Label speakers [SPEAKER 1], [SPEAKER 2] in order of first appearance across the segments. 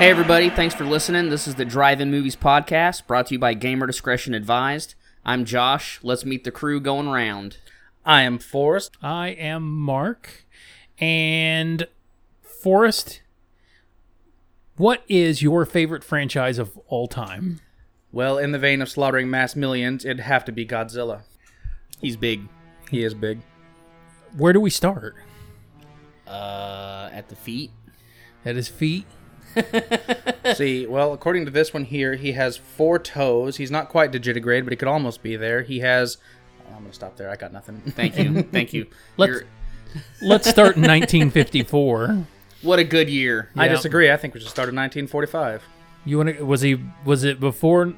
[SPEAKER 1] Hey, everybody, thanks for listening. This is the Drive In Movies Podcast brought to you by Gamer Discretion Advised. I'm Josh. Let's meet the crew going round.
[SPEAKER 2] I am Forrest.
[SPEAKER 3] I am Mark. And Forrest, what is your favorite franchise of all time?
[SPEAKER 2] Well, in the vein of slaughtering mass millions, it'd have to be Godzilla.
[SPEAKER 1] He's big.
[SPEAKER 2] He is big.
[SPEAKER 3] Where do we start?
[SPEAKER 1] Uh, at the feet.
[SPEAKER 3] At his feet?
[SPEAKER 1] Eh.
[SPEAKER 2] See, well, according to this one here, he has four toes. He's not quite digitigrade, but he could almost be there. He has. I'm gonna stop there. I got nothing.
[SPEAKER 1] Thank you. Thank you.
[SPEAKER 3] Let's-
[SPEAKER 1] You're-
[SPEAKER 3] Let's start in 1954.
[SPEAKER 1] what a good year.
[SPEAKER 2] I
[SPEAKER 3] Yeah.
[SPEAKER 2] disagree. I think we should start in 1945.
[SPEAKER 3] You want to? Was he? Was it before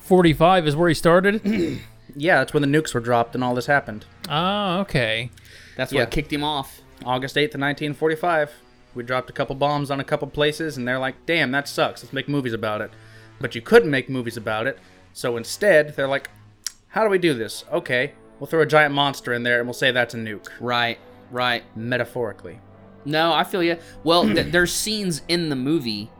[SPEAKER 3] 45? Is where he started?
[SPEAKER 2] Yeah, that's when the nukes were dropped and all this happened.
[SPEAKER 3] Ah, okay.
[SPEAKER 1] That's what
[SPEAKER 2] Yeah.
[SPEAKER 1] kicked him off.
[SPEAKER 2] August 8th, of 1945. We dropped a couple bombs on a couple places, and they're like, damn, that sucks. Let's make movies about it. But you couldn't make movies about it. So instead, they're like, how do we do this? Okay, we'll throw a giant monster in there and we'll say that's a nuke.
[SPEAKER 1] Right, right.
[SPEAKER 2] Metaphorically.
[SPEAKER 1] No, I feel you. Well, th- there's scenes in the movie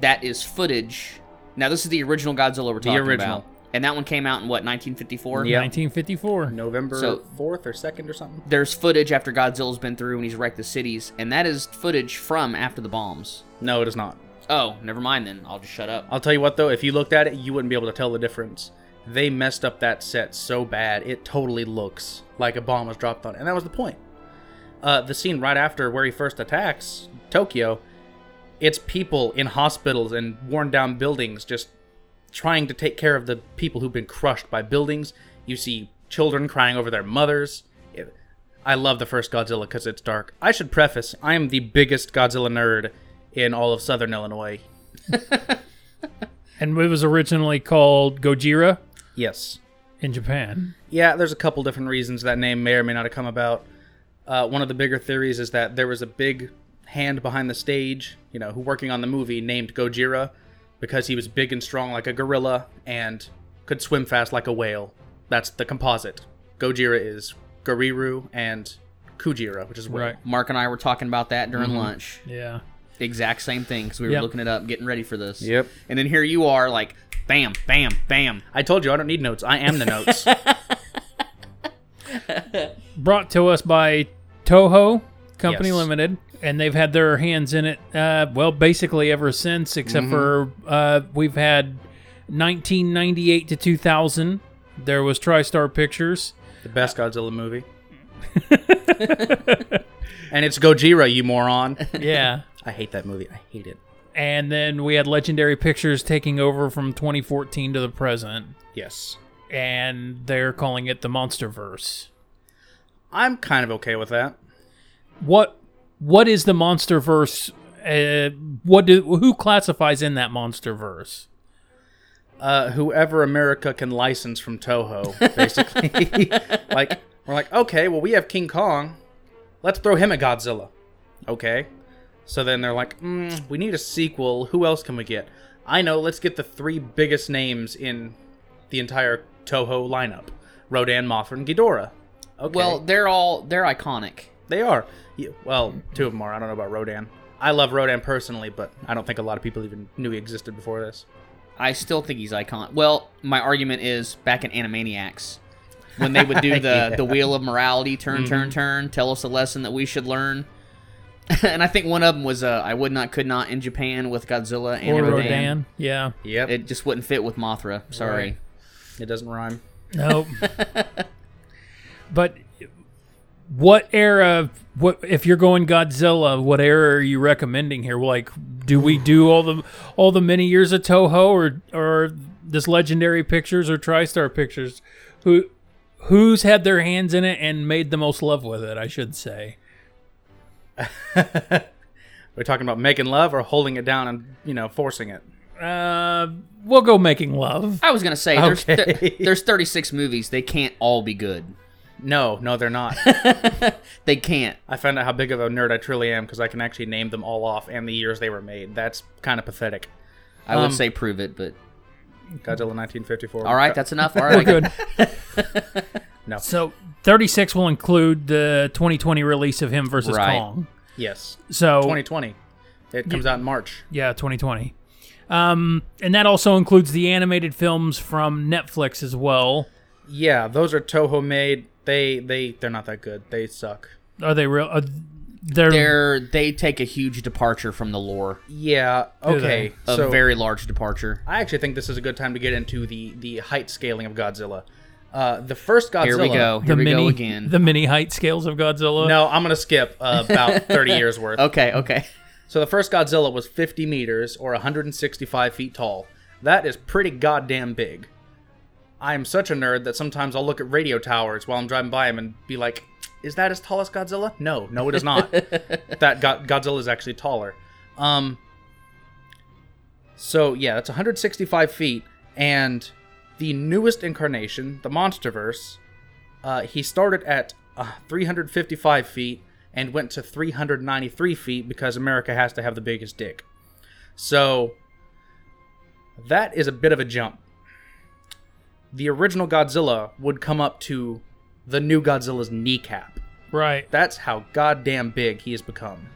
[SPEAKER 1] that is footage. Now, this is the original Godzilla we're talking
[SPEAKER 2] original.
[SPEAKER 1] about. And that one came out in what, 1954?
[SPEAKER 2] Yeah.
[SPEAKER 3] 1954.
[SPEAKER 2] November
[SPEAKER 1] So-
[SPEAKER 2] 4th or 2nd or something?
[SPEAKER 1] There's footage after Godzilla's been through and he's wrecked the cities, and that is footage from after the bombs.
[SPEAKER 2] No, it is not.
[SPEAKER 1] Oh, never mind then. I'll just shut up.
[SPEAKER 2] I'll tell you what, though, if you looked at it, you wouldn't be able to tell the difference. They messed up that set so bad, it totally looks like a bomb was dropped on it. And that was the point. Uh, the scene right after where he first attacks Tokyo, it's people in hospitals and worn down buildings just trying to take care of the people who've been crushed by buildings. You see children crying over their mothers. It- I love the first Godzilla because it's dark. I should preface I am the biggest Godzilla nerd in all of southern Illinois.
[SPEAKER 3] And it was originally called Gojira
[SPEAKER 2] Yes.
[SPEAKER 3] in Japan.
[SPEAKER 2] Yeah, there's a couple different reasons that name may or may not have come about. Uh, one of the bigger theories is that there was a big hand behind the stage, you know, who working on the movie named Gojira because he was big and strong like a gorilla and could swim fast like a whale. That's the composite. Gojira is Goriru and Kujira, which is whale.
[SPEAKER 3] Right.
[SPEAKER 1] Mark and I were talking about that during lunch.
[SPEAKER 3] Yeah.
[SPEAKER 1] The exact same thing because we were
[SPEAKER 3] Mm-hmm. Yep.
[SPEAKER 1] looking it up, getting ready for this.
[SPEAKER 2] Yep.
[SPEAKER 1] And then here you are, like, bam, bam, bam.
[SPEAKER 2] I told you I don't need notes. I am the notes.
[SPEAKER 3] brought to us by Toho Company
[SPEAKER 2] Yes.
[SPEAKER 3] Limited, and they've had their hands in it, uh, well, basically ever since, except for uh, we've had 1998 to 2000. There was TriStar Pictures.
[SPEAKER 2] the best Godzilla movie. and it's Gojira, you moron.
[SPEAKER 3] Yeah.
[SPEAKER 2] I hate that movie. I hate it.
[SPEAKER 3] and then we had Legendary Pictures taking over from 2014 to the present,
[SPEAKER 2] Yes.
[SPEAKER 3] and they're calling it the Monsterverse.
[SPEAKER 2] I'm kind of okay with that.
[SPEAKER 3] What what is the Monsterverse? Uh, what do who classifies in that Monsterverse?
[SPEAKER 2] Uh, whoever America can license from Toho, basically. like we're like, okay, well we have King Kong, let's throw him at Godzilla. Okay. So then they're like, mm, we need a sequel. Who else can we get? I know. Let's get the three biggest names in the entire Toho lineup: Rodan, Mothra, and Ghidorah. Okay.
[SPEAKER 1] Well, they're all, they're iconic.
[SPEAKER 2] They are. You- Well, two of them are. I don't know about Rodan. I love Rodan personally, but I don't think a lot of people even knew he existed before this.
[SPEAKER 1] I still think he's iconic. Well, my argument is back in Animaniacs, when they would do the, the wheel of morality, turn,
[SPEAKER 3] Mm-hmm.
[SPEAKER 1] turn, turn, tell us a lesson that we should learn. and I think one of them was uh, I would not, could not in Japan with Godzilla and
[SPEAKER 3] or
[SPEAKER 1] Rodan.
[SPEAKER 3] Rodan. Yeah.
[SPEAKER 2] Yep.
[SPEAKER 1] It just wouldn't fit with Mothra. Sorry.
[SPEAKER 2] Right. it doesn't rhyme.
[SPEAKER 3] No. but what era? What if you're going Godzilla? What era are you recommending here? Like, do we do all the all the many years of Toho or or this legendary pictures or TriStar pictures? Who who's had their hands in it and made the most love with it? I should say.
[SPEAKER 2] We're talking about making love or holding it down and you know forcing it.
[SPEAKER 3] Uh, we'll go making love.
[SPEAKER 1] I was gonna say there's
[SPEAKER 2] Okay.
[SPEAKER 1] th- there's 36 movies. They can't all be good.
[SPEAKER 2] No, no, they're not.
[SPEAKER 1] They can't.
[SPEAKER 2] I found out how big of a nerd I truly am because I can actually name them all off and the years they were made. That's kind of pathetic.
[SPEAKER 1] I would say prove it, but
[SPEAKER 2] Godzilla 1954.
[SPEAKER 1] Mm-hmm. all right, that's enough. All right,
[SPEAKER 3] Good.
[SPEAKER 2] No.
[SPEAKER 3] So 36 will include the 2020 release of him versus
[SPEAKER 1] Right.
[SPEAKER 3] Kong.
[SPEAKER 2] yes.
[SPEAKER 3] So
[SPEAKER 2] 2020. It comes out in March.
[SPEAKER 3] Yeah, 2020. Um, and that also includes the animated films from Netflix as well.
[SPEAKER 2] Yeah, those are Toho made. They they they're not that good. They suck.
[SPEAKER 3] Are they real? Are, they're,
[SPEAKER 1] They're they take a huge departure from the lore,
[SPEAKER 2] Yeah.
[SPEAKER 3] they?
[SPEAKER 2] Okay.
[SPEAKER 1] a
[SPEAKER 2] So
[SPEAKER 1] very large departure.
[SPEAKER 2] I actually think this is a good time to get into the the height scaling of Godzilla. Uh, the first Godzilla.
[SPEAKER 1] Here we go. Here
[SPEAKER 3] the
[SPEAKER 1] we
[SPEAKER 3] mini
[SPEAKER 1] go again.
[SPEAKER 3] the mini height scales of Godzilla.
[SPEAKER 2] No, I'm gonna skip uh, about 30 years worth.
[SPEAKER 1] okay, okay.
[SPEAKER 2] So the first Godzilla was 50 meters or 165 feet tall. That is pretty goddamn big. I am such a nerd that sometimes I'll look at radio towers while I'm driving by them and be like, "Is that as tall as Godzilla?" No, no, it is not. that Go- Godzilla is actually taller. Um. So yeah, that's 165 feet, and the newest incarnation, the MonsterVerse, uh, he started at uh, 355 feet and went to 393 feet because America has to have the biggest dick. So that is a bit of a jump. The original Godzilla would come up to the new Godzilla's kneecap.
[SPEAKER 3] Right.
[SPEAKER 2] That's how goddamn big he has become.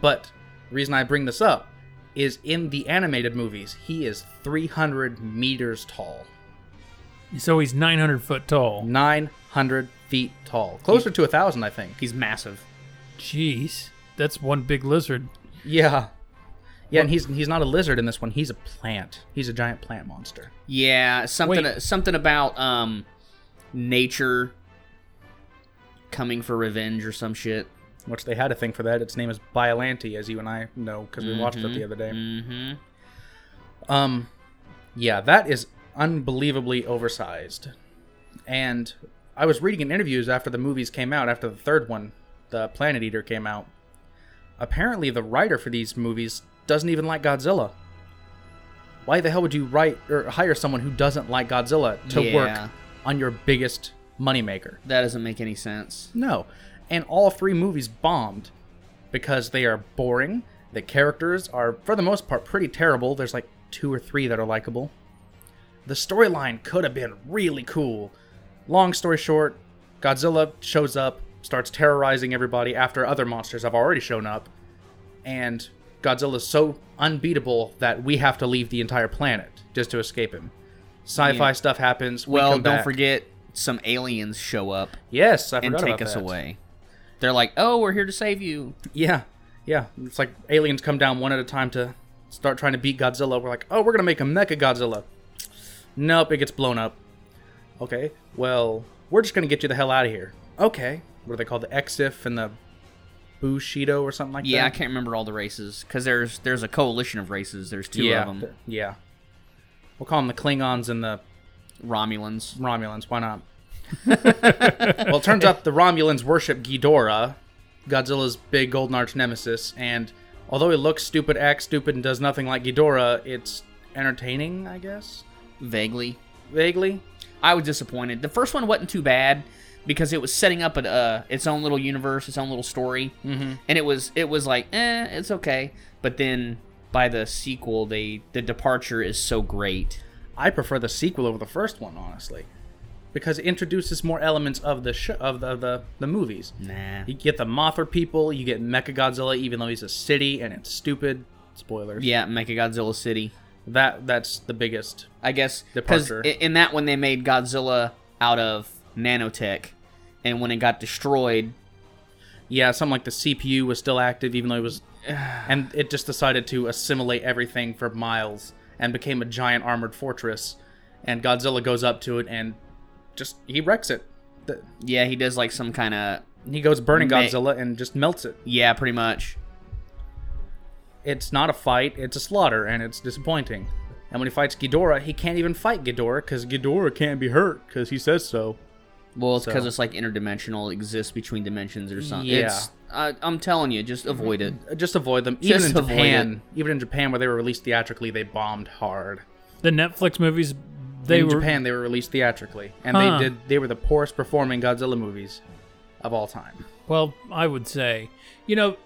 [SPEAKER 2] But the reason I bring this up is in the animated movies, he is 300 meters tall.
[SPEAKER 3] So he's 900 foot tall.
[SPEAKER 2] 900 feet tall. Closer to a 1,000, I think.
[SPEAKER 1] He's massive.
[SPEAKER 3] Jeez. That's one big lizard.
[SPEAKER 2] Yeah. Yeah, and he's he's not a lizard in this one. He's a plant. He's a giant plant monster.
[SPEAKER 1] Yeah, something
[SPEAKER 3] Wait.
[SPEAKER 1] something about um nature coming for revenge or some shit.
[SPEAKER 2] Which they had a thing for that. Its name is Biolante, as you and I know because we watched it the other day.
[SPEAKER 1] Mm-hmm.
[SPEAKER 2] Um, yeah, that is unbelievably oversized. And I was reading in interviews after the movies came out, after the third one, the Planet Eater came out. Apparently, the writer for these movies doesn't even like Godzilla. Why the hell would you write or hire someone who doesn't like Godzilla to
[SPEAKER 1] Yeah.
[SPEAKER 2] work on your biggest moneymaker?
[SPEAKER 1] That doesn't make any sense.
[SPEAKER 2] No. And all three movies bombed because they are boring. The characters are, for the most part, pretty terrible. There's like two or three that are likable. The storyline could have been really cool. Long story short, Godzilla shows up, starts terrorizing everybody after other monsters have already shown up, and Godzilla's so unbeatable that we have to leave the entire planet just to escape him. Sci-fi
[SPEAKER 1] Yeah.
[SPEAKER 2] stuff happens. we
[SPEAKER 1] well,
[SPEAKER 2] come
[SPEAKER 1] don't
[SPEAKER 2] back.
[SPEAKER 1] forget some aliens show up
[SPEAKER 2] Yes, I
[SPEAKER 1] and
[SPEAKER 2] forgot
[SPEAKER 1] take
[SPEAKER 2] about
[SPEAKER 1] us
[SPEAKER 2] that.
[SPEAKER 1] away. They're like, "Oh, we're here to save you."
[SPEAKER 2] Yeah, yeah. It's like aliens come down one at a time to start trying to beat Godzilla. We're like, oh, we're gonna make a Mecha Godzilla. Nope, it gets blown up. Okay, well, we're just gonna get you the hell out of here. Okay, what are they called? The Exif and the Bushido or something like
[SPEAKER 1] Yeah, I
[SPEAKER 2] that.
[SPEAKER 1] can't remember all the races because there's there's a coalition of races. There's two
[SPEAKER 2] yeah,
[SPEAKER 1] of them.
[SPEAKER 2] yeah. We'll call them the Klingons and the
[SPEAKER 1] Romulans.
[SPEAKER 2] Romulans. Why not? well, it turns out the Romulans worship Ghidorah, Godzilla's big golden arch nemesis, and although he looks stupid, acts stupid, and does nothing like Ghidorah, it's entertaining, I guess,
[SPEAKER 1] Vaguely,
[SPEAKER 2] vaguely.
[SPEAKER 1] I was disappointed. The first one wasn't too bad because it was setting up a, uh, its own little universe, its own little story, mm-hmm. and it was it was like, eh, it's okay. But then by the sequel, they the departure is so great.
[SPEAKER 2] I prefer the sequel over the first one, honestly, because it introduces more elements of the sh- of the, the the movies.
[SPEAKER 1] Nah.
[SPEAKER 2] You get the Mothra people, you get Mechagodzilla, even though he's a city and it's stupid. Spoilers.
[SPEAKER 1] Yeah, Mechagodzilla City.
[SPEAKER 2] That that's the biggest.
[SPEAKER 1] I guess because
[SPEAKER 2] Departure.
[SPEAKER 1] in that one they made Godzilla out of nanotech, and when it got destroyed,
[SPEAKER 2] Yeah, something like the CPU was still active, even though it was, and it just decided to assimilate everything for miles and became a giant armored fortress. And Godzilla goes up to it and just he wrecks it. The-
[SPEAKER 1] yeah, he does like some kind of
[SPEAKER 2] He goes burning
[SPEAKER 1] Ma-
[SPEAKER 2] Godzilla and just melts it.
[SPEAKER 1] yeah, pretty much.
[SPEAKER 2] It's not a fight; it's a slaughter, and it's disappointing. And when he fights Ghidorah, he can't even fight Ghidorah because Ghidorah can't be hurt because he says so.
[SPEAKER 1] Well, it's because
[SPEAKER 2] So-
[SPEAKER 1] it's like interdimensional, exists between dimensions or something.
[SPEAKER 2] Yeah.
[SPEAKER 1] It's, I, I'm telling you, just avoid it.
[SPEAKER 2] Just avoid them. Even
[SPEAKER 1] Just
[SPEAKER 2] in
[SPEAKER 1] avoid
[SPEAKER 2] Japan, even in Japan where they were released theatrically, they bombed hard.
[SPEAKER 3] The Netflix movies, they
[SPEAKER 2] in
[SPEAKER 3] were
[SPEAKER 2] Japan they were released theatrically, and
[SPEAKER 3] Huh.
[SPEAKER 2] they did they were the poorest performing Godzilla movies of all time.
[SPEAKER 3] Well, I would say, you know,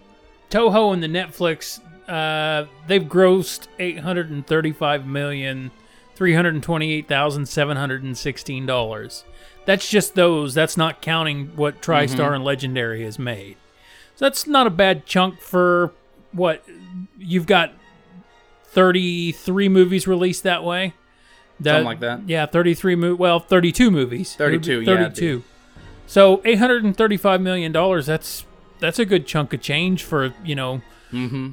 [SPEAKER 3] Toho and the Netflix, uh, they've grossed eight hundred and thirty-five million three hundred twenty-eight thousand seven hundred and sixteen dollars. That's just those. That's not
[SPEAKER 2] Mm-hmm.
[SPEAKER 3] counting what TriStar and Legendary has made. So that's not a bad chunk for what you've got 33 movies released that way.
[SPEAKER 2] Something like that.
[SPEAKER 3] Yeah, 33 mo- well, 32 movies.
[SPEAKER 2] 32,
[SPEAKER 3] It would be
[SPEAKER 2] yeah,
[SPEAKER 3] 32. So, 835 million dollars, that's that's a good chunk of change for, you know,
[SPEAKER 2] Mm-hmm.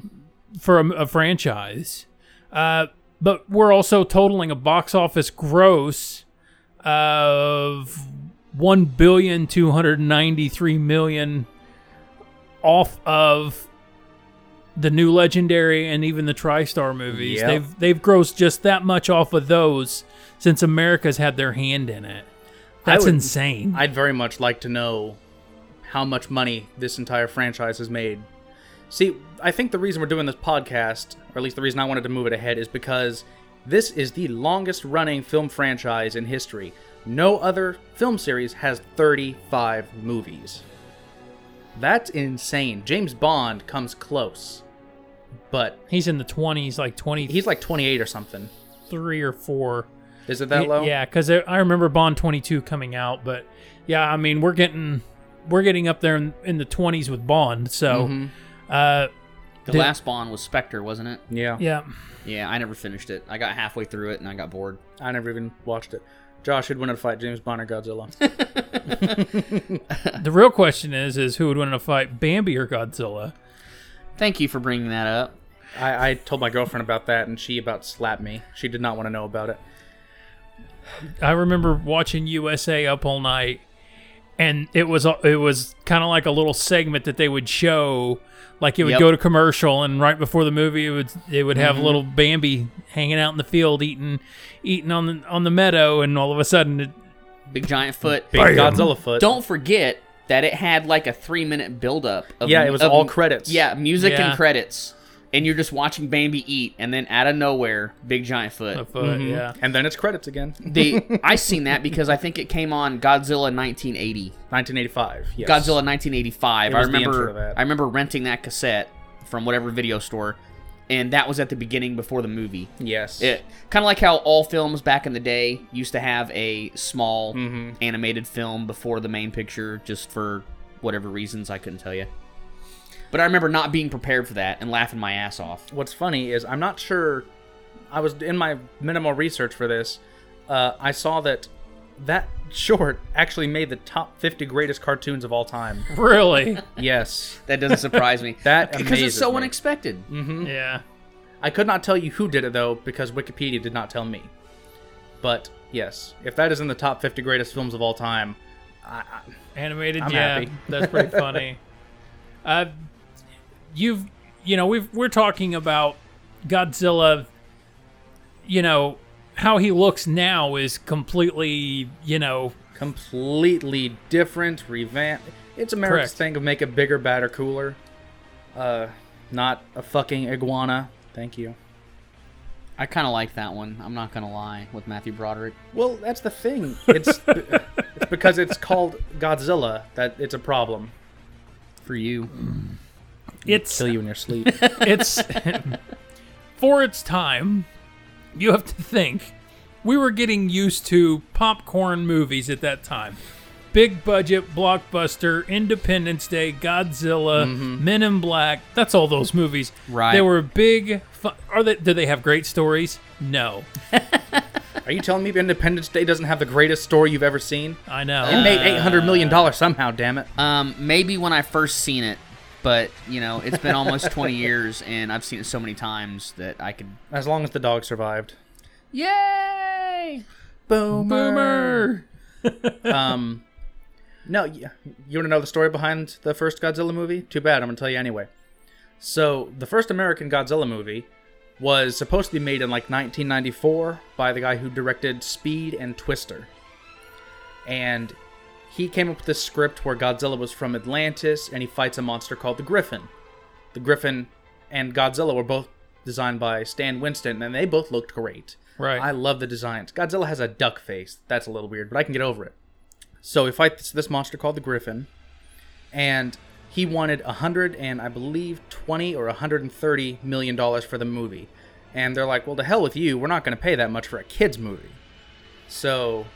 [SPEAKER 3] for a, a franchise. Uh, but we're also totaling a box office gross of one billion two hundred ninety-three million off of the new legendary and even the TriStar movies.
[SPEAKER 2] Yep.
[SPEAKER 3] They've they've grossed just that much off of those since America's had their hand in it.
[SPEAKER 2] I
[SPEAKER 3] That's
[SPEAKER 2] would-
[SPEAKER 3] insane.
[SPEAKER 2] I'd very much like to know how much money this entire franchise has made. See, I think the reason we're doing this podcast, or at least the reason I wanted to move it ahead, is because this is the longest running film franchise in history. No other film series has 35 movies. That's insane. James Bond comes close, but
[SPEAKER 3] he's in the twenties, like twenty
[SPEAKER 2] he's like 28 or something.
[SPEAKER 3] three or four.
[SPEAKER 2] Is it that low?
[SPEAKER 3] Yeah, because I remember Bond 22 coming out, but yeah, I mean we're getting we're getting up there in, in the 20s with Bond. So
[SPEAKER 2] Mhm.
[SPEAKER 3] uh,
[SPEAKER 1] The
[SPEAKER 3] Did-
[SPEAKER 1] last Bond was Spectre, wasn't it?
[SPEAKER 2] Yeah.
[SPEAKER 3] yeah,
[SPEAKER 1] Yeah, I never finished it. I got halfway through it and I got bored.
[SPEAKER 2] I never even watched it. Josh would win a fight, James Bond or Godzilla.
[SPEAKER 3] the real question is is who would win in a fight, Bambi or Godzilla?
[SPEAKER 1] Thank you for bringing that up.
[SPEAKER 2] I, I told my girlfriend about that, and she about slapped me. She did not want to know about it.
[SPEAKER 3] I remember watching USA up all night, and it was it was kind of like a little segment that they would show, like it would
[SPEAKER 1] Yep.
[SPEAKER 3] go to commercial, and right before the movie, it would they would have little Bambi hanging out in the field eating eating on the on the meadow, and all of a sudden it,
[SPEAKER 1] Big giant foot.
[SPEAKER 2] Big Godzilla foot.
[SPEAKER 1] Don't forget that it had like a three minute buildup. Of,
[SPEAKER 2] Yeah, it was
[SPEAKER 1] of-
[SPEAKER 2] all credits.
[SPEAKER 1] Yeah, music
[SPEAKER 3] Yeah.
[SPEAKER 1] and credits, and you're just watching Bambi eat, and then out of nowhere, big giant
[SPEAKER 3] the
[SPEAKER 1] foot.
[SPEAKER 3] foot, yeah.
[SPEAKER 2] And then it's credits again.
[SPEAKER 1] the I seen that because I think it came on Godzilla 1980,
[SPEAKER 2] 1985. Yes.
[SPEAKER 1] Godzilla 1985.
[SPEAKER 2] It
[SPEAKER 1] I
[SPEAKER 2] was the intro to
[SPEAKER 1] remember
[SPEAKER 2] that.
[SPEAKER 1] I remember renting that cassette from whatever video store, and that was at the beginning before the movie.
[SPEAKER 2] Yes.
[SPEAKER 1] It kind of like how all films back in the day used to have a small
[SPEAKER 2] Mhm.
[SPEAKER 1] animated film before the main picture, just for whatever reasons I couldn't tell you. But I remember not being prepared for that and laughing my ass off.
[SPEAKER 2] What's funny is I'm not sure. I was in my minimal research for this. Uh, I saw that that short actually made the top 50 greatest cartoons of all time.
[SPEAKER 3] Really?
[SPEAKER 2] yes.
[SPEAKER 1] That doesn't surprise me.
[SPEAKER 2] That
[SPEAKER 1] because it's
[SPEAKER 2] amazes
[SPEAKER 1] so
[SPEAKER 2] me.
[SPEAKER 1] unexpected.
[SPEAKER 2] Mm-hmm.
[SPEAKER 3] yeah.
[SPEAKER 2] I could not tell you who did it though because Wikipedia did not tell me. But yes, if that is in the top 50 greatest films of all time, I, I,
[SPEAKER 3] Animated,
[SPEAKER 2] I'm
[SPEAKER 3] yeah.
[SPEAKER 2] happy.
[SPEAKER 3] That's pretty funny. uh, you've, you know, we've we're talking about Godzilla. You know how he looks now is completely, you know,
[SPEAKER 2] completely different, revamped. It's America's
[SPEAKER 3] Correct.
[SPEAKER 2] thing of make it bigger, badder, cooler. Uh, not a fucking iguana. Thank you.
[SPEAKER 1] I kind of like that one. I'm not gonna lie with Matthew Broderick.
[SPEAKER 2] Well, that's the thing. It's it's because it's called Godzilla that it's a problem.
[SPEAKER 1] For you,
[SPEAKER 3] it's
[SPEAKER 2] Kill you in your sleep.
[SPEAKER 3] it's for its time. You have to think we were getting used to popcorn movies at that time. Big budget blockbuster, Independence Day, Godzilla, Men in Black. That's all those movies.
[SPEAKER 1] Mm-hmm. Right.
[SPEAKER 3] They were big. Fu- are they? Do they have great stories? No,
[SPEAKER 2] Are you telling me Independence Day doesn't have the greatest story you've ever seen?
[SPEAKER 3] I know.
[SPEAKER 2] It made eight hundred million dollars somehow. Damn it.
[SPEAKER 1] um, maybe when I first seen it, but you know, it's been almost 20 years, and I've seen it so many times that I could.
[SPEAKER 2] As long as the dog survived.
[SPEAKER 1] Yay!
[SPEAKER 2] Boomer.
[SPEAKER 3] Boomer.
[SPEAKER 2] Um, no, you, you want to know the story behind the first Godzilla movie? Too bad, I'm gonna tell you anyway. So the first American Godzilla movie was supposed to be made in like 1994 by the guy who directed Speed and Twister, and he came up with this script where Godzilla was from Atlantis and he fights a monster called the Griffin. The Griffin and Godzilla were both designed by Stan Winston, and they both looked great.
[SPEAKER 3] Right.
[SPEAKER 2] I love the designs. Godzilla has a duck face. That's a little weird, but I can get over it. So we fight this, this monster called the Griffin, and he wanted a hundred and I believe twenty or hundred and thirty million dollars for the movie, and they're like, "Well, to hell with you. We're not going to pay that much for a kids movie." So,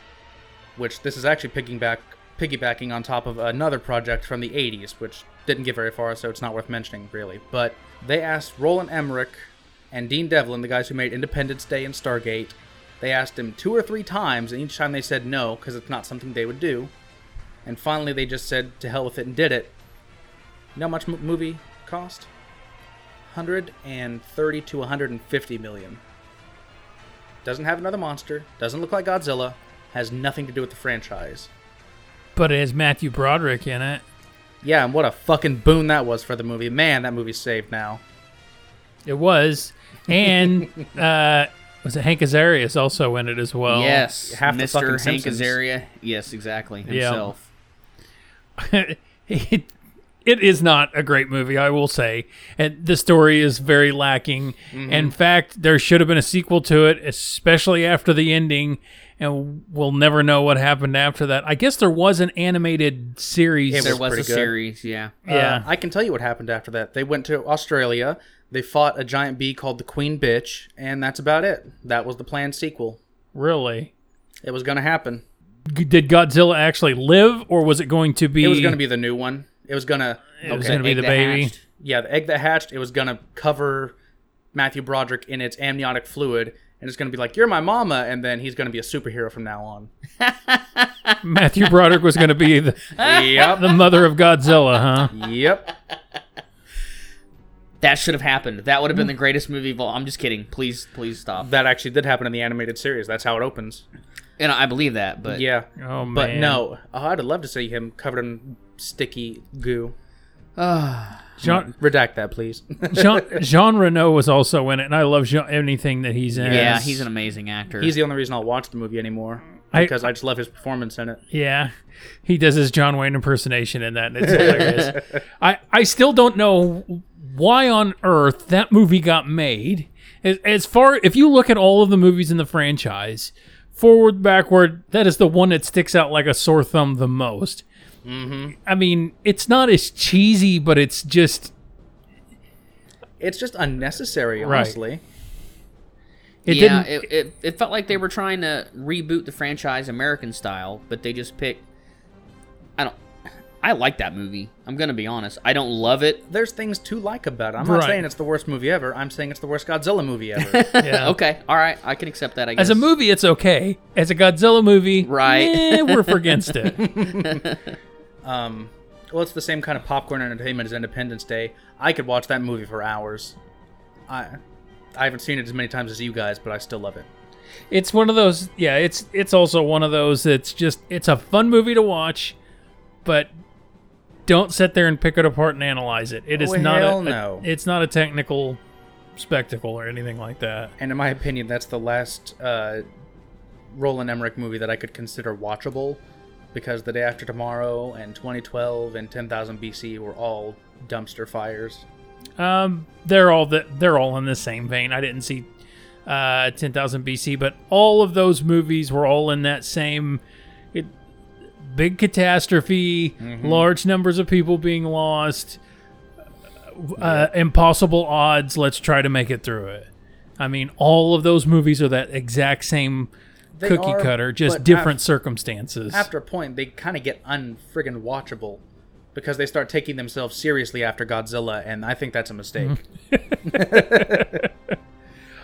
[SPEAKER 2] which this is actually picking back piggybacking on top of another project from the 80s, which didn't get very far, so it's not worth mentioning, really. But they asked Roland Emmerich and Dean Devlin, the guys who made Independence Day and Stargate, they asked him two or three times, and each time they said no, because it's not something they would do. And finally, they just said, to hell with it, and did it. You know how much m- movie cost? 130 to 150 million. Doesn't have another monster, doesn't look like Godzilla, has nothing to do with the franchise.
[SPEAKER 3] But it has Matthew Broderick in it.
[SPEAKER 2] Yeah, and what a fucking boon that was for the movie. Man, that movie's saved now.
[SPEAKER 3] It was, and uh, was it Hank Azaria is also in it as well.
[SPEAKER 1] yes,
[SPEAKER 2] Oh, half the fucking
[SPEAKER 1] Mr. Hank
[SPEAKER 2] Simpsons.
[SPEAKER 1] Azaria. Yes, exactly.
[SPEAKER 3] Yeah.
[SPEAKER 1] Himself.
[SPEAKER 3] it, it is not a great movie, I will say. And the story is very lacking.
[SPEAKER 2] Mm-hmm.
[SPEAKER 3] In fact, there should have been a sequel to it, especially after the ending. And we'll never know what happened after that. I guess there was an animated series. Uh,
[SPEAKER 2] It
[SPEAKER 1] There
[SPEAKER 2] was
[SPEAKER 1] was a
[SPEAKER 2] pretty good.
[SPEAKER 1] series. Yeah.
[SPEAKER 3] yeah.
[SPEAKER 2] Uh, I can tell you what happened after that. They went to Australia, they fought a giant bee called the Queen Bitch, and that's about it. That was the planned sequel.
[SPEAKER 3] really?
[SPEAKER 2] It was going to happen.
[SPEAKER 3] G- Did Godzilla actually live, or was it going to be?
[SPEAKER 2] It was going to be the new one. It was going to.
[SPEAKER 3] It was going to be
[SPEAKER 1] Egg
[SPEAKER 3] the
[SPEAKER 1] that
[SPEAKER 3] baby.
[SPEAKER 1] hatched.
[SPEAKER 2] Yeah, the egg that hatched, it was going to cover Matthew Broderick in its amniotic fluid, and it's going to be like, You're my mama, and then he's going to be a superhero from now on.
[SPEAKER 3] Matthew Broderick was going to be the,
[SPEAKER 2] yep.
[SPEAKER 3] the mother of Godzilla, huh?
[SPEAKER 2] Yep.
[SPEAKER 1] That should have happened. That would have been
[SPEAKER 2] Mm.
[SPEAKER 1] the greatest movie of all. I'm just kidding. Please, please stop.
[SPEAKER 2] That actually did happen in the animated series. That's how it opens.
[SPEAKER 1] And I believe that, but
[SPEAKER 2] yeah.
[SPEAKER 3] Oh man!
[SPEAKER 2] But no, oh, I'd love to see him covered in sticky goo.
[SPEAKER 3] Jean
[SPEAKER 2] Redact that, please.
[SPEAKER 3] Jean, Jean Reno was also in it, and I love Jean, anything that he's in.
[SPEAKER 1] yeah,
[SPEAKER 2] Yes.
[SPEAKER 1] he's an amazing actor.
[SPEAKER 2] He's the only reason I'll watch the movie anymore
[SPEAKER 3] I-
[SPEAKER 2] because I, just love his performance in it.
[SPEAKER 3] Yeah, he does his John Wayne impersonation in that, and it's hilarious. I, I still don't know why on earth that movie got made. As, as far if you look at all of the movies in the franchise, forward backward, that is the one that sticks out like a sore thumb the most. Mm-hmm. I mean, it's not as cheesy, but it's just
[SPEAKER 2] It's just unnecessary,
[SPEAKER 3] Right.
[SPEAKER 2] honestly.
[SPEAKER 3] it
[SPEAKER 1] yeah,
[SPEAKER 3] didn't.
[SPEAKER 1] it, it, it felt like they were trying to reboot the franchise American style, but they just picked. I don't. I like that movie. I'm gonna be honest. I don't love it.
[SPEAKER 2] There's things to like about it. I'm not
[SPEAKER 3] Right.
[SPEAKER 2] saying it's the worst movie ever. I'm saying it's the worst Godzilla movie ever.
[SPEAKER 3] yeah.
[SPEAKER 1] Okay, all right, I can accept that. I guess
[SPEAKER 3] As a movie, it's okay. As a Godzilla movie,
[SPEAKER 1] Right.
[SPEAKER 3] eh, we're against it.
[SPEAKER 2] um, well, it's the same kind of popcorn entertainment as Independence Day. I could watch that movie for hours. I, I haven't seen it as many times as you guys, but I still love it.
[SPEAKER 3] it's one of those yeah it's it's also one of those that's just it's a fun movie to watch but don't sit there and pick it apart and analyze it it is
[SPEAKER 2] Oh,
[SPEAKER 3] not
[SPEAKER 2] hell
[SPEAKER 3] a,
[SPEAKER 2] no.
[SPEAKER 3] a- it's not a technical spectacle or anything like that
[SPEAKER 2] And in my opinion, that's the last uh, Roland Emmerich movie that I could consider watchable because The Day After Tomorrow and 2012 and 10,000 BC were all dumpster fires.
[SPEAKER 3] um they're all the, they're all in the same vein i didn't see uh 10000 bc but all of those movies were all in that same it, big catastrophe
[SPEAKER 2] Mm-hmm.
[SPEAKER 3] large numbers of people being lost uh, impossible odds. Let's try to make it through it. I mean, all of those movies are that exact same
[SPEAKER 2] They
[SPEAKER 3] cookie
[SPEAKER 2] are,
[SPEAKER 3] cutter, just
[SPEAKER 2] but
[SPEAKER 3] different
[SPEAKER 2] af-
[SPEAKER 3] circumstances.
[SPEAKER 2] After a point, they kind of get unfriggin' watchable because they start taking themselves seriously after Godzilla, and I think that's a mistake.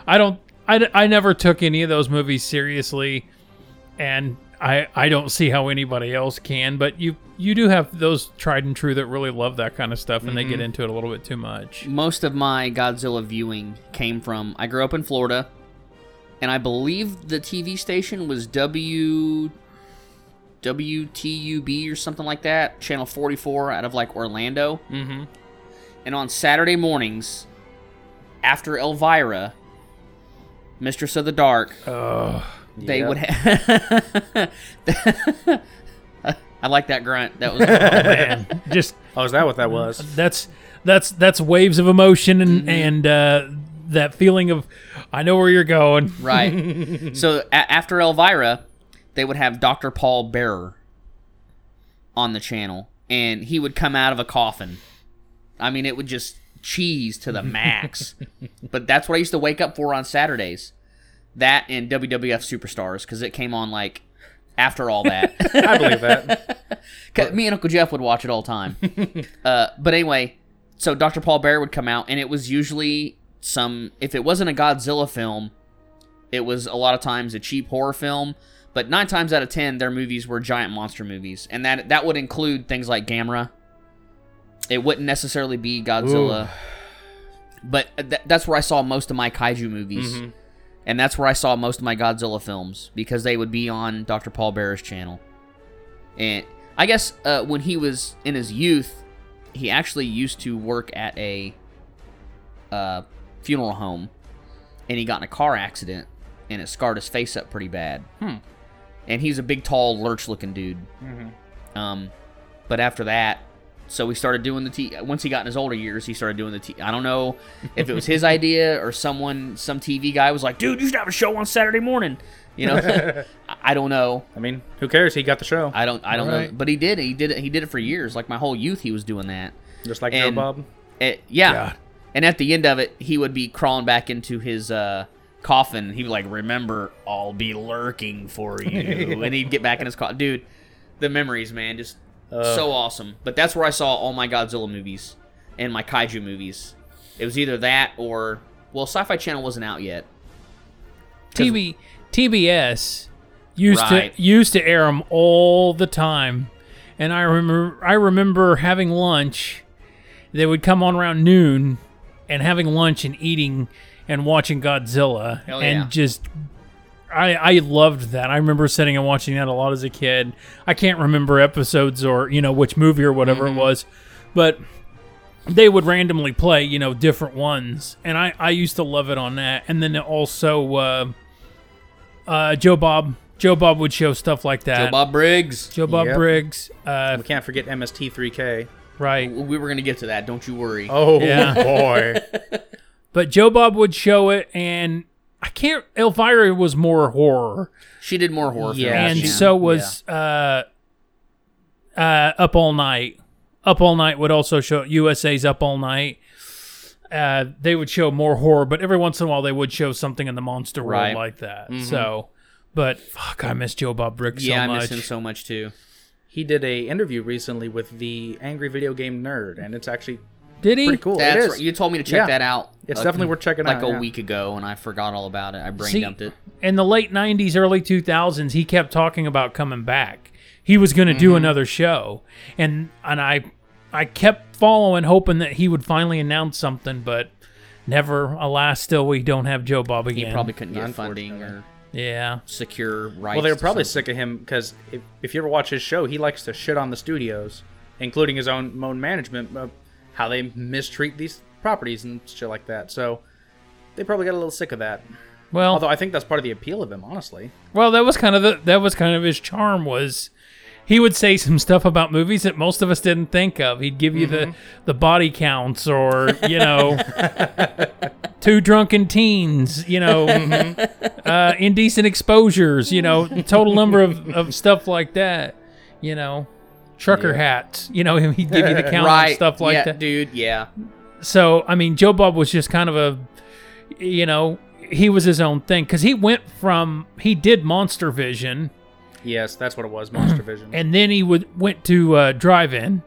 [SPEAKER 3] I don't. I, d- I never took any of those movies seriously, and I I don't see how anybody else can. But you you do have those tried and true that really love that kind of stuff, and they get into it a little bit too much.
[SPEAKER 1] most of my Godzilla viewing came from. I grew up in Florida, and I believe the TV station was W WTUB or something like that, channel 44 out of like Orlando. Mm-hmm. And on Saturday mornings, after Elvira, Mistress of the Dark, they
[SPEAKER 2] Yep.
[SPEAKER 1] would have. I like that grunt. That was
[SPEAKER 3] Man, just
[SPEAKER 2] Oh, is that what that was?
[SPEAKER 3] that's that's that's waves of emotion and and uh, that feeling of I know where you're going.
[SPEAKER 1] Right. so a- after Elvira, they would have Dr. Paul Bearer on the channel, and he would come out of a coffin. I mean, it would just cheese to the max. but that's what I used to wake up for on Saturdays. That and WWF Superstars, because it came on like after all that.
[SPEAKER 2] I believe that.
[SPEAKER 1] 'Cause Me and Uncle Jeff would watch it all the time. uh, but anyway, so Dr. Paul Bear would come out, and it was usually some. If it wasn't a Godzilla film, it was a lot of times a cheap horror film. But nine times out of ten, their movies were giant monster movies, and that that would include things like Gamera. It wouldn't necessarily be Godzilla, but th- that's where I saw most of my kaiju movies,
[SPEAKER 2] Mhm.
[SPEAKER 1] and that's where I saw most of my Godzilla films because they would be on Dr. Paul Bear's channel. And I guess uh, when he was in his youth, he actually used to work at a uh, funeral home, and he got in a car accident, and it scarred his face up pretty bad.
[SPEAKER 2] Hmm.
[SPEAKER 1] And he's a big, tall, lurch-looking dude. Um, but after that, so we started doing the T. Once he got in his older years, he started doing the T. I don't know if it was his idea or someone, some TV guy was like, "Dude, you should have a show on Saturday morning." You know, I- I don't know.
[SPEAKER 2] I mean, who cares? He got the show.
[SPEAKER 1] I don't. I don't know.
[SPEAKER 3] Right.
[SPEAKER 1] But he did. it. He did it. He did it for years. Like my whole youth, he was doing that.
[SPEAKER 2] Just like
[SPEAKER 1] and-
[SPEAKER 2] Joe Bob.
[SPEAKER 1] It, yeah.
[SPEAKER 3] God.
[SPEAKER 1] And at the end of it, he would be crawling back into his uh, coffin. He'd be like, "Remember, I'll be lurking for you." and he'd get back in his coffin. Dude, the memories, man, just so awesome. But that's where I saw all my Godzilla movies and my kaiju movies. It was either that or well, Sci-Fi Channel wasn't out yet.
[SPEAKER 3] TB TBS used
[SPEAKER 1] Right.
[SPEAKER 3] to used to air them all the time, and I remember I remember having lunch. They would come on around noon, and having lunch and eating and watching Godzilla,
[SPEAKER 1] Hell
[SPEAKER 3] and
[SPEAKER 1] yeah.
[SPEAKER 3] just I I loved that. I remember sitting and watching that a lot as a kid. I can't remember episodes or you know which movie or whatever
[SPEAKER 1] Mm-hmm.
[SPEAKER 3] it was, but they would randomly play you know different ones and i i used to love it on that and then also uh uh joe bob joe bob would show stuff like that
[SPEAKER 1] Joe Bob Briggs.
[SPEAKER 3] Joe Bob
[SPEAKER 2] Yep.
[SPEAKER 3] briggs uh
[SPEAKER 2] We can't forget MST3K.
[SPEAKER 3] right
[SPEAKER 1] We were gonna get to that. Don't you worry.
[SPEAKER 2] Oh
[SPEAKER 3] Yeah.
[SPEAKER 2] boy.
[SPEAKER 3] but joe bob would show it and i can't elvira was more horror
[SPEAKER 1] She did more horror
[SPEAKER 2] Yeah,
[SPEAKER 1] films.
[SPEAKER 3] and
[SPEAKER 2] she-
[SPEAKER 3] so was uh uh up all night up all night would also show usa's up all night uh, they would show more horror, but every once in a while they would show something in the monster world
[SPEAKER 1] Right. Mm-hmm.
[SPEAKER 3] like that. So, but fuck, I miss Joe Bob Brick so
[SPEAKER 1] yeah, I
[SPEAKER 3] much.
[SPEAKER 1] miss him so much too.
[SPEAKER 2] he did a interview recently with the Angry Video Game Nerd, and it's actually
[SPEAKER 3] Did he?
[SPEAKER 2] pretty cool.
[SPEAKER 1] That's
[SPEAKER 2] it is.
[SPEAKER 1] right. You told me to check
[SPEAKER 2] Yeah.
[SPEAKER 1] that out.
[SPEAKER 2] It's
[SPEAKER 1] uh,
[SPEAKER 2] definitely worth checking
[SPEAKER 1] like
[SPEAKER 2] out.
[SPEAKER 1] a
[SPEAKER 2] yeah.
[SPEAKER 1] week ago, and I forgot all about it. I brain
[SPEAKER 3] See,
[SPEAKER 1] dumped it.
[SPEAKER 3] in the late '90s, early 2000s, he kept talking about coming back. He was going to
[SPEAKER 1] Mm-hmm.
[SPEAKER 3] do another show, and and I I kept following, hoping that he would finally announce something, but never. Alas, still we don't have Joe Bob
[SPEAKER 1] He
[SPEAKER 3] again.
[SPEAKER 1] probably couldn't get
[SPEAKER 2] Unfortunately.
[SPEAKER 1] funding or
[SPEAKER 3] yeah.
[SPEAKER 1] secure rights.
[SPEAKER 2] Well, they were
[SPEAKER 1] to
[SPEAKER 2] probably
[SPEAKER 1] something.
[SPEAKER 2] sick of him because if, if you ever watch his show, he likes to shit on the studios, including his own own management of how they mistreat these properties and shit like that. So they probably got a little sick of that.
[SPEAKER 3] Well,
[SPEAKER 2] Although I think that's part of the appeal of him, honestly.
[SPEAKER 3] well, that was kind of the that was kind of his charm was. He would say some stuff about movies that most of us didn't think of. He'd give you the,
[SPEAKER 1] Mm-hmm.
[SPEAKER 3] the body counts or, you know, two drunken teens, you know,
[SPEAKER 1] Mm-hmm.
[SPEAKER 3] uh, indecent exposures, you know, total number of, of stuff like that, you know, trucker hats, you know, he'd give you the count
[SPEAKER 1] right
[SPEAKER 3] and stuff like
[SPEAKER 1] yeah,
[SPEAKER 3] that.
[SPEAKER 1] dude. Yeah,
[SPEAKER 3] So, I mean, Joe Bob was just kind of a, you know, he was his own thing because he went from, he did Monster Vision
[SPEAKER 2] Yes, that's what it was, Monster Vision.
[SPEAKER 3] and then he would went to uh, Drive In.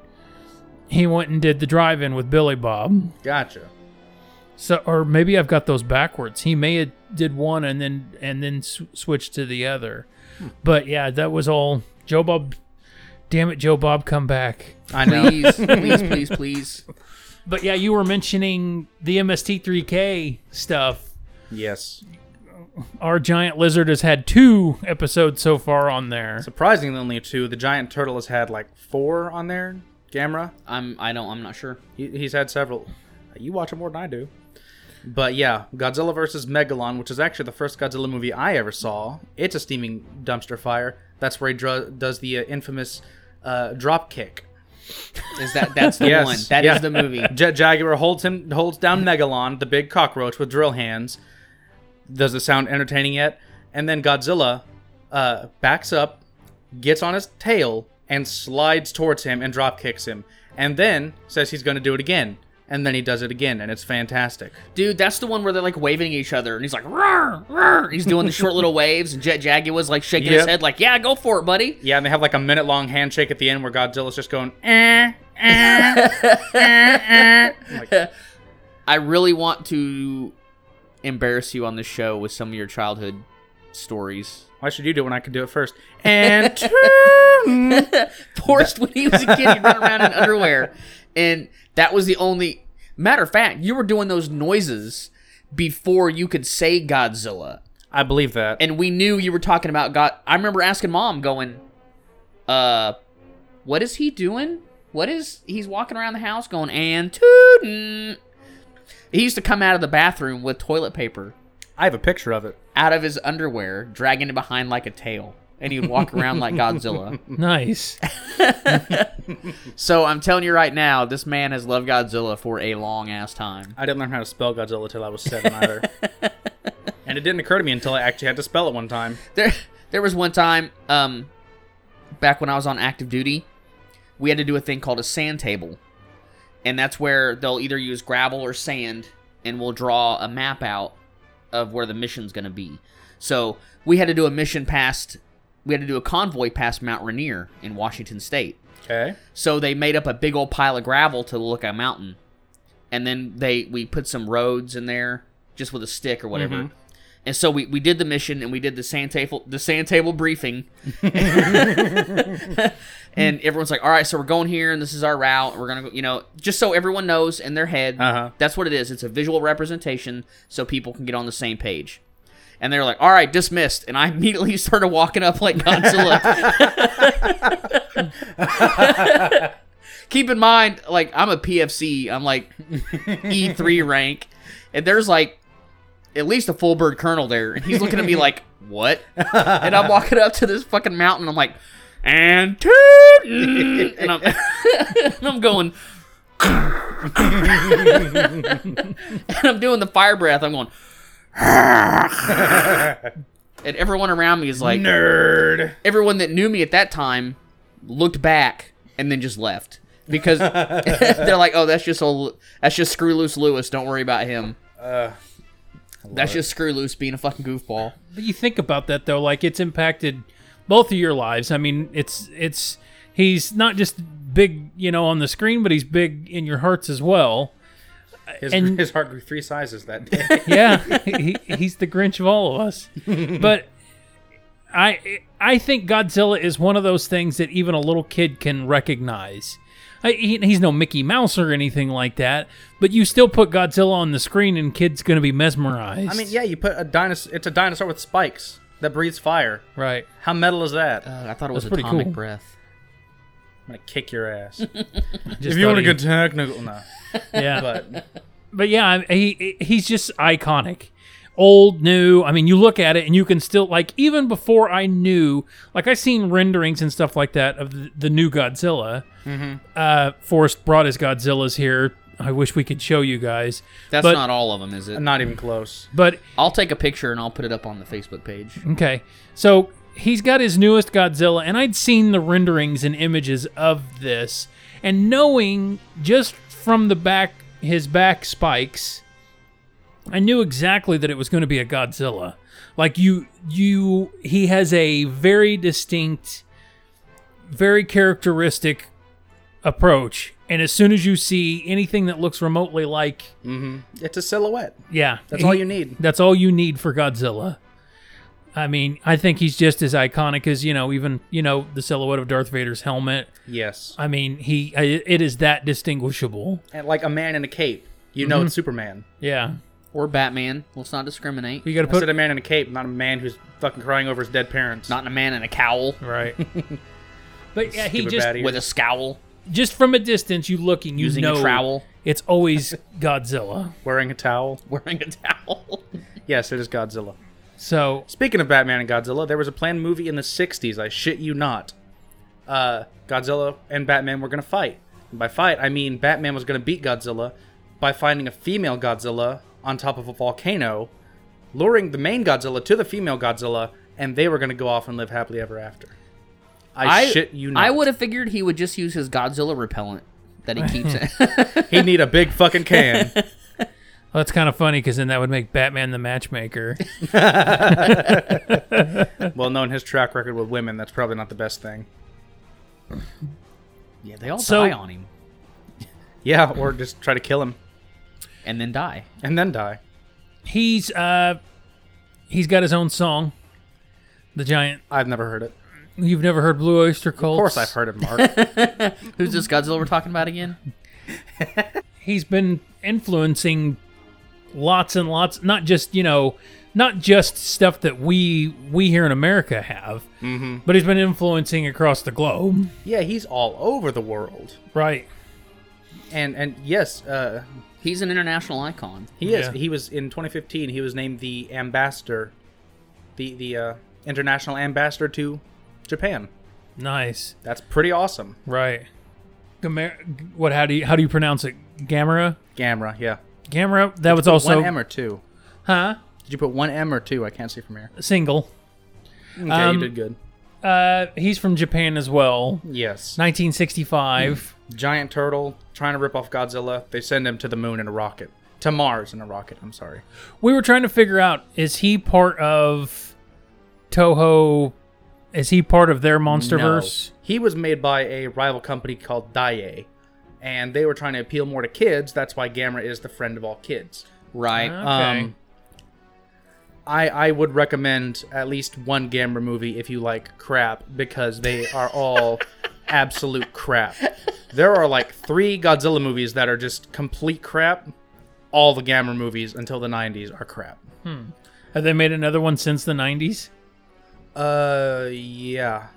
[SPEAKER 3] He went and did the Drive In with Billy Bob.
[SPEAKER 2] Gotcha.
[SPEAKER 3] So, or maybe I've got those backwards. He may have did one and then and then sw- switched to the other. But yeah, that was all Joe Bob. Damn it, Joe Bob, come back.
[SPEAKER 2] I know.
[SPEAKER 1] please, please, please, please.
[SPEAKER 3] But yeah, you were mentioning the MST3K stuff.
[SPEAKER 2] yes.
[SPEAKER 3] Our giant lizard has had two episodes so far on there.
[SPEAKER 2] Surprisingly, only two. The giant turtle has had like four on there. Gamera.
[SPEAKER 1] I'm. I don't. I'm not sure.
[SPEAKER 2] He, he's had several. You watch it more than I do. But yeah, Godzilla vs. Megalon, which is actually the first Godzilla movie I ever saw. It's a steaming dumpster fire. That's where he dr- does the uh, infamous uh, drop kick.
[SPEAKER 1] Is that that's the
[SPEAKER 2] Yes,
[SPEAKER 1] one? That is
[SPEAKER 2] yeah.
[SPEAKER 1] the movie.
[SPEAKER 2] Jet Jaguar holds him holds down Megalon, the big cockroach with drill hands. Does it sound entertaining yet? And then Godzilla uh, backs up, gets on his tail, and slides towards him and drop kicks him. And then says he's going to do it again. and then he does it again, and it's fantastic.
[SPEAKER 1] Dude, that's the one where they're like waving at each other, and he's like, "Roar, roar!" He's doing the short little waves, and Jet Jaguar's like shaking his
[SPEAKER 2] Yep.
[SPEAKER 1] head, like, "Yeah, go for it, buddy."
[SPEAKER 2] Yeah, and they have like a minute long handshake at the end where Godzilla's just going, eh, eh, eh, eh. I'm like,
[SPEAKER 1] I really want to embarrass you on the show with some of your childhood stories.
[SPEAKER 2] why should you do it when I could do it first? And turn.
[SPEAKER 1] Forced when he was a kid, he'd run around in underwear, and that was the only matter of fact. You were doing those noises before you could say Godzilla.
[SPEAKER 2] I believe that.
[SPEAKER 1] and we knew you were talking about God. I remember asking mom, going, "Uh, what is he doing? What is he's walking around the house going and tootin'?" He used to come out of the bathroom with toilet paper
[SPEAKER 2] I have a picture of it.
[SPEAKER 1] out of his underwear, dragging it behind like a tail, and he would walk around like Godzilla.
[SPEAKER 3] Nice.
[SPEAKER 1] So I'm telling you right now, this man has loved Godzilla for a long ass time.
[SPEAKER 2] I didn't learn how to spell Godzilla till I was seven either. and it didn't occur to me until I actually had to spell it one time.
[SPEAKER 1] there there was one time um back when I was on active duty, we had to do a thing called a sand table. And that's where they'll either use gravel or sand and we'll draw a map out of where the mission's going to be. So, we had to do a mission past we had to do a convoy past Mount Rainier in Washington state.
[SPEAKER 2] Okay.
[SPEAKER 1] So they made up a big old pile of gravel to look at a mountain, and then they we put some roads in there just with a stick or whatever. And so we, we did the mission and we did the sand table the sand table briefing, and everyone's like, all right, so we're going here and this is our route. We're gonna go, you know, just so everyone knows in their head
[SPEAKER 2] Uh-huh.
[SPEAKER 1] that's what it is. It's a visual representation so people can get on the same page. And they're like, all right, dismissed. And I immediately started walking up like Godzilla. keep in mind, like I'm a PFC, I'm like E three rank, and there's like at least a full bird colonel there, and he's looking at me like, "What?" And I'm walking up to this fucking mountain, I'm like, "And toot," and I'm and I'm going, and I'm doing the fire breath, I'm going. And everyone around me is like,
[SPEAKER 2] Nerd.
[SPEAKER 1] everyone that knew me at that time looked back and then just left because they're like, "Oh, that's just old, that's just screw loose Lewis. Don't worry about him. that's just screw loose being a fucking goofball."
[SPEAKER 3] But you think about that though, like it's impacted both of your lives. I mean, it's it's he's not just big, you know, on the screen, but he's big in your hearts as well.
[SPEAKER 2] His,
[SPEAKER 3] And-
[SPEAKER 2] his heart grew three sizes that day.
[SPEAKER 3] Yeah, he, he's the Grinch of all of us. But I I think Godzilla is one of those things that even a little kid can recognize. I, he, he's no Mickey Mouse or anything like that, but you still put Godzilla on the screen and kids going to be mesmerized.
[SPEAKER 2] I mean, yeah, you put a dinosaur. It's a dinosaur with spikes that breathes fire.
[SPEAKER 3] right.
[SPEAKER 2] How metal is that? I'm
[SPEAKER 1] Uh, I thought it was
[SPEAKER 3] pretty
[SPEAKER 1] atomic
[SPEAKER 3] cool.
[SPEAKER 1] breath.
[SPEAKER 2] gonna kick your ass.
[SPEAKER 3] Just
[SPEAKER 2] if you want
[SPEAKER 3] thought
[SPEAKER 2] a
[SPEAKER 3] he-
[SPEAKER 2] good technical, no.
[SPEAKER 3] yeah.
[SPEAKER 2] But
[SPEAKER 3] but yeah, I- he he's just iconic. Old, new. I mean, you look at it and you can still like even before I knew, like I seen renderings and stuff like that of the, the new Godzilla. Uh, Forrest brought his Godzillas here. I wish we could show you guys.
[SPEAKER 1] That's
[SPEAKER 3] But-
[SPEAKER 1] not all of them, is it?
[SPEAKER 2] not even close.
[SPEAKER 3] But
[SPEAKER 1] I'll take a picture and I'll put it up on the Facebook page.
[SPEAKER 3] okay, so he's got his newest Godzilla, and I'd seen the renderings and images of this, and knowing just from the back his back spikes. I knew exactly that it was going to be a Godzilla. Like you, you, he has a very distinct, very characteristic approach. And as soon as you see anything that looks remotely like,
[SPEAKER 2] It's a silhouette.
[SPEAKER 3] yeah,
[SPEAKER 2] That's all you need.
[SPEAKER 3] That's all you need for Godzilla. I mean, I think he's just as iconic as you know, even you know the silhouette of Darth Vader's helmet.
[SPEAKER 2] Yes.
[SPEAKER 3] I mean, he I- it is that distinguishable.
[SPEAKER 2] And like a man in a cape. You know it's Superman.
[SPEAKER 3] Yeah,
[SPEAKER 1] Or Batman. Let's not discriminate.
[SPEAKER 3] you got to
[SPEAKER 2] I
[SPEAKER 3] put
[SPEAKER 2] said a man in a cape, not a man who's fucking crying over his dead parents.
[SPEAKER 1] Not a man in a cowl
[SPEAKER 3] right. but yeah, he
[SPEAKER 2] Stupid
[SPEAKER 3] just
[SPEAKER 2] bad ears.
[SPEAKER 1] with a scowl,
[SPEAKER 3] just from a distance, you looking, you
[SPEAKER 1] using
[SPEAKER 3] know,
[SPEAKER 1] a trowel,
[SPEAKER 3] it's always Godzilla.
[SPEAKER 2] wearing a towel.
[SPEAKER 1] wearing a towel.
[SPEAKER 2] Yes, it is Godzilla.
[SPEAKER 3] So
[SPEAKER 2] Speaking of Batman and Godzilla, there was a planned movie in the 60s, I shit you not. Uh, Godzilla and Batman were going to fight. And by fight, I mean Batman was going to beat Godzilla by finding a female Godzilla on top of a volcano, luring the main Godzilla to the female Godzilla, and they were going to go off and live happily ever after. I, shit you not.
[SPEAKER 1] I would have figured he would just use his Godzilla repellent. that he keeps it.
[SPEAKER 2] He'd need a big fucking can.
[SPEAKER 3] Well, that's kind of funny because then that would make Batman the matchmaker.
[SPEAKER 2] well, knowing his track record with women, that's probably not the best thing.
[SPEAKER 1] yeah, they all
[SPEAKER 3] So-
[SPEAKER 1] die on him
[SPEAKER 2] Yeah, or just try to kill him
[SPEAKER 1] and then die.
[SPEAKER 2] and then die.
[SPEAKER 3] he's uh, he's got his own song, the giant.
[SPEAKER 2] I've never heard it.
[SPEAKER 3] You've never heard Blue Oyster Cult?
[SPEAKER 2] Of course, I've heard it, Mark.
[SPEAKER 1] Who's this Godzilla we're talking about again?
[SPEAKER 3] he's been influencing lots and lots not just you know not just stuff that we we here in america have
[SPEAKER 2] Mm-hmm.
[SPEAKER 3] but he's been influencing across the globe
[SPEAKER 2] yeah, he's all over the world,
[SPEAKER 3] right
[SPEAKER 2] and and yes, uh,
[SPEAKER 1] He's an international icon.
[SPEAKER 2] he is.
[SPEAKER 3] Yeah.
[SPEAKER 2] He was in 2015. He was named the ambassador, the the uh, international ambassador to Japan.
[SPEAKER 3] nice
[SPEAKER 2] That's pretty awesome.
[SPEAKER 3] right Gamer- what how do you how do you pronounce it gamera
[SPEAKER 2] Gamera, yeah.
[SPEAKER 3] gamera that was also
[SPEAKER 2] one M or two.
[SPEAKER 3] huh
[SPEAKER 2] Did you put one M or two? I can't see from here.
[SPEAKER 3] single
[SPEAKER 2] Okay,
[SPEAKER 3] Um,
[SPEAKER 2] you did good.
[SPEAKER 3] uh he's from japan as well
[SPEAKER 2] Yes.
[SPEAKER 3] 1965
[SPEAKER 2] Giant turtle trying to rip off Godzilla. They send him to the moon in a rocket. To Mars in a rocket. I'm sorry.
[SPEAKER 3] we were trying to figure out is he part of toho is he part of their monsterverse
[SPEAKER 2] No. He was made by a rival company called Daiei, and they were trying to appeal more to kids. That's why Gamera is the friend of all kids.
[SPEAKER 1] Right.
[SPEAKER 3] Okay.
[SPEAKER 2] Um, I I would recommend at least one Gamera movie if you like crap because they are all absolute crap. There are like three Godzilla movies that are just complete crap. All the Gamera movies until the '90s are crap.
[SPEAKER 3] Have they made another one since the 90s?
[SPEAKER 2] Uh, yeah.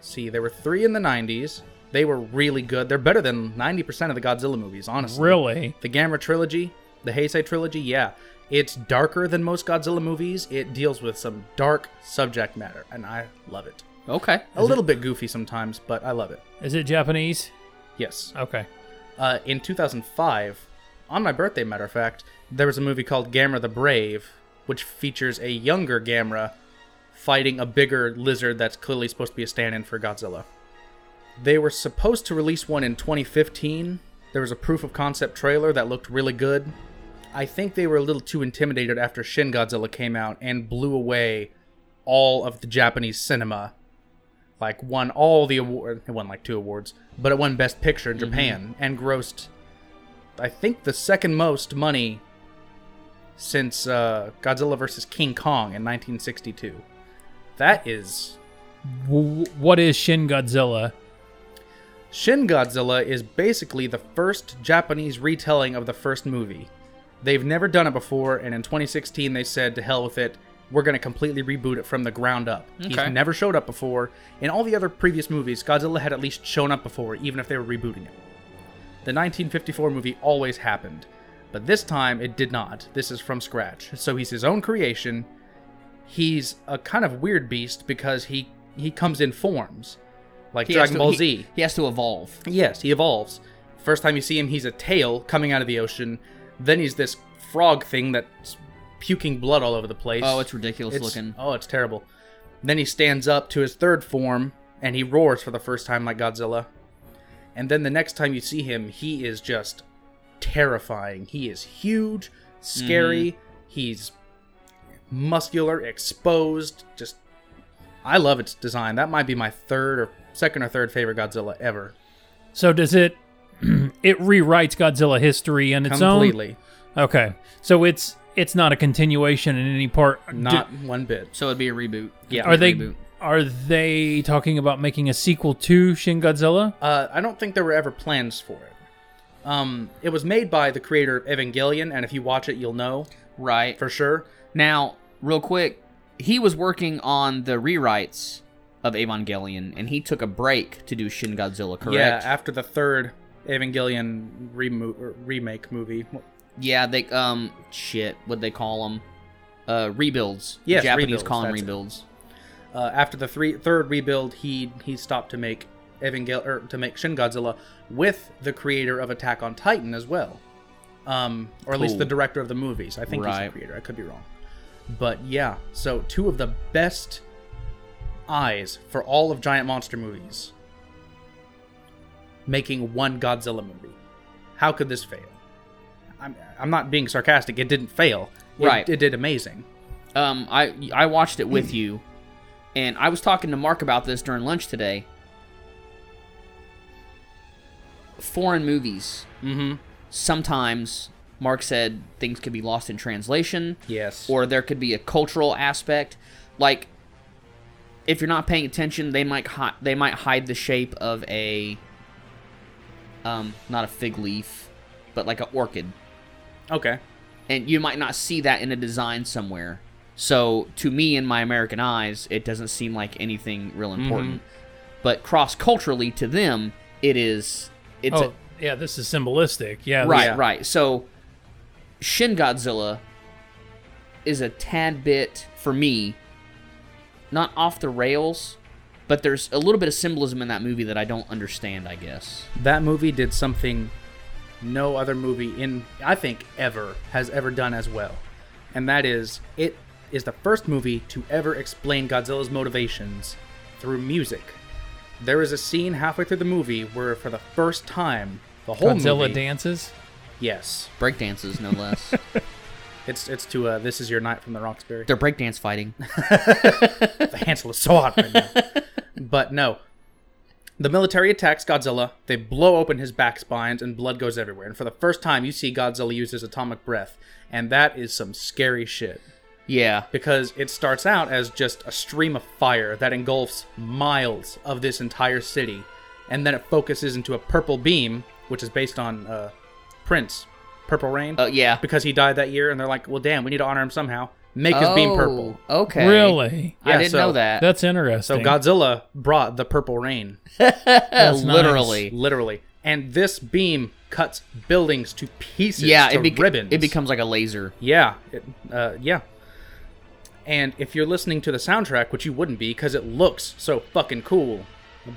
[SPEAKER 2] See, there were three in the '90s. They were really good. They're better than 90% of the Godzilla movies, honestly.
[SPEAKER 3] Really?
[SPEAKER 2] The Gamera trilogy, the Heisei trilogy, yeah. It's darker than most Godzilla movies. It deals with some dark subject matter, and I love it.
[SPEAKER 1] Okay.
[SPEAKER 2] A little bit goofy sometimes, but I love it.
[SPEAKER 3] Is it Japanese?
[SPEAKER 2] Yes.
[SPEAKER 3] Okay.
[SPEAKER 2] Uh, in 2005, on my birthday, matter of fact, there was a movie called Gamera the Brave, which features a younger Gamera fighting a bigger lizard that's clearly supposed to be a stand in for Godzilla. They were supposed to release one in 2015. There was a proof of concept trailer that looked really good. I think they were a little too intimidated after Shin Godzilla came out and blew away all of the Japanese cinema. Like won all the award, it won like two awards, but it won Best Picture in Japan and grossed, I think, the second most money since uh, Godzilla vs King Kong in 1962. That is
[SPEAKER 3] W- what is Shin Godzilla?
[SPEAKER 2] Shin Godzilla is basically the first Japanese retelling of the first movie. They've never done it before, and in 2016 they said, to hell with it, we're going to completely reboot it from the ground up.
[SPEAKER 1] Okay.
[SPEAKER 2] He's never showed up before. In all the other previous movies, Godzilla had at least shown up before, even if they were rebooting it. The 1954 movie always happened, but this time it did not. This is from scratch. So he's his own creation. He's a kind of weird beast because he, he comes in forms, like
[SPEAKER 1] He has
[SPEAKER 2] Dragon
[SPEAKER 1] to-
[SPEAKER 2] Ball
[SPEAKER 1] he-
[SPEAKER 2] Z.
[SPEAKER 1] He has to evolve.
[SPEAKER 2] Yes, he evolves. First time you see him, he's a tail coming out of the ocean. Then he's this frog thing that's puking blood all over the place.
[SPEAKER 1] Oh, it's ridiculous
[SPEAKER 2] It's-
[SPEAKER 1] looking.
[SPEAKER 2] Oh, it's terrible. Then he stands up to his third form and he roars for the first time like Godzilla. And then the next time you see him, he is just terrifying. He is huge, scary.
[SPEAKER 1] Mm-hmm.
[SPEAKER 2] He's muscular, exposed. Just, I love its design. That might be my third or second or third favorite Godzilla ever.
[SPEAKER 3] So does it it rewrites Godzilla history in its
[SPEAKER 2] Completely.
[SPEAKER 3] own? Okay. So it's it's not a continuation in any part.
[SPEAKER 2] Not
[SPEAKER 3] Do-
[SPEAKER 2] one bit.
[SPEAKER 1] So it'd be a reboot.
[SPEAKER 2] Yeah.
[SPEAKER 3] are they
[SPEAKER 1] Reboot.
[SPEAKER 3] are they talking about making a sequel to Shin Godzilla?
[SPEAKER 2] Uh, I don't think there were ever plans for it. Um, it was made by the creator of Evangelion, and if you watch it, you'll know
[SPEAKER 1] Right.
[SPEAKER 2] for sure.
[SPEAKER 1] Now, real quick, he was working on the rewrites of Evangelion, and he took a break to do Shin Godzilla, correct?
[SPEAKER 2] Yeah, after the third Evangelion remo- or remake movie.
[SPEAKER 1] Yeah, they um shit. What they call them? Uh, rebuilds.
[SPEAKER 2] Yes,
[SPEAKER 1] Japanese
[SPEAKER 2] rebuilds,
[SPEAKER 1] call them
[SPEAKER 2] that's it.
[SPEAKER 1] rebuilds.
[SPEAKER 2] Uh, after the three, third rebuild, he he stopped to make Evangel- or to make Shin Godzilla with the creator of Attack on Titan as well, um, or at least
[SPEAKER 1] Cool.
[SPEAKER 2] the director of the movies. I think he's
[SPEAKER 1] Right.
[SPEAKER 2] the creator. I could be wrong, but yeah. So two of the best eyes for all of giant monster movies, making one Godzilla movie. How could this fail? I'm, I'm not being sarcastic. It didn't fail. It-
[SPEAKER 1] Right.
[SPEAKER 2] It did amazing.
[SPEAKER 1] um, I I watched it with you, and I was talking to Mark about this during lunch today. Foreign movies
[SPEAKER 2] Mm-hmm.
[SPEAKER 1] sometimes Mark said things could be lost in translation,
[SPEAKER 2] Yes.
[SPEAKER 1] or there could be a cultural aspect. Like if you're not paying attention, they might hi- they might hide the shape of a um not a fig leaf, but like an orchid,
[SPEAKER 2] okay.
[SPEAKER 1] and you might not see that in a design somewhere. So to me, in my American eyes, it doesn't seem like anything real important. But cross culturally to them, it is. It's a,
[SPEAKER 3] oh, yeah, this is symbolistic. Yeah, this-
[SPEAKER 1] Right,
[SPEAKER 2] Yeah.
[SPEAKER 1] right. So Shin Godzilla is a tad bit for me not off the rails, but there's a little bit of symbolism in that movie that I don't understand, I guess.
[SPEAKER 2] That movie did something no other movie in I think ever has ever done as well. And that is it is the first movie to ever explain Godzilla's motivations through music. There is a scene halfway through the movie where for the first time the whole
[SPEAKER 3] Godzilla
[SPEAKER 2] movie,
[SPEAKER 3] dances.
[SPEAKER 2] Yes.
[SPEAKER 1] Breakdances no less.
[SPEAKER 2] It's it's to uh, This Is Your Night from the Roxbury.
[SPEAKER 1] They're breakdance fighting.
[SPEAKER 2] the Hansel is so hot right now. But no. The military attacks Godzilla. They blow open his back spines and blood goes everywhere. And for the first time, you see Godzilla use his atomic breath. And that is some scary shit.
[SPEAKER 1] Yeah.
[SPEAKER 2] Because it starts out as just a stream of fire that engulfs miles of this entire city. And then it focuses into a purple beam, which is based on uh, Prince, Purple Rain.
[SPEAKER 1] Uh, yeah.
[SPEAKER 2] because he died that year. And they're like, well, damn, we need to honor him somehow. Make his beam
[SPEAKER 1] Oh,
[SPEAKER 2] purple.
[SPEAKER 1] Okay.
[SPEAKER 3] Really?
[SPEAKER 1] I
[SPEAKER 2] Yeah,
[SPEAKER 1] didn't
[SPEAKER 2] so
[SPEAKER 1] know that.
[SPEAKER 3] That's
[SPEAKER 2] So
[SPEAKER 3] interesting.
[SPEAKER 2] Godzilla brought the purple rain,
[SPEAKER 3] That's nice.
[SPEAKER 1] Uh, Literally.
[SPEAKER 2] literally. And this beam cuts buildings to pieces.
[SPEAKER 1] Yeah,
[SPEAKER 2] to
[SPEAKER 1] it, bec-
[SPEAKER 2] ribbons.
[SPEAKER 1] it becomes like a laser.
[SPEAKER 2] yeah, it, uh, yeah. And if you're listening to the soundtrack, which you wouldn't be, because it looks so fucking cool.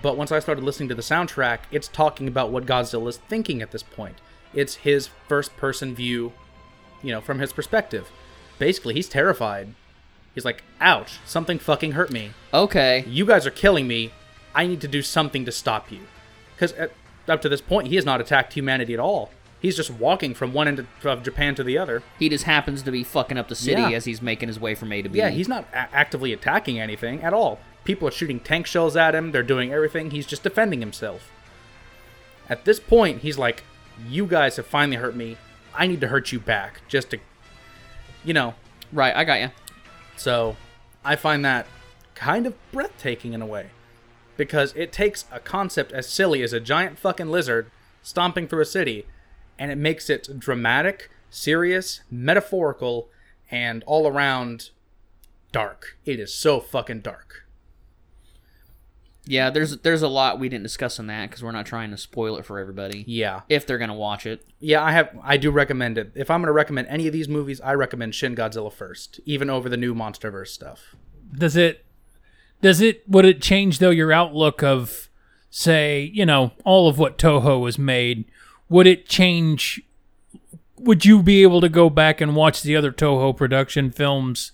[SPEAKER 2] But once I started listening to the soundtrack, it's talking about what Godzilla's thinking at this point. It's his first-person view, you know, from his perspective. Basically, he's terrified. He's like, "Ouch! Something fucking hurt me."
[SPEAKER 1] Okay.
[SPEAKER 2] you guys are killing me. I need to do something to stop you. Because up to this point, he has not attacked humanity at all. He's just walking from one end of Japan to the other.
[SPEAKER 1] He just happens to be fucking up the city
[SPEAKER 2] Yeah.
[SPEAKER 1] as he's making his way from A to B.
[SPEAKER 2] Yeah, he's not a- actively attacking anything at all. People are shooting tank shells at him. They're doing everything. He's just defending himself. At this point, he's like, "You guys have finally hurt me. I need to hurt you back, just to, you know."
[SPEAKER 1] Right, I got you.
[SPEAKER 2] So, I find that kind of breathtaking in a way. because it takes a concept as silly as a giant fucking lizard stomping through a city and it makes it dramatic, serious, metaphorical, and all around dark. It is so fucking dark.
[SPEAKER 1] Yeah, there's there's a lot we didn't discuss on that because we're not trying to spoil it for everybody
[SPEAKER 2] Yeah.
[SPEAKER 1] if they're gonna watch it.
[SPEAKER 2] Yeah, I have I do recommend it. If I'm going to recommend any of these movies, I recommend Shin Godzilla first, even over the new MonsterVerse stuff.
[SPEAKER 3] does it does it would it change though your outlook of say you know all of what toho has made would it change would you be able to go back and watch the other toho production films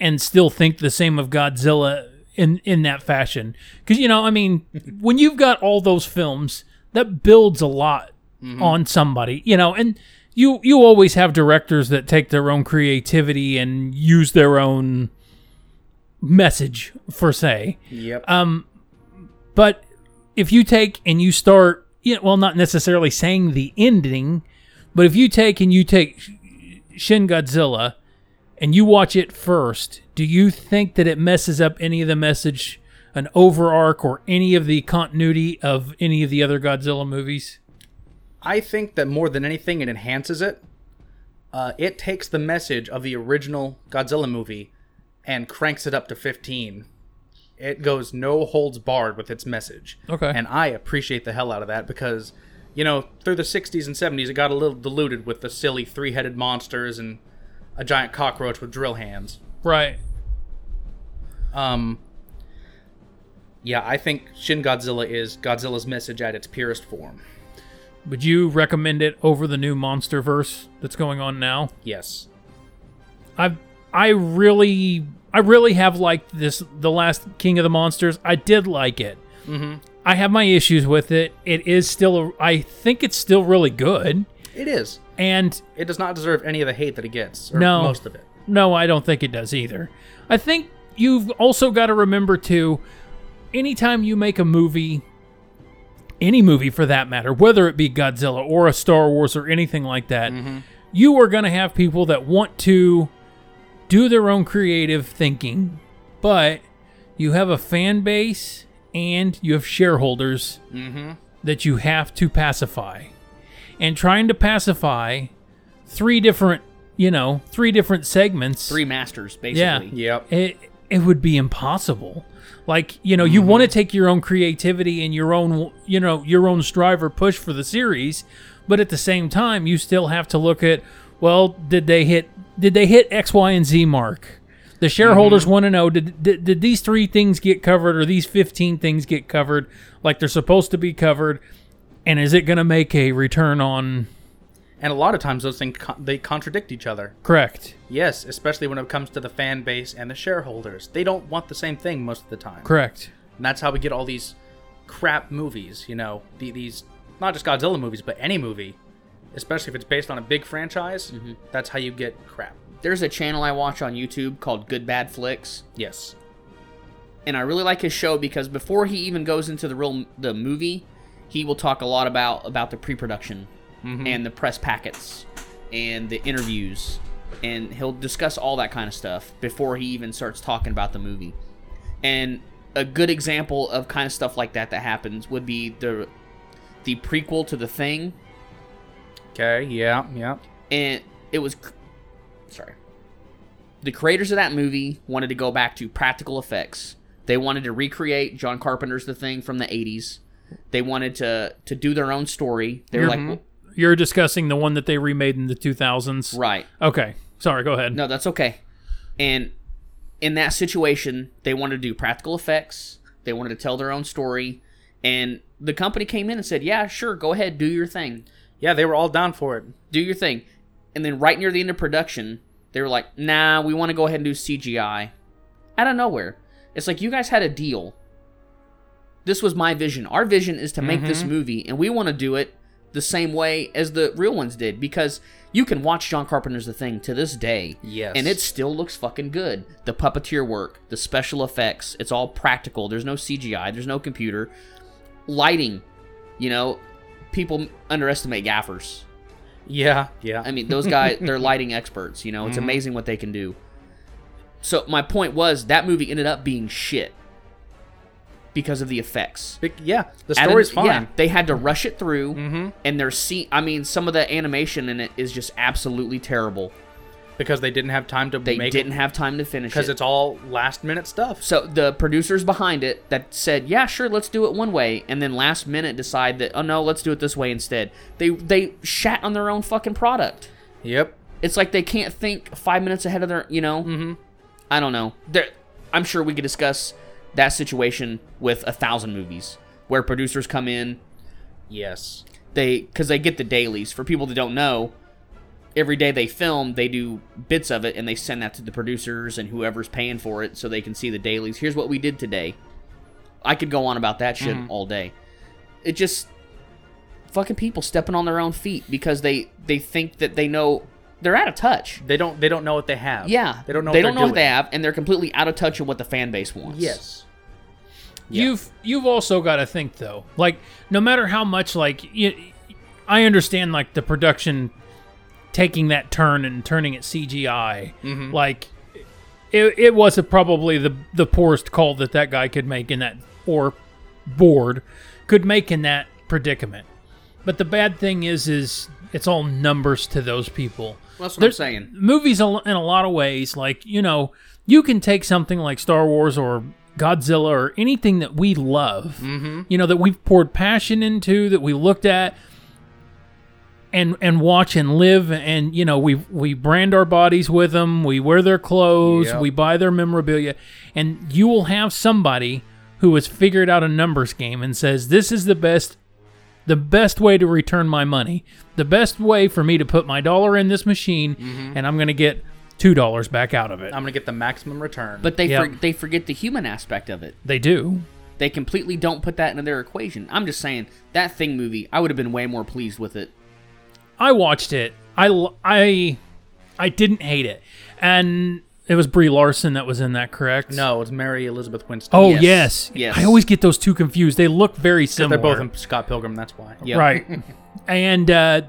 [SPEAKER 3] and still think the same of godzilla in in that fashion because you know i mean when you've got all those films that builds a lot on somebody you know and you you always have directors that take their own creativity and use their own message for say
[SPEAKER 2] Yep.
[SPEAKER 3] but if you take and you start you know, well not necessarily saying the ending but if you take and you take Sh- shin godzilla and you watch it first do you think that it messes up any of the message an over arc or any of the continuity of any of the other godzilla movies
[SPEAKER 2] I think that more than anything, it enhances it. Uh, it takes the message of the original Godzilla movie and cranks it up to 15. It goes no holds barred with its message.
[SPEAKER 3] Okay.
[SPEAKER 2] And I appreciate the hell out of that because, you know, through the 60s and 70s, it got a little diluted with the silly three headed monsters and a giant cockroach with drill hands.
[SPEAKER 3] right
[SPEAKER 2] Um, yeah, I think Shin Godzilla is Godzilla's message at its purest form.
[SPEAKER 3] would you recommend it over the new monsterverse that's going on now
[SPEAKER 2] Yes.
[SPEAKER 3] I I really I really have liked this the last King of the Monsters. I did like it. I have my issues with it. It is still, a, I think it's still really good.
[SPEAKER 2] It is.
[SPEAKER 3] And
[SPEAKER 2] It does not deserve any of the hate that it gets. Or
[SPEAKER 3] No.
[SPEAKER 2] most of it.
[SPEAKER 3] no, I don't think it does either. I think you've also got to remember too, anytime you make a movie, any movie for that matter, whether it be Godzilla or a Star Wars or anything like that, you are going to have people that want to do their own creative thinking, but you have a fan base and you have shareholders that you have to pacify. And trying to pacify three different, you know, three different segments
[SPEAKER 1] Three masters,
[SPEAKER 3] Yeah.
[SPEAKER 1] basically.
[SPEAKER 2] Yep.
[SPEAKER 3] it it would be impossible. Like you know, you want to take your own creativity and your own you know your own strive or push for the series, but at the same time, you still have to look at well, did they hit did they hit X, Y, and Z mark? The shareholders want to know did, did did these three things get covered or these fifteen things get covered like they're supposed to be covered, and is it going to make a return on
[SPEAKER 2] And a lot of times those things con- they contradict each other.
[SPEAKER 3] correct
[SPEAKER 2] Yes, especially when it comes to the fan base and the shareholders. They don't want the same thing most of the time.
[SPEAKER 3] correct
[SPEAKER 2] And that's how we get all these crap movies, you know, the, these not just Godzilla movies, but any movie, especially if it's based on a big franchise,
[SPEAKER 3] Mm-hmm.
[SPEAKER 2] that's how you get crap.
[SPEAKER 1] There's a channel I watch on YouTube called Good Bad Flicks.
[SPEAKER 2] Yes.
[SPEAKER 1] and I really like his show because before he even goes into the real the movie, he will talk a lot about about the pre-production and the press packets and the interviews and he'll discuss all that kind of stuff before he even starts talking about the movie. And a good example of kind of stuff like that that happens would be the the prequel to The Thing
[SPEAKER 2] Okay, yeah, yeah.
[SPEAKER 1] and it was sorry the creators of that movie wanted to go back to practical effects they wanted to recreate john carpenter's the thing from the 80s they wanted to to do their own story they were like well,
[SPEAKER 3] you're discussing the one that they remade in the 2000s
[SPEAKER 1] right
[SPEAKER 3] okay sorry go ahead
[SPEAKER 1] no that's okay and in that situation they wanted to do practical effects they wanted to tell their own story and the company came in and said yeah sure go ahead do your thing
[SPEAKER 2] Yeah, they were all down for it.
[SPEAKER 1] do your thing. And then right near the end of production, they were like, nah, we want to go ahead and do CGI. Out of nowhere. It's like, you guys had a deal. This was my vision. Our vision is to make this movie, and we want to do it the same way as the real ones did because you can watch John Carpenter's The Thing to this day.
[SPEAKER 2] Yes.
[SPEAKER 1] And it still looks fucking good. The puppeteer work, the special effects, it's all practical. There's no CGI, there's no computer. Lighting, you know, people underestimate gaffers.
[SPEAKER 2] Yeah, yeah.
[SPEAKER 1] I mean, those guys, they're lighting experts, you know?
[SPEAKER 2] Mm-hmm.
[SPEAKER 1] It's amazing what they can do. So, my point was that movie ended up being shit because of the effects.
[SPEAKER 2] Bec- yeah, the
[SPEAKER 1] Adam-
[SPEAKER 2] story's fine.
[SPEAKER 1] Yeah, they had to rush it through,
[SPEAKER 2] Mhm.
[SPEAKER 1] and their scene. I mean, some of the animation in it is just absolutely terrible.
[SPEAKER 2] because they didn't have time to
[SPEAKER 1] They
[SPEAKER 2] make
[SPEAKER 1] didn't
[SPEAKER 2] it
[SPEAKER 1] have time to finish
[SPEAKER 2] because
[SPEAKER 1] it.
[SPEAKER 2] it's all last minute stuff.
[SPEAKER 1] so, the producers behind it that said, yeah, sure, let's do it one way, and then last minute decide that, oh no, let's do it this way instead. They, they shat on their own fucking product.
[SPEAKER 2] Yep.
[SPEAKER 1] It's like they can't think five minutes ahead of their, you know. Mm-hmm. I don't know. There, I'm sure we could discuss that situation with a thousand movies where producers come in.
[SPEAKER 2] Yes.
[SPEAKER 1] They because they get the dailies. For people that don't know, every day they film, they do bits of it and they send that to the producers and whoever's paying for it, so they can see the dailies. Here's what we did today. I could go on about that shit all day. It just fucking people stepping on their own feet because they they think that they know they're out of touch.
[SPEAKER 2] They don't. They don't know what they have.
[SPEAKER 1] Yeah,
[SPEAKER 2] They don't know.
[SPEAKER 1] They
[SPEAKER 2] what
[SPEAKER 1] don't know
[SPEAKER 2] they're
[SPEAKER 1] what they have, and they're completely out of touch with what the fan base wants.
[SPEAKER 2] doing. Yes.
[SPEAKER 3] You've you've also got to think though, like no matter how much like you, I understand like the production taking that turn and turning it CGI, like it, it was a, probably the the poorest call that that guy could make in that or board could make in that predicament. But the bad thing is, is it's all numbers to those people
[SPEAKER 1] that's what
[SPEAKER 3] There-
[SPEAKER 1] I'm saying.
[SPEAKER 3] movies a lo- in a lot of ways like you know you can take something like star wars or godzilla or anything that we love you know that we've poured passion into that we looked at and and watch and live and you know we we brand our bodies with them we wear their clothes
[SPEAKER 2] Yep.
[SPEAKER 3] we buy their memorabilia and you will have somebody who has figured out a numbers game and says this is the best the best way to return my money, the best way for me to put my dollar in this machine, and I'm going to get two dollars back out of it.
[SPEAKER 2] I'm gonna get the maximum return.
[SPEAKER 1] But they
[SPEAKER 3] Yeah.
[SPEAKER 1] for, they forget the human aspect of it.
[SPEAKER 3] they do.
[SPEAKER 1] They completely don't put that into their equation. I'm just saying that thing movie. I would have been way more pleased with it.
[SPEAKER 3] I watched it. I l- I I didn't hate it, and it was Brie Larson that was in that, correct?
[SPEAKER 2] No, it's Mary Elizabeth Winston.
[SPEAKER 3] Oh
[SPEAKER 1] Yes.
[SPEAKER 3] yes.
[SPEAKER 1] Yes.
[SPEAKER 3] I always get those two confused. They look very similar.
[SPEAKER 2] They're both in Scott Pilgrim. That's why.
[SPEAKER 1] Yep.
[SPEAKER 3] right. and uh,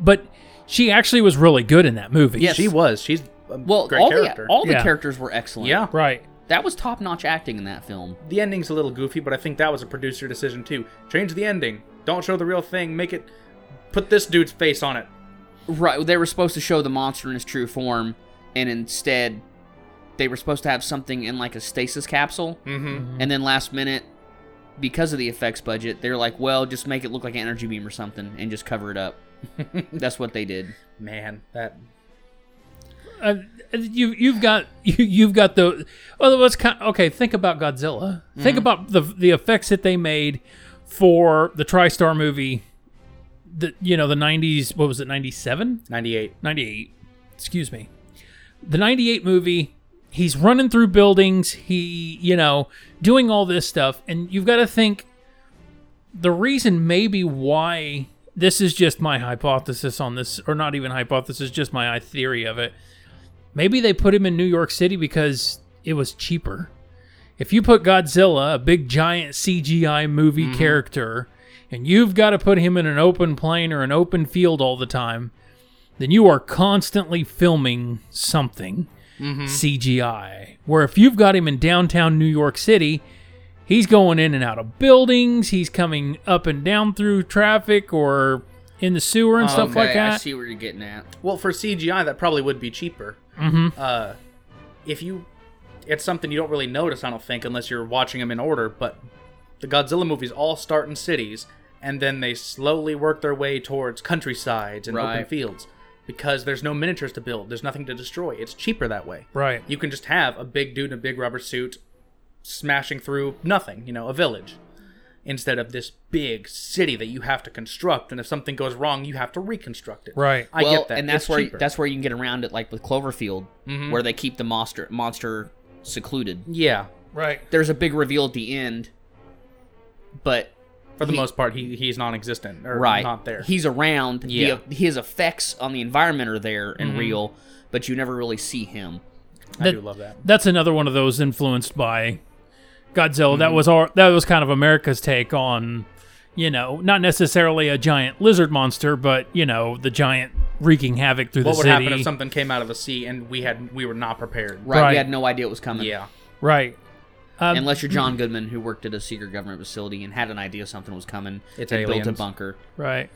[SPEAKER 3] but she actually was really good in that movie.
[SPEAKER 1] Yes.
[SPEAKER 2] She was. She's a
[SPEAKER 1] Well,
[SPEAKER 2] great
[SPEAKER 1] all
[SPEAKER 2] character.
[SPEAKER 1] the all the
[SPEAKER 3] Yeah.
[SPEAKER 1] characters were excellent.
[SPEAKER 2] yeah.
[SPEAKER 3] Right.
[SPEAKER 1] that was top notch acting in that film.
[SPEAKER 2] The ending's a little goofy, but I think that was a producer decision too. Change the ending. Don't show the real thing. Make it. Put this dude's face on it.
[SPEAKER 1] Right, they were supposed to show the monster in his true form, and instead, they were supposed to have something in like a stasis capsule.
[SPEAKER 2] Mm-hmm.
[SPEAKER 1] And then last minute, because of the effects budget, they're like, "Well, just make it look like an energy beam or something, and just cover it up." That's what they did.
[SPEAKER 2] Man, that
[SPEAKER 3] Uh, you you've got you, you've got the well what's kind okay think about Godzilla think about the the effects that they made for the TriStar movie the you know the 90s what was it 97
[SPEAKER 2] 98.
[SPEAKER 3] 98 excuse me the 98 movie he's running through buildings he you know doing all this stuff and you've got to think the reason maybe why this is just my hypothesis on this or not even hypothesis just my theory of it maybe they put him in new york city because it was cheaper if you put godzilla a big giant cgi movie
[SPEAKER 1] Mm-hmm.
[SPEAKER 3] character and you've got to put him in an open plane or an open field all the time then you are constantly filming something
[SPEAKER 1] Mm-hmm.
[SPEAKER 3] CGI. Where if you've got him in downtown New York City, he's going in and out of buildings, he's coming up and down through traffic or in the sewer and stuff like
[SPEAKER 1] Oh, I
[SPEAKER 3] that.
[SPEAKER 1] see where you're getting at.
[SPEAKER 2] Well, for CGI, that probably would be cheaper.
[SPEAKER 3] hmm
[SPEAKER 2] Uh, if you, it's something you don't really notice, I don't think, unless you're watching them in order. But the Godzilla movies all start in cities, and then they slowly work their way towards countrysides and open
[SPEAKER 1] Right.
[SPEAKER 2] fields because there's no miniatures to build. There's nothing to destroy. It's cheaper that way.
[SPEAKER 3] Right.
[SPEAKER 2] You can just have a big dude in a big rubber suit smashing through nothing, you know, a village, instead of this big city that you have to construct. And if something goes wrong, you have to reconstruct it.
[SPEAKER 3] Right.
[SPEAKER 2] I
[SPEAKER 1] well,
[SPEAKER 2] get that.
[SPEAKER 1] and that's
[SPEAKER 2] It's
[SPEAKER 1] where
[SPEAKER 2] cheaper.
[SPEAKER 1] that's where you can get around it, like with Cloverfield,
[SPEAKER 2] Mhm.
[SPEAKER 1] where they keep the monster monster secluded.
[SPEAKER 2] yeah.
[SPEAKER 3] Right.
[SPEAKER 1] There's a big reveal at the end, but
[SPEAKER 2] For the
[SPEAKER 1] He-
[SPEAKER 2] most part, he he's non-existent or
[SPEAKER 1] right
[SPEAKER 2] not there.
[SPEAKER 1] he's around
[SPEAKER 2] Yeah. Mm-hmm.
[SPEAKER 1] the, his effects on the environment are there and real but you never really see him
[SPEAKER 2] I
[SPEAKER 3] that-
[SPEAKER 2] do love that.
[SPEAKER 3] That's another one of those influenced by Godzilla.
[SPEAKER 2] Hmm.
[SPEAKER 3] That was our that was kind of America's take on, you know, not necessarily a giant lizard monster, but you know, the giant wreaking havoc through
[SPEAKER 2] What
[SPEAKER 3] the
[SPEAKER 2] would
[SPEAKER 3] city.
[SPEAKER 2] happen if something came out of the sea and we had we were not prepared?
[SPEAKER 1] right, we
[SPEAKER 3] Right.
[SPEAKER 1] had no idea it was coming
[SPEAKER 2] Yeah.
[SPEAKER 3] right. Um,
[SPEAKER 1] unless you're john goodman who worked at a secret government facility and had an idea something was coming
[SPEAKER 2] It's
[SPEAKER 1] and built a
[SPEAKER 2] aliens.
[SPEAKER 1] bunker
[SPEAKER 3] right.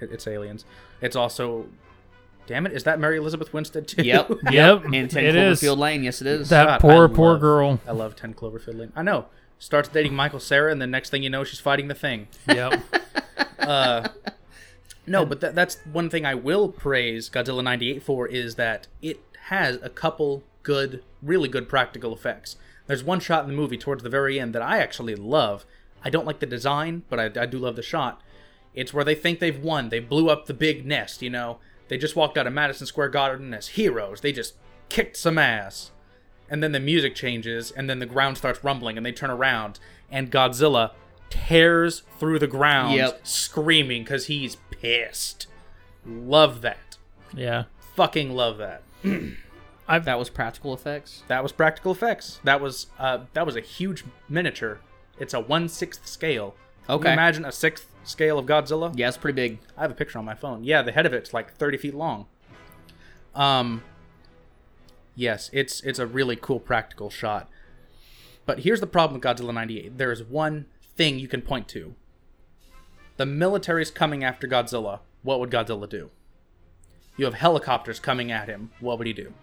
[SPEAKER 2] It- It's aliens. It's also, damn it, is that Mary Elizabeth Winstead too?
[SPEAKER 1] yep
[SPEAKER 3] Yep.
[SPEAKER 1] and 10
[SPEAKER 3] it is.
[SPEAKER 1] cloverfield lane yes it is
[SPEAKER 3] That
[SPEAKER 2] God,
[SPEAKER 3] poor,
[SPEAKER 2] I
[SPEAKER 3] poor
[SPEAKER 2] love-
[SPEAKER 3] girl.
[SPEAKER 2] I love Ten Cloverfield Lane. I know. Starts dating Michael Sarah, and the next thing you know, she's fighting the thing.
[SPEAKER 3] Yep.
[SPEAKER 2] Uh, no, but that, that's one thing I will praise Godzilla 98 for is that it has a couple good, really good practical effects. There's one shot in the movie towards the very end that I actually love. I don't like the design, but I, I do love the shot. It's where they think they've won. They blew up the big nest, you know? They just walked out of Madison Square Garden as heroes. They just kicked some ass and then the music changes and then the ground starts rumbling and they turn around and godzilla tears through the ground
[SPEAKER 1] Yep.
[SPEAKER 2] screaming because he's pissed love that
[SPEAKER 3] yeah.
[SPEAKER 2] fucking love that
[SPEAKER 1] that was practical effects
[SPEAKER 2] that was practical effects that was uh that was a huge miniature it's a one-sixth scale Can you
[SPEAKER 1] Okay.
[SPEAKER 2] imagine a sixth scale of godzilla
[SPEAKER 1] yeah it's pretty big
[SPEAKER 2] I have a picture on my phone. Yeah, the head of it's like 30 feet long. Um Yes, it's it's a really cool practical shot. But here's the problem with Godzilla 98. There is one thing you can point to. The military's coming after Godzilla. What would Godzilla do? You have helicopters coming at him. What would he do?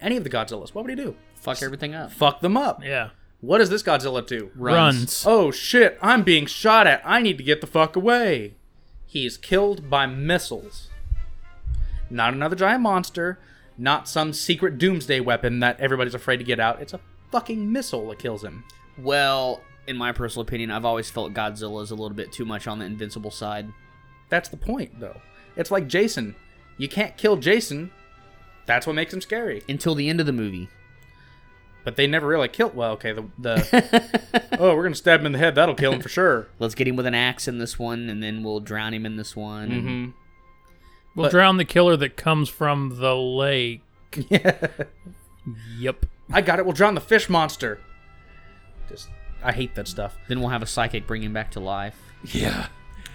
[SPEAKER 2] Any of the Godzillas, what would he do?
[SPEAKER 1] fuck everything up
[SPEAKER 2] Fuck them up.
[SPEAKER 3] Yeah.
[SPEAKER 2] What does this Godzilla do?
[SPEAKER 3] Runs.
[SPEAKER 2] Oh shit, I'm being shot at. I need to get the fuck away. He is killed by missiles. Not another giant monster, not some secret doomsday weapon that everybody's afraid to get out. It's a fucking missile that kills him.
[SPEAKER 1] well in my personal opinion i've always felt godzilla is a little bit too much on the invincible side
[SPEAKER 2] That's the point, though. It's like Jason. You can't kill Jason. That's what makes him scary.
[SPEAKER 1] until the end of the movie
[SPEAKER 2] But they never really killed. Well, okay, the, the oh, we're gonna stab him in the head. That'll kill him for sure.
[SPEAKER 1] Let's get him with an axe in this one, and then we'll drown him in this one. and-
[SPEAKER 2] hmm
[SPEAKER 3] We'll
[SPEAKER 2] But-
[SPEAKER 3] drown the killer that comes from the lake.
[SPEAKER 2] Yeah,
[SPEAKER 3] Yep.
[SPEAKER 2] I got it. We'll drown the fish monster. Just, I hate that stuff.
[SPEAKER 1] Then we'll have a psychic bring him back to life.
[SPEAKER 3] Yeah.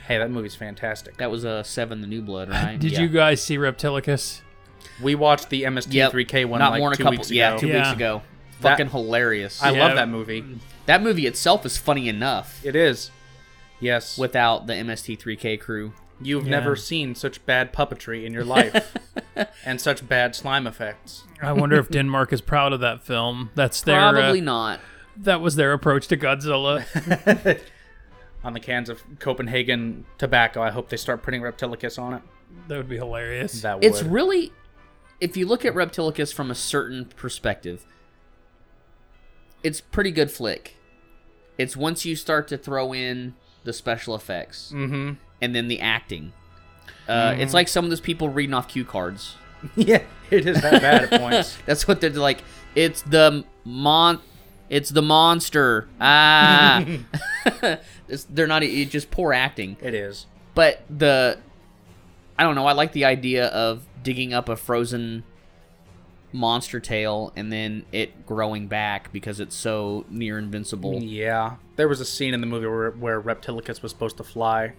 [SPEAKER 2] Hey, that movie's fantastic.
[SPEAKER 1] That was uh, Seven, the New Blood, right?
[SPEAKER 3] Did
[SPEAKER 1] Yeah.
[SPEAKER 3] you guys see Reptilicus?
[SPEAKER 2] We watched the MST3K one
[SPEAKER 1] Not
[SPEAKER 2] like
[SPEAKER 1] more than
[SPEAKER 2] two
[SPEAKER 1] a couple.
[SPEAKER 2] weeks ago.
[SPEAKER 1] yeah, two
[SPEAKER 3] Yeah.
[SPEAKER 1] weeks ago.
[SPEAKER 2] That-
[SPEAKER 1] Fucking hilarious.
[SPEAKER 2] I
[SPEAKER 3] Yeah.
[SPEAKER 2] love that movie.
[SPEAKER 1] that movie itself is funny enough
[SPEAKER 2] It is. Yes.
[SPEAKER 1] without the MST3K crew.
[SPEAKER 2] You've
[SPEAKER 3] Yeah.
[SPEAKER 2] never seen such bad puppetry in your life and such bad slime effects.
[SPEAKER 3] I wonder if Denmark is proud of that film. That's their uh,
[SPEAKER 1] Probably not.
[SPEAKER 3] that was their approach to Godzilla.
[SPEAKER 2] On the cans of Copenhagen tobacco, I hope they start printing Reptilicus on it.
[SPEAKER 3] that would be hilarious.
[SPEAKER 2] That would.
[SPEAKER 1] It's really, if you look at Reptilicus from a certain perspective, it's pretty good flick. It's once you start to throw in the special effects
[SPEAKER 2] Mm-hmm.
[SPEAKER 1] and then the acting. Uh, It's like some of those people reading off cue cards.
[SPEAKER 2] Yeah, it is that bad at points.
[SPEAKER 1] That's what they're like. It's the mon. It's the monster. Ah. it's, they're not. It's just poor acting.
[SPEAKER 2] It is.
[SPEAKER 1] But the. I don't know. I like the idea of digging up a frozen monster tail and then it growing back because it's so near invincible.
[SPEAKER 2] Yeah. There was a scene in the movie where, where Reptilicus was supposed to fly.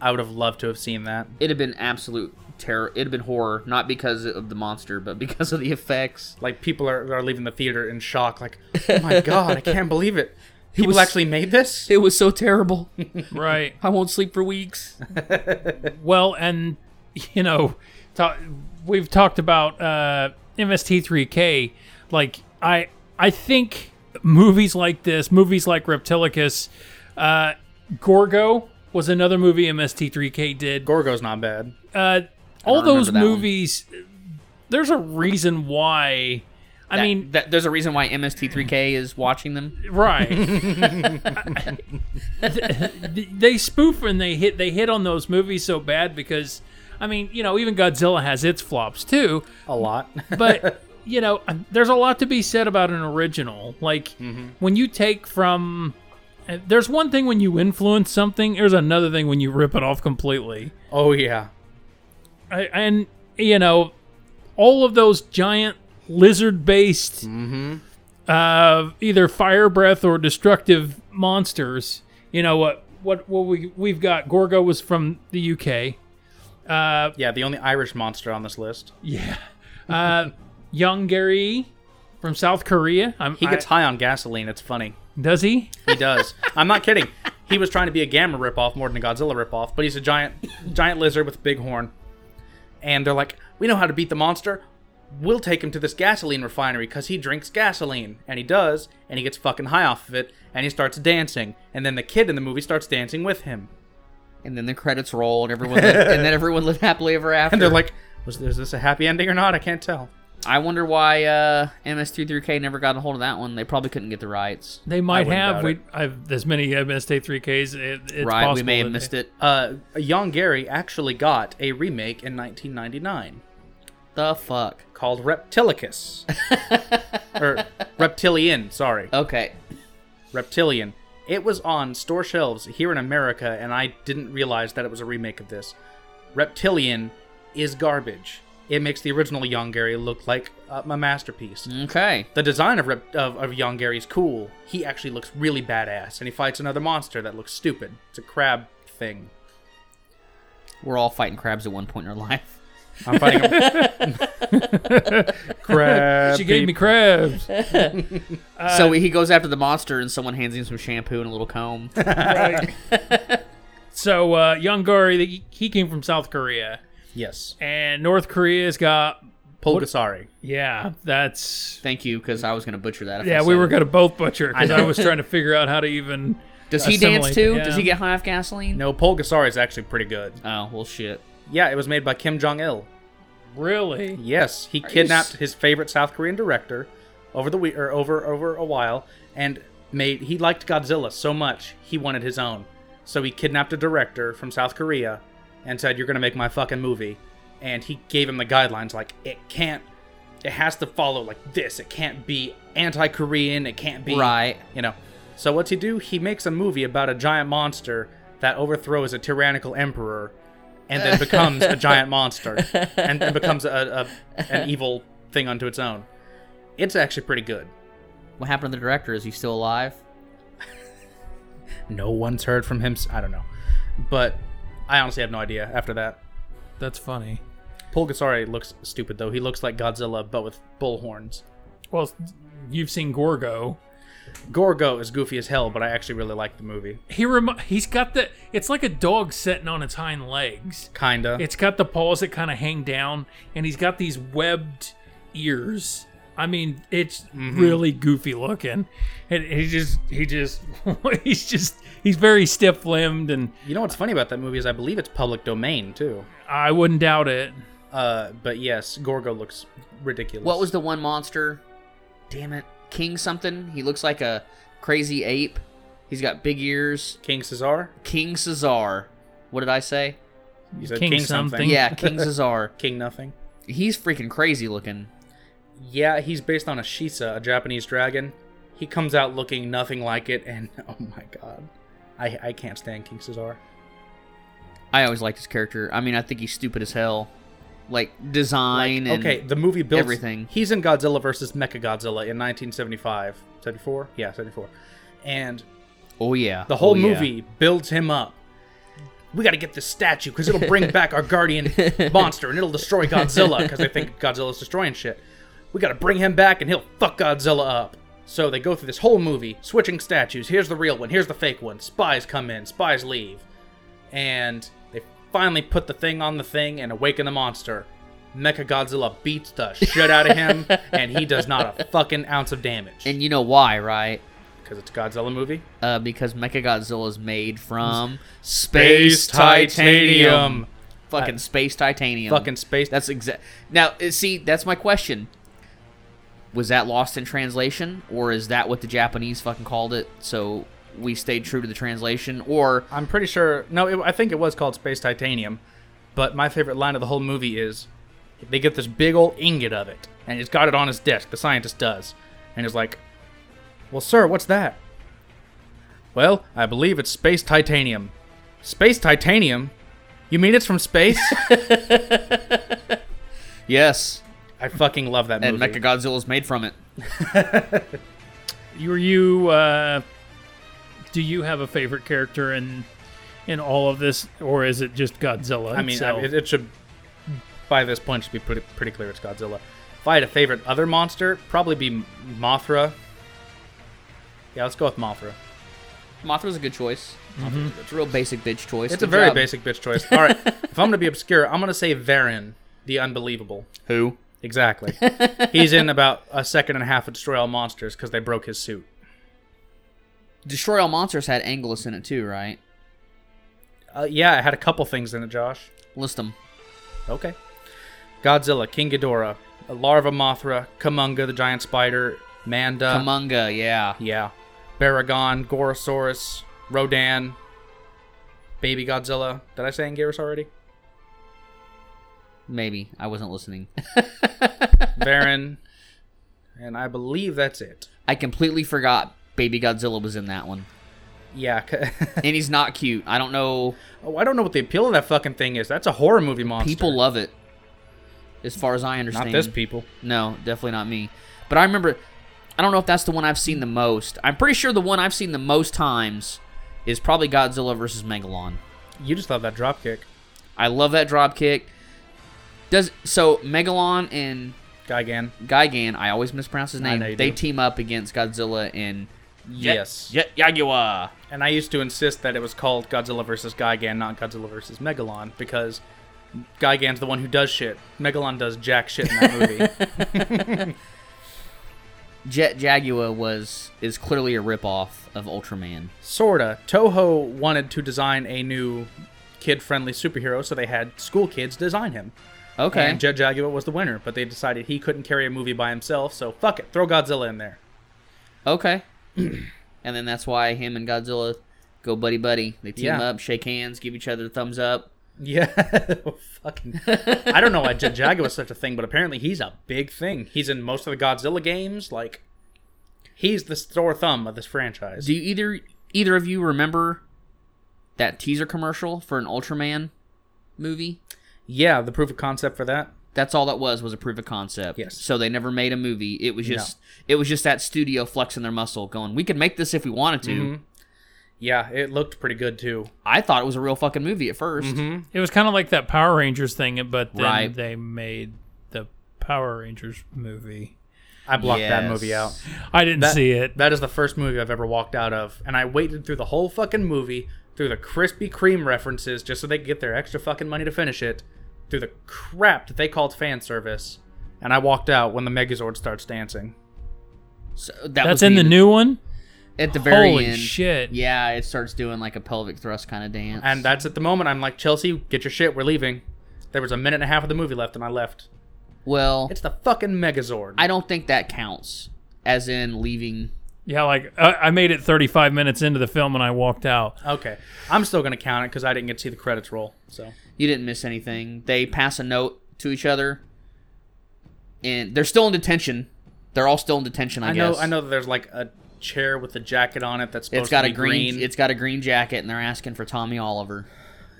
[SPEAKER 2] I would have loved to have seen that.
[SPEAKER 1] It'd have been absolute terror. It'd have been horror, not because of the monster, but because of the effects.
[SPEAKER 2] Like, people are, are leaving the theater in shock, like, oh my god, I can't believe it. People
[SPEAKER 1] was-
[SPEAKER 2] actually made this?
[SPEAKER 1] It was so terrible.
[SPEAKER 3] right.
[SPEAKER 1] I won't sleep for weeks.
[SPEAKER 3] Well, and you know, ta we've talked about uh, MST3K. Like, I I think movies like this, movies like Reptilicus, uh, Gorgo was another movie MST3K did.
[SPEAKER 2] Gorgo's not bad.
[SPEAKER 3] Uh, all those
[SPEAKER 1] remember that one.
[SPEAKER 3] movies, there's a reason why. I
[SPEAKER 1] That-
[SPEAKER 3] mean,
[SPEAKER 1] that, there's a reason why MST3K is watching them.
[SPEAKER 3] right? they spoof and they hit they hit on those movies so bad because I mean, you know, even Godzilla has its flops too.
[SPEAKER 2] A lot.
[SPEAKER 3] But you know, there's a lot to be said about an original. Like when you take from there's one thing when you influence something, there's another thing when you rip it off completely.
[SPEAKER 2] oh, yeah.
[SPEAKER 3] I, and you know, all of those giant lizard-based uh, either fire breath or destructive monsters. You know what? What what we we've got? Gorgo was from the UK. Uh,
[SPEAKER 2] Yeah, the only Irish monster on this list.
[SPEAKER 3] yeah. Uh, young Gary from South Korea. I'm,
[SPEAKER 2] He gets
[SPEAKER 3] I-
[SPEAKER 2] high on gasoline. It's funny.
[SPEAKER 3] does he?
[SPEAKER 2] He does. I'm not kidding. He was trying to be a Gamma ripoff more than a Godzilla ripoff, but he's a giant, giant lizard with a big horn. And they're like, we know how to beat the monster. We'll take him to this gasoline refinery because he drinks gasoline, and he does, and he gets fucking high off of it, and he starts dancing, and then the kid in the movie starts dancing with him,
[SPEAKER 1] And then the credits roll, and everyone, lived, and then everyone lived happily ever after.
[SPEAKER 2] and they're like, was is this a happy ending or not? I can't tell.
[SPEAKER 1] I wonder why uh, MS33K never got a hold of that one. They probably couldn't get the rights.
[SPEAKER 3] They might
[SPEAKER 2] wouldn't
[SPEAKER 3] have.
[SPEAKER 2] doubt
[SPEAKER 3] We
[SPEAKER 2] it.
[SPEAKER 3] I've there's many MST3Ks. It, it's
[SPEAKER 1] right? We
[SPEAKER 3] possible
[SPEAKER 1] may have
[SPEAKER 3] that
[SPEAKER 1] missed
[SPEAKER 3] they-
[SPEAKER 1] it.
[SPEAKER 2] Uh, Young Gary actually got a remake in 1999.
[SPEAKER 1] The fuck.
[SPEAKER 2] called Reptilicus. or Reptilian, sorry.
[SPEAKER 1] Okay.
[SPEAKER 2] Reptilian. It was on store shelves here in America, and I didn't realize that it was a remake of this. Reptilian is garbage. It makes the original Young Gary look like uh, a masterpiece.
[SPEAKER 3] Mm.
[SPEAKER 1] Okay.
[SPEAKER 2] The design of, Rep- of of Young Gary's cool. He actually looks really badass, and he fights another monster that looks stupid. It's a crab thing.
[SPEAKER 1] We're all fighting crabs at one point in our life.
[SPEAKER 2] I'm fighting a crab.
[SPEAKER 3] She gave me crabs. Uh,
[SPEAKER 1] so he goes after the monster, and someone hands him some shampoo and a little comb.
[SPEAKER 3] Right. so uh, Young Gary, he- he came from South Korea.
[SPEAKER 2] yes,
[SPEAKER 3] and North Korea's got
[SPEAKER 2] Pulgasari.
[SPEAKER 3] yeah. That's
[SPEAKER 1] Thank you, because I was going to butcher that. if I
[SPEAKER 3] yeah. We
[SPEAKER 1] said
[SPEAKER 3] were
[SPEAKER 1] it.
[SPEAKER 3] gonna both butcher because I
[SPEAKER 2] know.
[SPEAKER 3] was trying to figure out how to even.
[SPEAKER 1] Does he dance
[SPEAKER 3] assimilate
[SPEAKER 1] too?
[SPEAKER 3] it,
[SPEAKER 1] Does
[SPEAKER 3] yeah.
[SPEAKER 1] he get high off gasoline?
[SPEAKER 2] No, Pulgasari is actually pretty good.
[SPEAKER 1] Oh well, shit.
[SPEAKER 2] Yeah, it was made by Kim Jong Il.
[SPEAKER 3] Really?
[SPEAKER 2] Yes, he
[SPEAKER 1] you
[SPEAKER 2] kidnapped
[SPEAKER 1] s-
[SPEAKER 2] his favorite South Korean director over the we- or over over a while, and made he liked Godzilla so much he wanted his own. So he kidnapped a director from South Korea, and said, "You're gonna make my fucking movie," and he gave him the guidelines like it can't it has to follow like this. It can't be anti-Korean. It can't be
[SPEAKER 1] Right.
[SPEAKER 2] You know. So what's he do? He makes a movie about a giant monster that overthrows a tyrannical emperor, and then becomes a giant monster, and then becomes a, a an evil thing unto its own. It's actually pretty good.
[SPEAKER 1] What happened to the director? Is he still alive?
[SPEAKER 2] No one's heard from him. s- I don't know, but I honestly have no idea after that.
[SPEAKER 3] That's funny.
[SPEAKER 2] Pulgasari looks stupid though. He looks like Godzilla but with bull horns.
[SPEAKER 3] Well, you've seen Gorgo.
[SPEAKER 2] Gorgo is goofy as hell, but I actually really like the movie.
[SPEAKER 3] He rem- he's got the. It's like a dog sitting on its hind legs.
[SPEAKER 2] Kinda.
[SPEAKER 3] It's got the paws that kind of hang down, and he's got these webbed ears. I mean, it's really goofy looking, and he just he just he's just he's very stiff limbed, and
[SPEAKER 2] you know what's funny about that movie is I believe it's public domain too.
[SPEAKER 3] I wouldn't doubt it.
[SPEAKER 2] Uh, but yes, Gorgo looks ridiculous.
[SPEAKER 1] What was the one monster? Damn it, King something. He looks like a crazy ape. He's got big ears.
[SPEAKER 2] King Caesar?
[SPEAKER 1] King Caesar. What did I say?
[SPEAKER 2] You said
[SPEAKER 3] King
[SPEAKER 2] King, something.
[SPEAKER 3] something.
[SPEAKER 1] Yeah, King Caesar.
[SPEAKER 2] King nothing.
[SPEAKER 1] He's freaking crazy looking.
[SPEAKER 2] Yeah, he's based on a Shisa, a Japanese dragon. He comes out looking nothing like it, and oh my god, I I can't stand King Caesar.
[SPEAKER 1] I always liked his character. I mean, I think he's stupid as hell. Like design and
[SPEAKER 2] Okay, the movie builds
[SPEAKER 1] everything.
[SPEAKER 2] He's in Godzilla versus Mechagodzilla in 1975, 74, yeah, 74, and
[SPEAKER 1] oh yeah,
[SPEAKER 2] the whole
[SPEAKER 1] Oh, yeah.
[SPEAKER 2] movie builds him up. We got to get this statue because it'll bring back our guardian monster and it'll destroy Godzilla because they think Godzilla's destroying shit. We got to bring him back and he'll fuck Godzilla up. So they go through this whole movie switching statues. Here's the real one. Here's the fake one. Spies come in. Spies leave. And they finally put the thing on the thing and awaken the monster. Mecha Godzilla beats the shit out of him and he does not a fucking ounce of damage
[SPEAKER 1] And you know why, right?
[SPEAKER 2] because it's a Godzilla movie.
[SPEAKER 1] Uh, because Mechagodzilla is made from space titanium. Fucking space titanium.
[SPEAKER 2] Fucking space.
[SPEAKER 1] That's exact. Now, uh, see, that's my question. Was that lost in translation, or is that what the Japanese fucking called it? So we stayed true to the translation, or
[SPEAKER 2] I'm pretty sure. No, it, I think it was called Space Titanium. But my favorite line of the whole movie is they get this big old ingot of it, and he's got it on his desk. The scientist does, and he's like, "Well, sir, what's that?" Well, I believe it's space titanium. Space titanium? You mean it's from space?
[SPEAKER 1] yes,
[SPEAKER 2] I fucking love that
[SPEAKER 1] and
[SPEAKER 2] movie.
[SPEAKER 1] Mechagodzilla is made from it.
[SPEAKER 3] You you uh, do you have a favorite character in in all of this, or is it just Godzilla?
[SPEAKER 2] I mean, I-
[SPEAKER 3] itself?
[SPEAKER 2] it, it should by this point should be pretty, pretty clear it's Godzilla. If I had a favorite other monster, probably be M- Mothra. Yeah, let's go with Mothra.
[SPEAKER 1] Mothra's a good choice. It's a real basic bitch choice.
[SPEAKER 2] Mm-hmm. It's
[SPEAKER 1] Good
[SPEAKER 2] a very
[SPEAKER 1] job.
[SPEAKER 2] basic bitch choice. All right, if I'm gonna be obscure, I'm gonna say Varin, the unbelievable.
[SPEAKER 1] Who?
[SPEAKER 2] Exactly. He's in about a second and a half of Destroy All Monsters because they broke his suit.
[SPEAKER 1] Destroy All Monsters had Angelus in it too, right?
[SPEAKER 2] Uh, yeah, I had a couple things in it, Josh.
[SPEAKER 1] List them.
[SPEAKER 2] Okay. Godzilla, King Ghidorah, Larva Mothra, Kamunga the giant spider, Manda.
[SPEAKER 1] Kamunga, yeah.
[SPEAKER 2] Yeah. Baragon, Gorosaurus, Rodan, Baby Godzilla. Did I say Anguirus already?
[SPEAKER 1] Maybe. I wasn't listening.
[SPEAKER 2] Varen. and I believe that's it.
[SPEAKER 1] I completely forgot Baby Godzilla was in that one.
[SPEAKER 2] Yeah. c-
[SPEAKER 1] And he's not cute. I don't know.
[SPEAKER 2] oh, I don't know what the appeal of that fucking thing is. That's a horror movie monster.
[SPEAKER 1] People love it. As far as I
[SPEAKER 2] Not
[SPEAKER 1] understand.
[SPEAKER 2] this people.
[SPEAKER 1] No, definitely not me. But I remember I don't know if that's the one I've seen the most. I'm pretty sure the one I've seen the most times is probably Godzilla versus Megalon.
[SPEAKER 2] You just love that dropkick.
[SPEAKER 1] I love that drop kick. Does so Megalon and
[SPEAKER 2] Gigan.
[SPEAKER 1] Gigan, I always mispronounce his
[SPEAKER 2] I
[SPEAKER 1] name.
[SPEAKER 2] know you
[SPEAKER 1] They
[SPEAKER 2] do.
[SPEAKER 1] team up against Godzilla and
[SPEAKER 2] Yes.
[SPEAKER 1] Jet Yagua.
[SPEAKER 2] And I used to insist that it was called Godzilla versus Gigan, not Godzilla versus Megalon, because Gigan's the one who does shit. Megalon does jack shit in that movie.
[SPEAKER 1] Jet Jaguar was is clearly a ripoff of Ultraman.
[SPEAKER 2] Sorta. Toho wanted to design a new kid friendly superhero, so they had school kids design him.
[SPEAKER 1] Okay.
[SPEAKER 2] And Jet Jaguar was the winner, but they decided he couldn't carry a movie by himself, so fuck it, throw Godzilla in there.
[SPEAKER 1] okay. and then that's why him and Godzilla go buddy buddy. They team
[SPEAKER 2] Yeah.
[SPEAKER 1] up, shake hands, give each other a thumbs up.
[SPEAKER 2] Yeah, oh, fucking. I don't know why Jet Jaguar was such a thing, but apparently he's a big thing. He's in most of the Godzilla games. Like, he's the sore thumb of this franchise.
[SPEAKER 1] Do you either either of you remember that teaser commercial for an Ultraman movie?
[SPEAKER 2] yeah, the proof of concept for that.
[SPEAKER 1] That's all that was was a proof of concept.
[SPEAKER 2] Yes.
[SPEAKER 1] So they never made a movie. It was just it was just that studio flexing their muscle, going, "We could make this if we wanted to."
[SPEAKER 2] Mhm. Yeah, it looked pretty good too.
[SPEAKER 1] I thought it was a real fucking movie at 1st
[SPEAKER 2] Mm-hmm.
[SPEAKER 3] It was kind of like that Power Rangers thing, but then
[SPEAKER 1] Right.
[SPEAKER 3] they made the Power Rangers movie.
[SPEAKER 2] I blocked that
[SPEAKER 1] Yes.
[SPEAKER 2] movie out.
[SPEAKER 3] I didn't
[SPEAKER 2] That-
[SPEAKER 3] see it.
[SPEAKER 2] That is the first movie I've ever walked out of, and I waited through the whole fucking movie through the Krispy Kreme references just so they could get their extra fucking money to finish it, through the crap that they called fan service, and I walked out when the Megazord starts dancing.
[SPEAKER 1] So that was
[SPEAKER 3] That's in the
[SPEAKER 1] end-
[SPEAKER 3] new one.
[SPEAKER 1] at the very
[SPEAKER 3] Holy
[SPEAKER 1] end.
[SPEAKER 3] shit!
[SPEAKER 1] Yeah, it starts doing like a pelvic thrust kind of dance.
[SPEAKER 2] And that's at the moment I'm like, Chelsea, get your shit, we're leaving. There was a minute and a half of the movie left, and I left.
[SPEAKER 1] well,
[SPEAKER 2] It's the fucking Megazord.
[SPEAKER 1] I don't think that counts as in leaving.
[SPEAKER 3] Yeah, like I, I made it 35 minutes into the film and I walked out.
[SPEAKER 2] okay, I'm still gonna count it because I didn't get to see the credits roll. So
[SPEAKER 1] You didn't miss anything. They pass a note to each other, and they're still in detention. They're all still in detention. I,
[SPEAKER 2] I, know
[SPEAKER 1] guess.
[SPEAKER 2] I know that there's like a chair with a jacket on it that's supposed
[SPEAKER 1] It's got
[SPEAKER 2] to
[SPEAKER 1] a
[SPEAKER 2] be
[SPEAKER 1] green,
[SPEAKER 2] green.
[SPEAKER 1] It's got a green jacket, and they're asking for Tommy Oliver.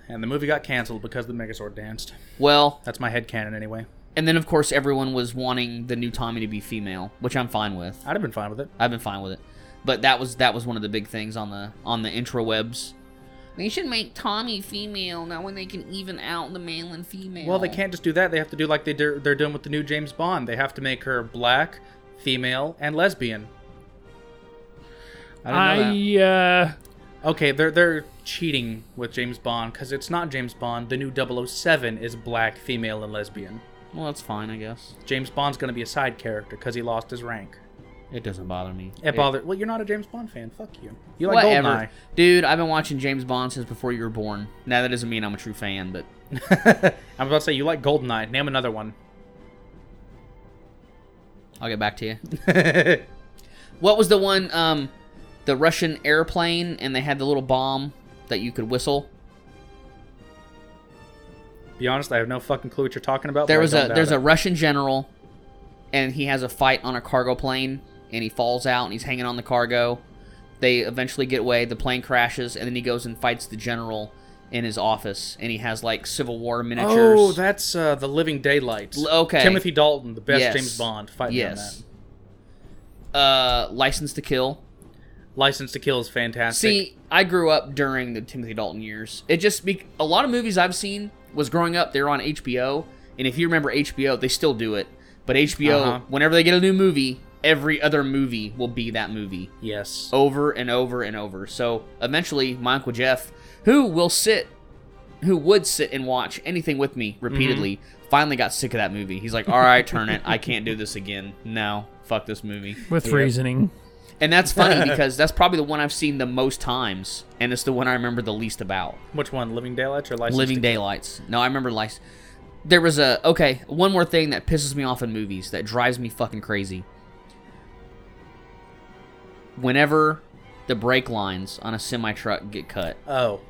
[SPEAKER 2] And the movie got canceled because the Megazord danced.
[SPEAKER 1] Well,
[SPEAKER 2] That's my headcanon anyway.
[SPEAKER 1] and then of course everyone was wanting the new Tommy to be female, which I'm fine with.
[SPEAKER 2] I'd have been fine with it.
[SPEAKER 1] I've been fine with it. But that was that was one of the big things on the on the intrawebs. They should make Tommy female now when they can even out the male and female.
[SPEAKER 2] Well, they can't just do that. They have to do like they do, they're doing with the new James Bond. They have to make her black, female, and lesbian. I didn't know
[SPEAKER 3] I uh,
[SPEAKER 2] that. Okay, they're they're cheating with James Bond because it's not James Bond. The new 007 is black, female, and lesbian.
[SPEAKER 1] Well, that's fine, I guess.
[SPEAKER 2] James Bond's gonna be a side character because he lost his rank.
[SPEAKER 1] It doesn't bother me.
[SPEAKER 2] It bothered. Well, you're not a James Bond fan. Fuck you. You like
[SPEAKER 1] Whatever, dude. I've been watching James Bond since before you were born. Now that doesn't mean I'm a true fan, but
[SPEAKER 2] Goldeneye. I'm about to say you like Goldeneye. Name another one.
[SPEAKER 1] I'll get back to you. What was the one? Um, the Russian airplane, and they had the little bomb that you could whistle.
[SPEAKER 2] Be honest, I have no fucking clue what you're talking about.
[SPEAKER 1] There
[SPEAKER 2] but I
[SPEAKER 1] was
[SPEAKER 2] don't
[SPEAKER 1] a
[SPEAKER 2] doubt
[SPEAKER 1] there's
[SPEAKER 2] it.
[SPEAKER 1] a Russian general, and he has a fight on a cargo plane, and he falls out, and he's hanging on the cargo. They eventually get away. The plane crashes, and then he goes and fights the general in his office, and he has like Civil War miniatures.
[SPEAKER 2] Oh, that's uh, the Living Daylights.
[SPEAKER 1] L- okay.
[SPEAKER 2] Timothy Dalton, the best
[SPEAKER 1] Yes.
[SPEAKER 2] James Bond. Fighting
[SPEAKER 1] yes.
[SPEAKER 2] on that.
[SPEAKER 1] Uh, License to Kill.
[SPEAKER 2] License to Kill is fantastic.
[SPEAKER 1] See, I grew up during the Timothy Dalton years. It just be a lot of movies I've seen was growing up. They were on HBO, and if you remember HBO, they still do it. But HBO,
[SPEAKER 2] Uh-huh.
[SPEAKER 1] whenever they get a new movie, every other movie will be that movie
[SPEAKER 2] yes.
[SPEAKER 1] over and over and over. So eventually, my uncle Jeff, who will sit, who would sit and watch anything with me repeatedly, finally got sick of that movie. He's like, "All right, turn it. I can't do this again. No, fuck this movie."
[SPEAKER 3] with reasoning.
[SPEAKER 1] And that's funny because that's probably the one I've seen the most times, and it's the one I remember the least about.
[SPEAKER 2] Which one, Living Daylights or License?
[SPEAKER 1] Living
[SPEAKER 2] to-
[SPEAKER 1] Daylights. No, I remember lice. There was a okay. One more thing that pisses me off in movies that drives me fucking crazy. Whenever the brake lines on a semi truck get cut,
[SPEAKER 2] Oh,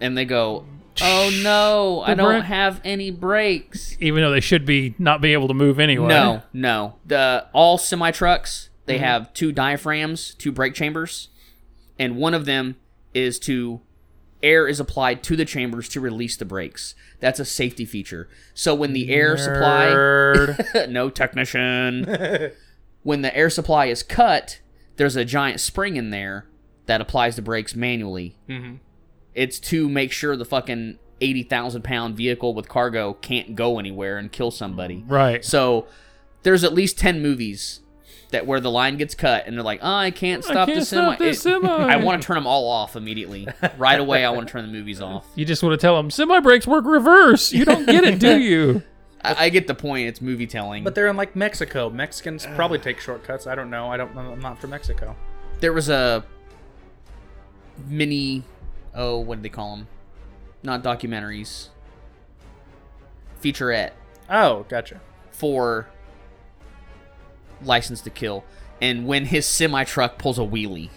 [SPEAKER 1] and they go, "Oh no, I
[SPEAKER 3] The
[SPEAKER 1] don't
[SPEAKER 3] brake-
[SPEAKER 1] have any brakes."
[SPEAKER 3] Even though they should be not be able to move anyway.
[SPEAKER 1] No, no. The all semi trucks they have two diaphragms, two brake chambers, and one of them is to air is applied to the chambers to release the brakes. That's a safety feature. So when the air
[SPEAKER 2] Nerd.
[SPEAKER 1] supply, no technician, when the air supply is cut, there's a giant spring in there that applies the brakes manually.
[SPEAKER 2] Mhm.
[SPEAKER 1] It's to make sure the fucking eighty thousand pound vehicle with cargo can't go anywhere and kill somebody.
[SPEAKER 3] Right.
[SPEAKER 1] So there's at least ten movies that where the line gets cut and they're like, oh, I can't stop
[SPEAKER 3] can't
[SPEAKER 1] this
[SPEAKER 3] stop
[SPEAKER 1] semi.
[SPEAKER 3] this
[SPEAKER 1] It-
[SPEAKER 3] semi.
[SPEAKER 1] I want to turn them all off immediately. Right away, I want to turn the movies off.
[SPEAKER 3] You just want to tell them semi brakes work reverse. You don't get it, do you?
[SPEAKER 1] I, I get the point. It's movie telling.
[SPEAKER 2] but they're in like Mexico. Mexicans probably take shortcuts. I don't know. I don't. I'm not from Mexico.
[SPEAKER 1] there was a mini, oh, what do they call them? Not documentaries, featurette.
[SPEAKER 2] Oh, gotcha.
[SPEAKER 1] for license to kill and when his semi truck pulls a wheelie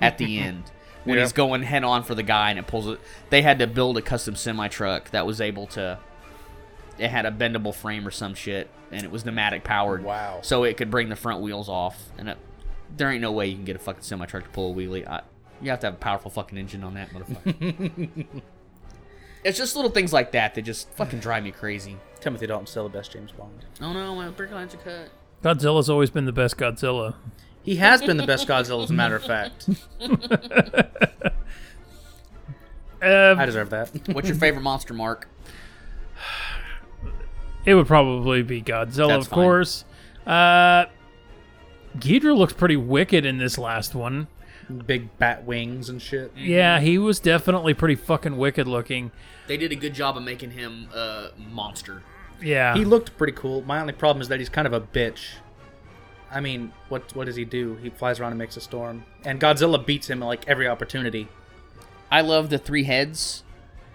[SPEAKER 1] at the end when
[SPEAKER 2] Yeah.
[SPEAKER 1] he's going head on for the guy and it pulls it. They had to build a custom semi truck that was able to. It had a bendable frame or some shit, and it was pneumatic powered.
[SPEAKER 2] Wow.
[SPEAKER 1] So it could bring the front wheels off, and it, there ain't no way you can get a fucking semi truck to pull a wheelie. I, you have to have a powerful fucking engine on that motherfucker. it's just little things like that that just fucking drive me crazy.
[SPEAKER 2] Timothy Dalton's still the best James Bond.
[SPEAKER 1] Oh no, my brick lines are cut.
[SPEAKER 3] Godzilla's always been the best Godzilla.
[SPEAKER 2] He has been the best Godzilla, as a matter of fact. I
[SPEAKER 3] Uh,
[SPEAKER 2] deserve that.
[SPEAKER 1] What's your favorite monster, Mark?
[SPEAKER 3] it would probably be Godzilla,
[SPEAKER 1] That's
[SPEAKER 3] of
[SPEAKER 1] fine.
[SPEAKER 3] course. Uh, Ghidra looks pretty wicked in this last one.
[SPEAKER 2] Big bat wings and shit.
[SPEAKER 3] Yeah, he was definitely pretty fucking wicked looking.
[SPEAKER 1] They did a good job of making him a monster.
[SPEAKER 3] Yeah,
[SPEAKER 2] He looked pretty cool. My only problem is that he's kind of a bitch. I mean, what what does he do? He flies around and makes a storm, and Godzilla beats him at like every opportunity.
[SPEAKER 1] I love the three heads.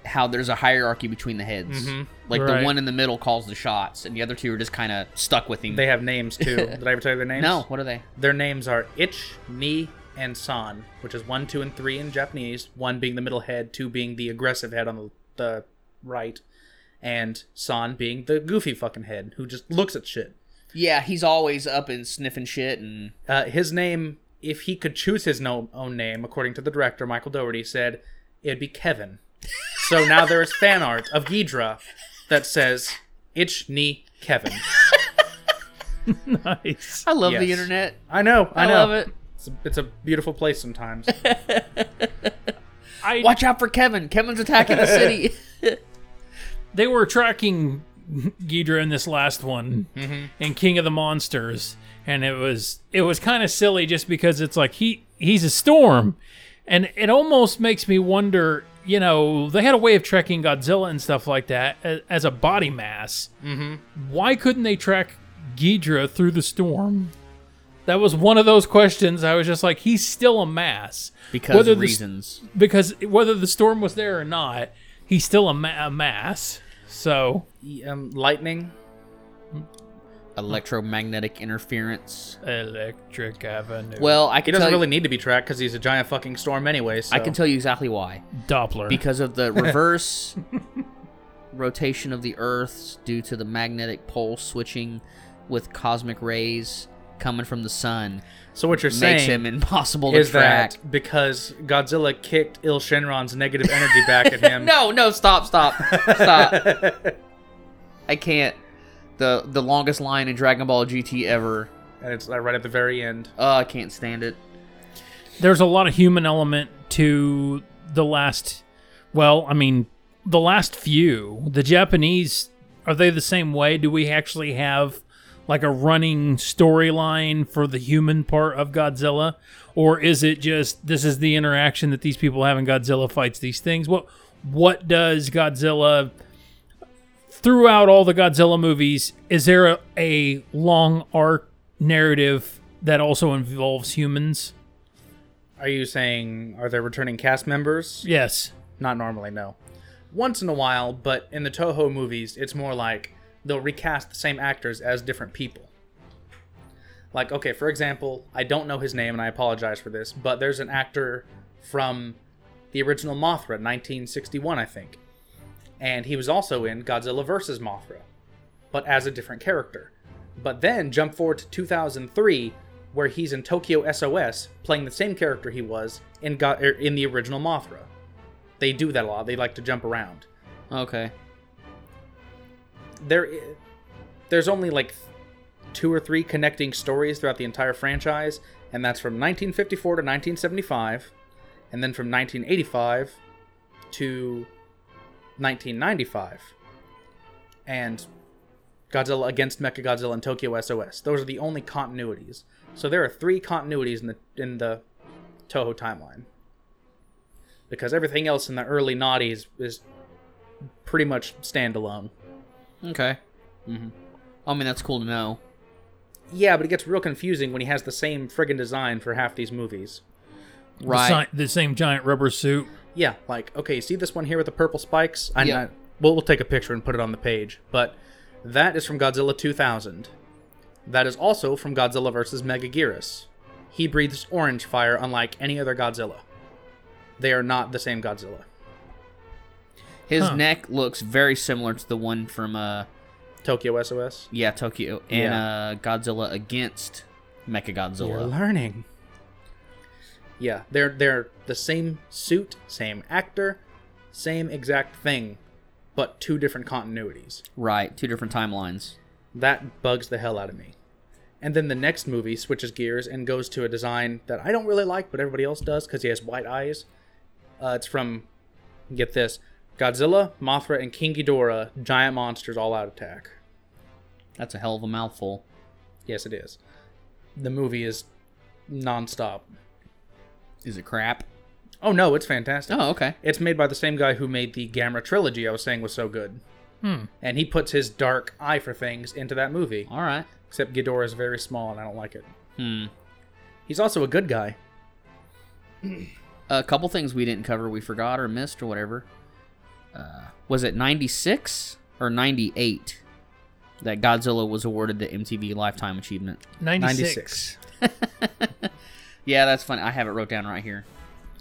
[SPEAKER 1] How there's a hierarchy between the heads.
[SPEAKER 2] Mhm.
[SPEAKER 1] Like
[SPEAKER 3] Right.
[SPEAKER 1] the one in the middle calls the shots, and the other two are just kind of stuck with him.
[SPEAKER 2] They have names too. Did I ever tell you their names?
[SPEAKER 1] no, what are they?
[SPEAKER 2] Their names are Ich, Ni, and San, which is one, two, and three in Japanese. One being the middle head, two being the aggressive head on the, the right, and San being the goofy fucking head who just looks at shit.
[SPEAKER 1] Yeah, he's always up and sniffing shit, and
[SPEAKER 2] Uh, his name, if he could choose his no- own name, according to the director, Michael Dougherty, said it'd be Kevin. so now there is fan art of Ghidra that says Ich ni Kevin.
[SPEAKER 3] nice.
[SPEAKER 1] I love the
[SPEAKER 2] Yes.
[SPEAKER 1] internet.
[SPEAKER 2] I know, I,
[SPEAKER 1] I,
[SPEAKER 2] know.
[SPEAKER 1] love it.
[SPEAKER 2] It's a, it's a beautiful place sometimes.
[SPEAKER 3] I,
[SPEAKER 1] Watch out for Kevin. Kevin's attacking the city.
[SPEAKER 3] they were tracking Ghidra in this last one in King of the Monsters, and it was it was kind of silly just because it's like he he's a storm, and it almost makes me wonder. You know, they had a way of tracking Godzilla and stuff like that a- as a body mass. Mm-hmm. Why couldn't they track Ghidra through the storm? That was one of those questions. I was just like, he's still a mass.
[SPEAKER 1] because
[SPEAKER 3] Whether
[SPEAKER 1] of
[SPEAKER 3] the s-
[SPEAKER 1] reasons.
[SPEAKER 3] because whether the storm was there or not, he's still a, ma- a mass. So
[SPEAKER 2] um, lightning.
[SPEAKER 1] Electromagnetic interference.
[SPEAKER 3] electric avenue.
[SPEAKER 1] Well, I
[SPEAKER 2] He
[SPEAKER 1] can
[SPEAKER 2] doesn't
[SPEAKER 1] tell you,
[SPEAKER 2] really need to be tracked because he's a giant fucking storm anyway. So.
[SPEAKER 1] I can tell you exactly why.
[SPEAKER 3] Doppler.
[SPEAKER 1] because of the reverse rotation of the Earth due to the magnetic pole switching with cosmic rays coming from the sun
[SPEAKER 2] So what you're
[SPEAKER 1] makes
[SPEAKER 2] saying
[SPEAKER 1] him impossible to
[SPEAKER 2] is
[SPEAKER 1] track.
[SPEAKER 2] that because Godzilla kicked Il Shenron's negative energy back at him?
[SPEAKER 1] No, no, stop, stop, stop. I can't. The the longest line in Dragon Ball GT ever.
[SPEAKER 2] and it's like, right at the very end.
[SPEAKER 1] Uh, I can't stand it.
[SPEAKER 3] There's a lot of human element to the last. Well, I mean, the last few. The Japanese are they the same way? Do we actually have like a running storyline for the human part of Godzilla, or is it just this is the interaction that these people have and Godzilla fights these things? What what does Godzilla throughout all the Godzilla movies, is there a, a long arc narrative that also involves humans?
[SPEAKER 2] Are you saying are there returning cast members?
[SPEAKER 3] Yes.
[SPEAKER 2] Not normally, no. Once in a while, but in the Toho movies, it's more like they'll recast the same actors as different people. Like, okay, for example, I don't know his name and I apologize for this, but there's an actor from the original Mothra, 1961, I think. And he was also in Godzilla vs. Mothra, but as a different character. But then jump forward to 2003, where he's in Tokyo SOS playing the same character he was in, Go- er, in the original Mothra they do that a lot. They like to jump around.
[SPEAKER 1] Okay.
[SPEAKER 2] There, i- there's only like two or three connecting stories throughout the entire franchise, and that's from 1954 to 1975, and then from 1985 to 1995, and Godzilla against Mechagodzilla and Tokyo SOS. Those are the only continuities. So there are three continuities in the in the Toho timeline. Because everything else in the early noughties is pretty much standalone.
[SPEAKER 1] Okay. Mm-hmm.
[SPEAKER 2] Mhm.
[SPEAKER 1] I mean, that's cool to know.
[SPEAKER 2] Yeah, but it gets real confusing when he has the same friggin' design for half these movies.
[SPEAKER 1] Right.
[SPEAKER 3] The, si- the same giant rubber suit.
[SPEAKER 2] Yeah, like okay, see this one here with the purple spikes? I
[SPEAKER 1] Yeah.
[SPEAKER 2] know. Well, we'll take a picture and put it on the page, but that is from Godzilla 2000. That is also from Godzilla vs. Megaguirus. He breathes orange fire unlike any other Godzilla. They are not the same Godzilla.
[SPEAKER 1] His
[SPEAKER 3] Huh.
[SPEAKER 1] neck looks very similar to the one from uh
[SPEAKER 2] Tokyo SOS.
[SPEAKER 1] yeah Tokyo and uh Godzilla against Mechagodzilla.
[SPEAKER 2] learning. Yeah, they're they're the same suit, same actor, same exact thing, but two different continuities.
[SPEAKER 1] Right, two different timelines.
[SPEAKER 2] That bugs the hell out of me. And then the next movie switches gears and goes to a design that I don't really like, but everybody else does because he has white eyes. Uh, it's from, get this, Godzilla, Mothra, and King Ghidorah, giant monsters all out attack.
[SPEAKER 1] That's a hell of a mouthful.
[SPEAKER 2] Yes, it is. The movie is nonstop.
[SPEAKER 1] Is it crap?
[SPEAKER 2] Oh no, it's fantastic.
[SPEAKER 1] Oh, okay.
[SPEAKER 2] It's made by the same guy who made the Gamma trilogy I was saying was so good.
[SPEAKER 3] Hmm.
[SPEAKER 2] And he puts his dark eye for things into that movie.
[SPEAKER 1] All right.
[SPEAKER 2] Except Ghidorah is very small and I don't like it.
[SPEAKER 1] Hmm.
[SPEAKER 2] He's also a good guy.
[SPEAKER 1] A couple things we didn't cover, we forgot or missed or whatever. Uh, was it 96 or 98 that Godzilla was awarded the MTV Lifetime Achievement?
[SPEAKER 3] 96.
[SPEAKER 1] Yeah, that's funny. I have it wrote down right here.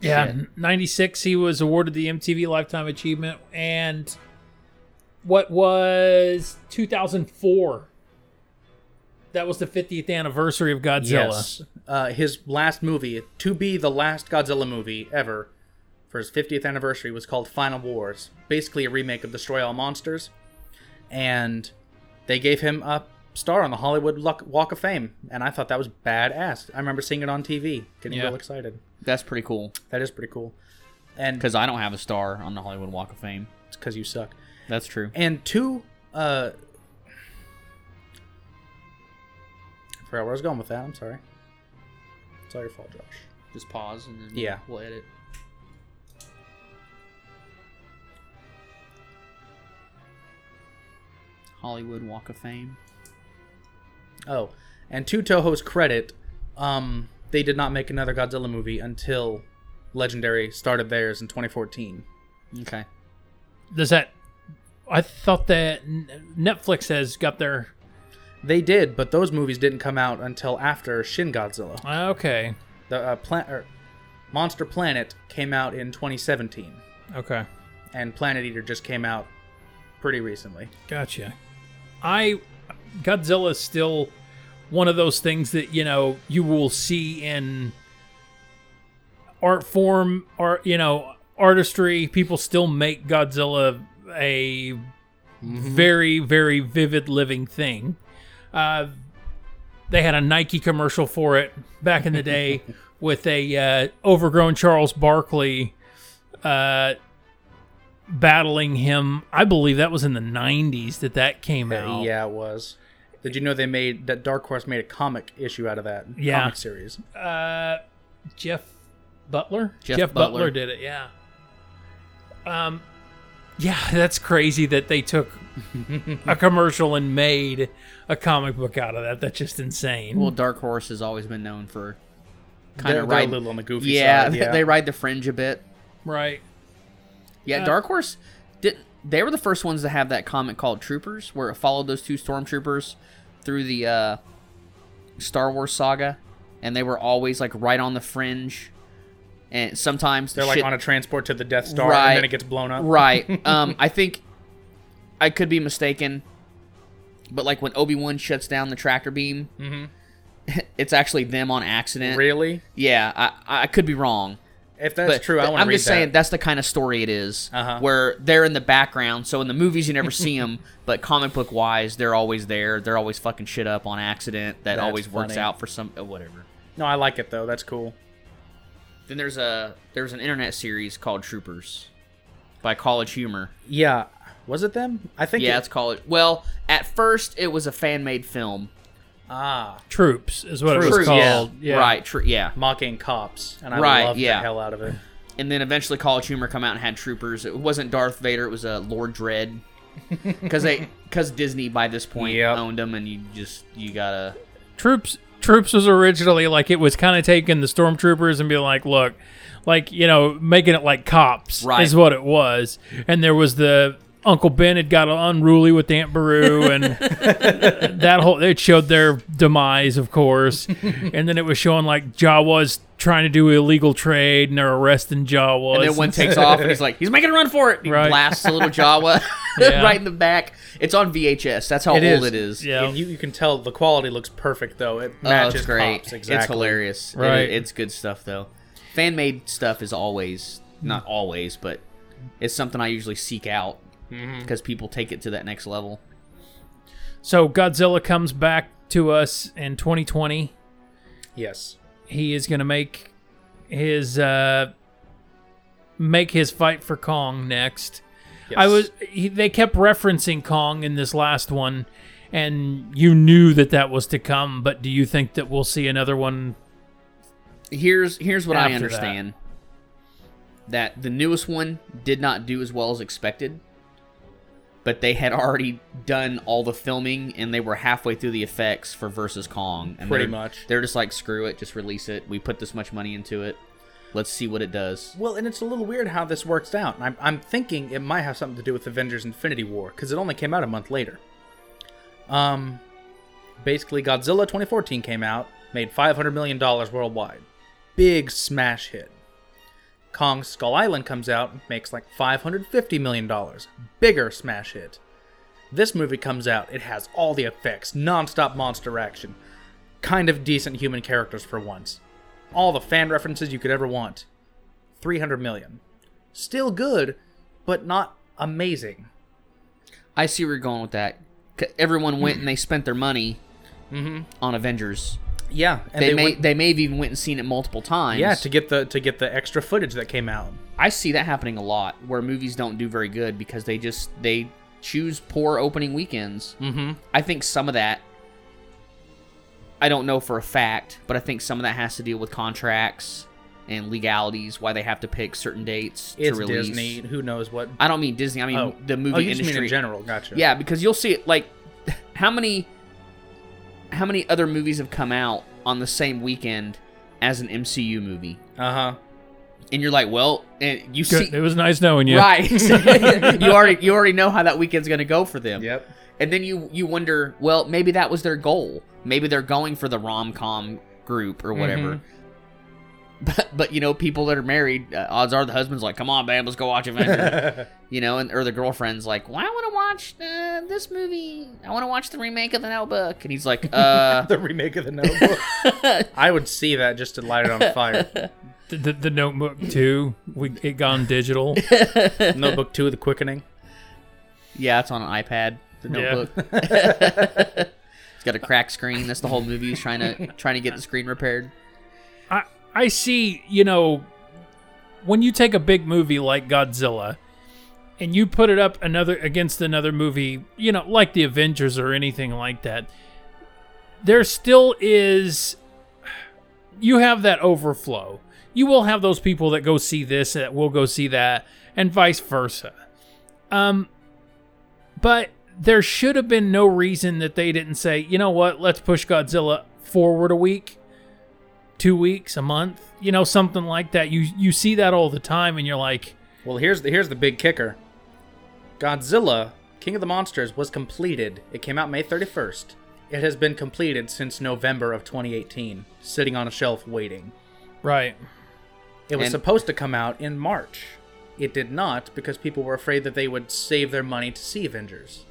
[SPEAKER 3] Yeah,
[SPEAKER 1] Shit.
[SPEAKER 3] 96 he was awarded the MTV Lifetime Achievement and what was 2004 that was the 50th anniversary of Godzilla.
[SPEAKER 2] Yes. Uh, his last movie, to be the last Godzilla movie ever, for his 50th anniversary, was called Final Wars. Basically, a remake of Destroy All Monsters. And they gave him a star on the Hollywood Luck- Walk of Fame. And I thought that was badass. I remember seeing it on TV, getting
[SPEAKER 3] Yeah.
[SPEAKER 2] real excited.
[SPEAKER 1] That's pretty cool
[SPEAKER 2] That is pretty cool. And
[SPEAKER 1] because I don't have a star on the Hollywood Walk of Fame.
[SPEAKER 2] because you suck.
[SPEAKER 1] That's true.
[SPEAKER 2] And two, uh, I forgot where I was going with that. I'm sorry. It's all your fault, Josh.
[SPEAKER 1] Just pause and then
[SPEAKER 2] Yeah.
[SPEAKER 1] we'll edit. Hollywood Walk of Fame.
[SPEAKER 2] Oh, and to Toho's credit, um, they did not make another Godzilla movie until Legendary started theirs in 2014.
[SPEAKER 1] Okay.
[SPEAKER 3] Does that I thought that N- Netflix has got their
[SPEAKER 2] They did, but those movies didn't come out until after Shin Godzilla.
[SPEAKER 3] Okay.
[SPEAKER 2] The uh, pla- er, Monster Planet came out in 2017,
[SPEAKER 3] Okay.
[SPEAKER 2] and Planet Eater just came out pretty recently.
[SPEAKER 3] Gotcha. I Godzilla is still one of those things that you know you will see in art form, art you know artistry. People still make Godzilla a very very vivid living thing. Uh, they had a Nike commercial for it back in the day with a uh, overgrown Charles Barkley. Uh, battling him. I believe that was in the 90s that that came out.
[SPEAKER 2] Yeah, it was. Did you know they made that Dark Horse made a comic issue out of that
[SPEAKER 3] Yeah.
[SPEAKER 2] comic series?
[SPEAKER 3] Uh, Jeff Butler?
[SPEAKER 1] Jeff
[SPEAKER 3] Butler.
[SPEAKER 1] Butler.
[SPEAKER 3] did it, yeah. Um, yeah, that's crazy that they took a commercial and made a comic book out of that. That's just insane.
[SPEAKER 1] Well, Dark Horse has always been known for kind
[SPEAKER 2] They're-
[SPEAKER 1] of
[SPEAKER 2] they're
[SPEAKER 1] right.
[SPEAKER 2] a little on the goofy
[SPEAKER 1] Yeah,
[SPEAKER 2] side. Yeah,
[SPEAKER 1] they ride the fringe a bit.
[SPEAKER 3] right.
[SPEAKER 1] Yeah,
[SPEAKER 3] Uh,
[SPEAKER 1] Dark Horse did. They were the first ones to have that comic called Troopers, where it followed those two stormtroopers through the uh, Star Wars saga, and they were always like right on the fringe, and sometimes
[SPEAKER 2] They're like on a transport to the Death Star,
[SPEAKER 1] Right.
[SPEAKER 2] and then it gets blown up.
[SPEAKER 1] right. Um, I think I could be mistaken, but like when Obi Wan shuts down the tractor beam,
[SPEAKER 2] Mm-hmm.
[SPEAKER 1] it's actually them on accident.
[SPEAKER 2] Really?
[SPEAKER 1] Yeah, I, I could be wrong.
[SPEAKER 2] If that's
[SPEAKER 1] but
[SPEAKER 2] true, I
[SPEAKER 1] th-
[SPEAKER 2] want to
[SPEAKER 1] I'm
[SPEAKER 2] read
[SPEAKER 1] just saying
[SPEAKER 2] that.
[SPEAKER 1] that's the kind of story it is,
[SPEAKER 2] Uh-huh.
[SPEAKER 1] where they're in the background. So in the movies, you never see them, but comic book wise, they're always there. They're always fucking shit up on accident. That
[SPEAKER 2] That's
[SPEAKER 1] always works
[SPEAKER 2] funny.
[SPEAKER 1] out for some uh, whatever.
[SPEAKER 2] No, I like it though. That's cool.
[SPEAKER 1] Then there's a there's an internet series called Troopers by College Humor.
[SPEAKER 2] Yeah. Was it them? I think.
[SPEAKER 1] yeah,
[SPEAKER 2] it-
[SPEAKER 1] it's called. Well, at first it was a fan made film.
[SPEAKER 2] ah,
[SPEAKER 3] Troops is what it was
[SPEAKER 1] Troops, yeah.
[SPEAKER 3] called. Yeah.
[SPEAKER 1] Right. Tr- yeah.
[SPEAKER 2] mocking cops, and I
[SPEAKER 1] Right,
[SPEAKER 2] love
[SPEAKER 1] yeah.
[SPEAKER 2] the hell out of it.
[SPEAKER 1] And then eventually College Humor come out and had Troopers. It wasn't Darth Vader. It was a uh, Lord Dread. Because they, because Disney by this point
[SPEAKER 2] Yep.
[SPEAKER 1] owned them, and you just you gotta.
[SPEAKER 3] Troops Troops was originally like it was kind of taking the stormtroopers and be like, look, like you know, making it like cops
[SPEAKER 1] Right.
[SPEAKER 3] is what it was. And there was the Uncle Ben had got unruly with Aunt Beru and that whole it showed their demise, of course. and then it was showing like Jawa's trying to do illegal trade and they're arresting Jawas.
[SPEAKER 1] And then one takes off, and he's like, he's making a run for it. And He
[SPEAKER 3] Right.
[SPEAKER 1] blasts a little Jawa
[SPEAKER 3] Yeah.
[SPEAKER 1] right in the back. It's on VHS. That's how
[SPEAKER 2] It
[SPEAKER 1] old
[SPEAKER 2] is.
[SPEAKER 1] it is.
[SPEAKER 3] Yeah.
[SPEAKER 2] And you, you can tell the quality looks perfect though. It
[SPEAKER 1] Oh,
[SPEAKER 2] matches
[SPEAKER 1] it's great.
[SPEAKER 2] Pops, exactly.
[SPEAKER 1] It's hilarious. It-
[SPEAKER 3] Right.
[SPEAKER 1] it's good stuff though. Fan made stuff is always
[SPEAKER 3] Mm.
[SPEAKER 1] not always, but it's something I usually seek out
[SPEAKER 2] Mm-hmm.
[SPEAKER 1] because people take it to that next level.
[SPEAKER 3] so Godzilla comes back to us in 2020.
[SPEAKER 2] Yes.
[SPEAKER 3] He is going to make his uh make his fight for Kong next.
[SPEAKER 2] yes.
[SPEAKER 3] I was he, they kept referencing Kong in this last one and you knew that that was to come, but do you think that we'll see another one?
[SPEAKER 1] Here's here's what I
[SPEAKER 3] After that.
[SPEAKER 1] understand. That the newest one did not do as well as expected, but they had already done all the filming and they were halfway through the effects for versus Kong. And
[SPEAKER 2] Pretty
[SPEAKER 1] they're-
[SPEAKER 2] much.
[SPEAKER 1] they're just like, screw it, just release it. We put this much money into it. Let's see what it does.
[SPEAKER 2] Well, and it's a little weird how this works out. I'm, I'm thinking it might have something to do with Avengers Infinity War, because it only came out a month later. Um, basically, Godzilla 2014 came out, made $500 million worldwide. Big smash hit. Kong Skull Island comes out, makes like $550 million. Bigger smash hit. This movie comes out, it has all the effects, non stop monster action, kind of decent human characters for once, all the fan references you could ever want. 300 million. Still good, but not amazing.
[SPEAKER 1] I see where you're going with that. 'Cause Everyone went and they spent their money on Avengers.
[SPEAKER 2] Yeah, Mm-hmm. and
[SPEAKER 1] they, may
[SPEAKER 2] went-
[SPEAKER 1] they may have even went and seen it multiple times.
[SPEAKER 2] yeah to get the to get the extra footage that came out.
[SPEAKER 1] I see that happening a lot where movies don't do very good because they just they choose poor opening weekends.
[SPEAKER 2] Mm-hmm.
[SPEAKER 1] I think some of that I don't know for a fact, but I think some of that has to deal with contracts and legalities why they have to pick certain dates
[SPEAKER 2] It's
[SPEAKER 1] to release.
[SPEAKER 2] Disney. Who knows what?
[SPEAKER 1] I don't mean Disney. I mean
[SPEAKER 2] oh,
[SPEAKER 1] the movie
[SPEAKER 2] oh, you just
[SPEAKER 1] industry
[SPEAKER 2] mean in general. Gotcha.
[SPEAKER 1] Yeah, because you'll see it like how many how many other movies have come out on the same weekend as an MCU movie?
[SPEAKER 2] Uh huh.
[SPEAKER 1] And you're like, well, and you see
[SPEAKER 3] Good. it was nice knowing you.
[SPEAKER 1] right. you already you already know how that weekend's going to go for them.
[SPEAKER 2] Yep.
[SPEAKER 1] And then you you wonder, well, maybe that was their goal. Maybe they're going for the rom-com group or whatever.
[SPEAKER 2] Mhm.
[SPEAKER 1] But, but you know, people that are married, uh, odds are the husband's like, "Come on, babe, let's go watch Avengers." you know, and or the girlfriend's like, "Well, I want to watch uh, this movie. I want to watch the remake of The Notebook," and he's like, "Uh,
[SPEAKER 2] the remake of the Notebook. I would see that just to light it on fire.
[SPEAKER 3] The, the, the Notebook 2, we it gone digital.
[SPEAKER 2] Notebook Two: The Quickening.
[SPEAKER 1] yeah, it's on an iPad. The
[SPEAKER 3] Yeah.
[SPEAKER 1] Notebook. it's got a cracked screen. That's the whole movie. He's trying to trying to get the screen repaired.
[SPEAKER 3] I I see, you know, when you take a big movie like Godzilla and you put it up another against another movie, you know, like the Avengers or anything like that, there still is you have that overflow. You will have those people that go see this that will go see that and vice versa. Um but there should have been no reason that they didn't say, "You know what? Let's push Godzilla forward a week." two weeks, a month, you know, something like that. You you see that all the time, and you're like,
[SPEAKER 2] Well, here's the here's the big kicker. Godzilla, King of the Monsters, was completed. It came out May 31st. It has been completed since November of 2018, sitting on a shelf waiting.
[SPEAKER 3] right,
[SPEAKER 2] It was
[SPEAKER 1] And-
[SPEAKER 2] supposed to come out in March. It did not because people were afraid that they would save their money to see Avengers.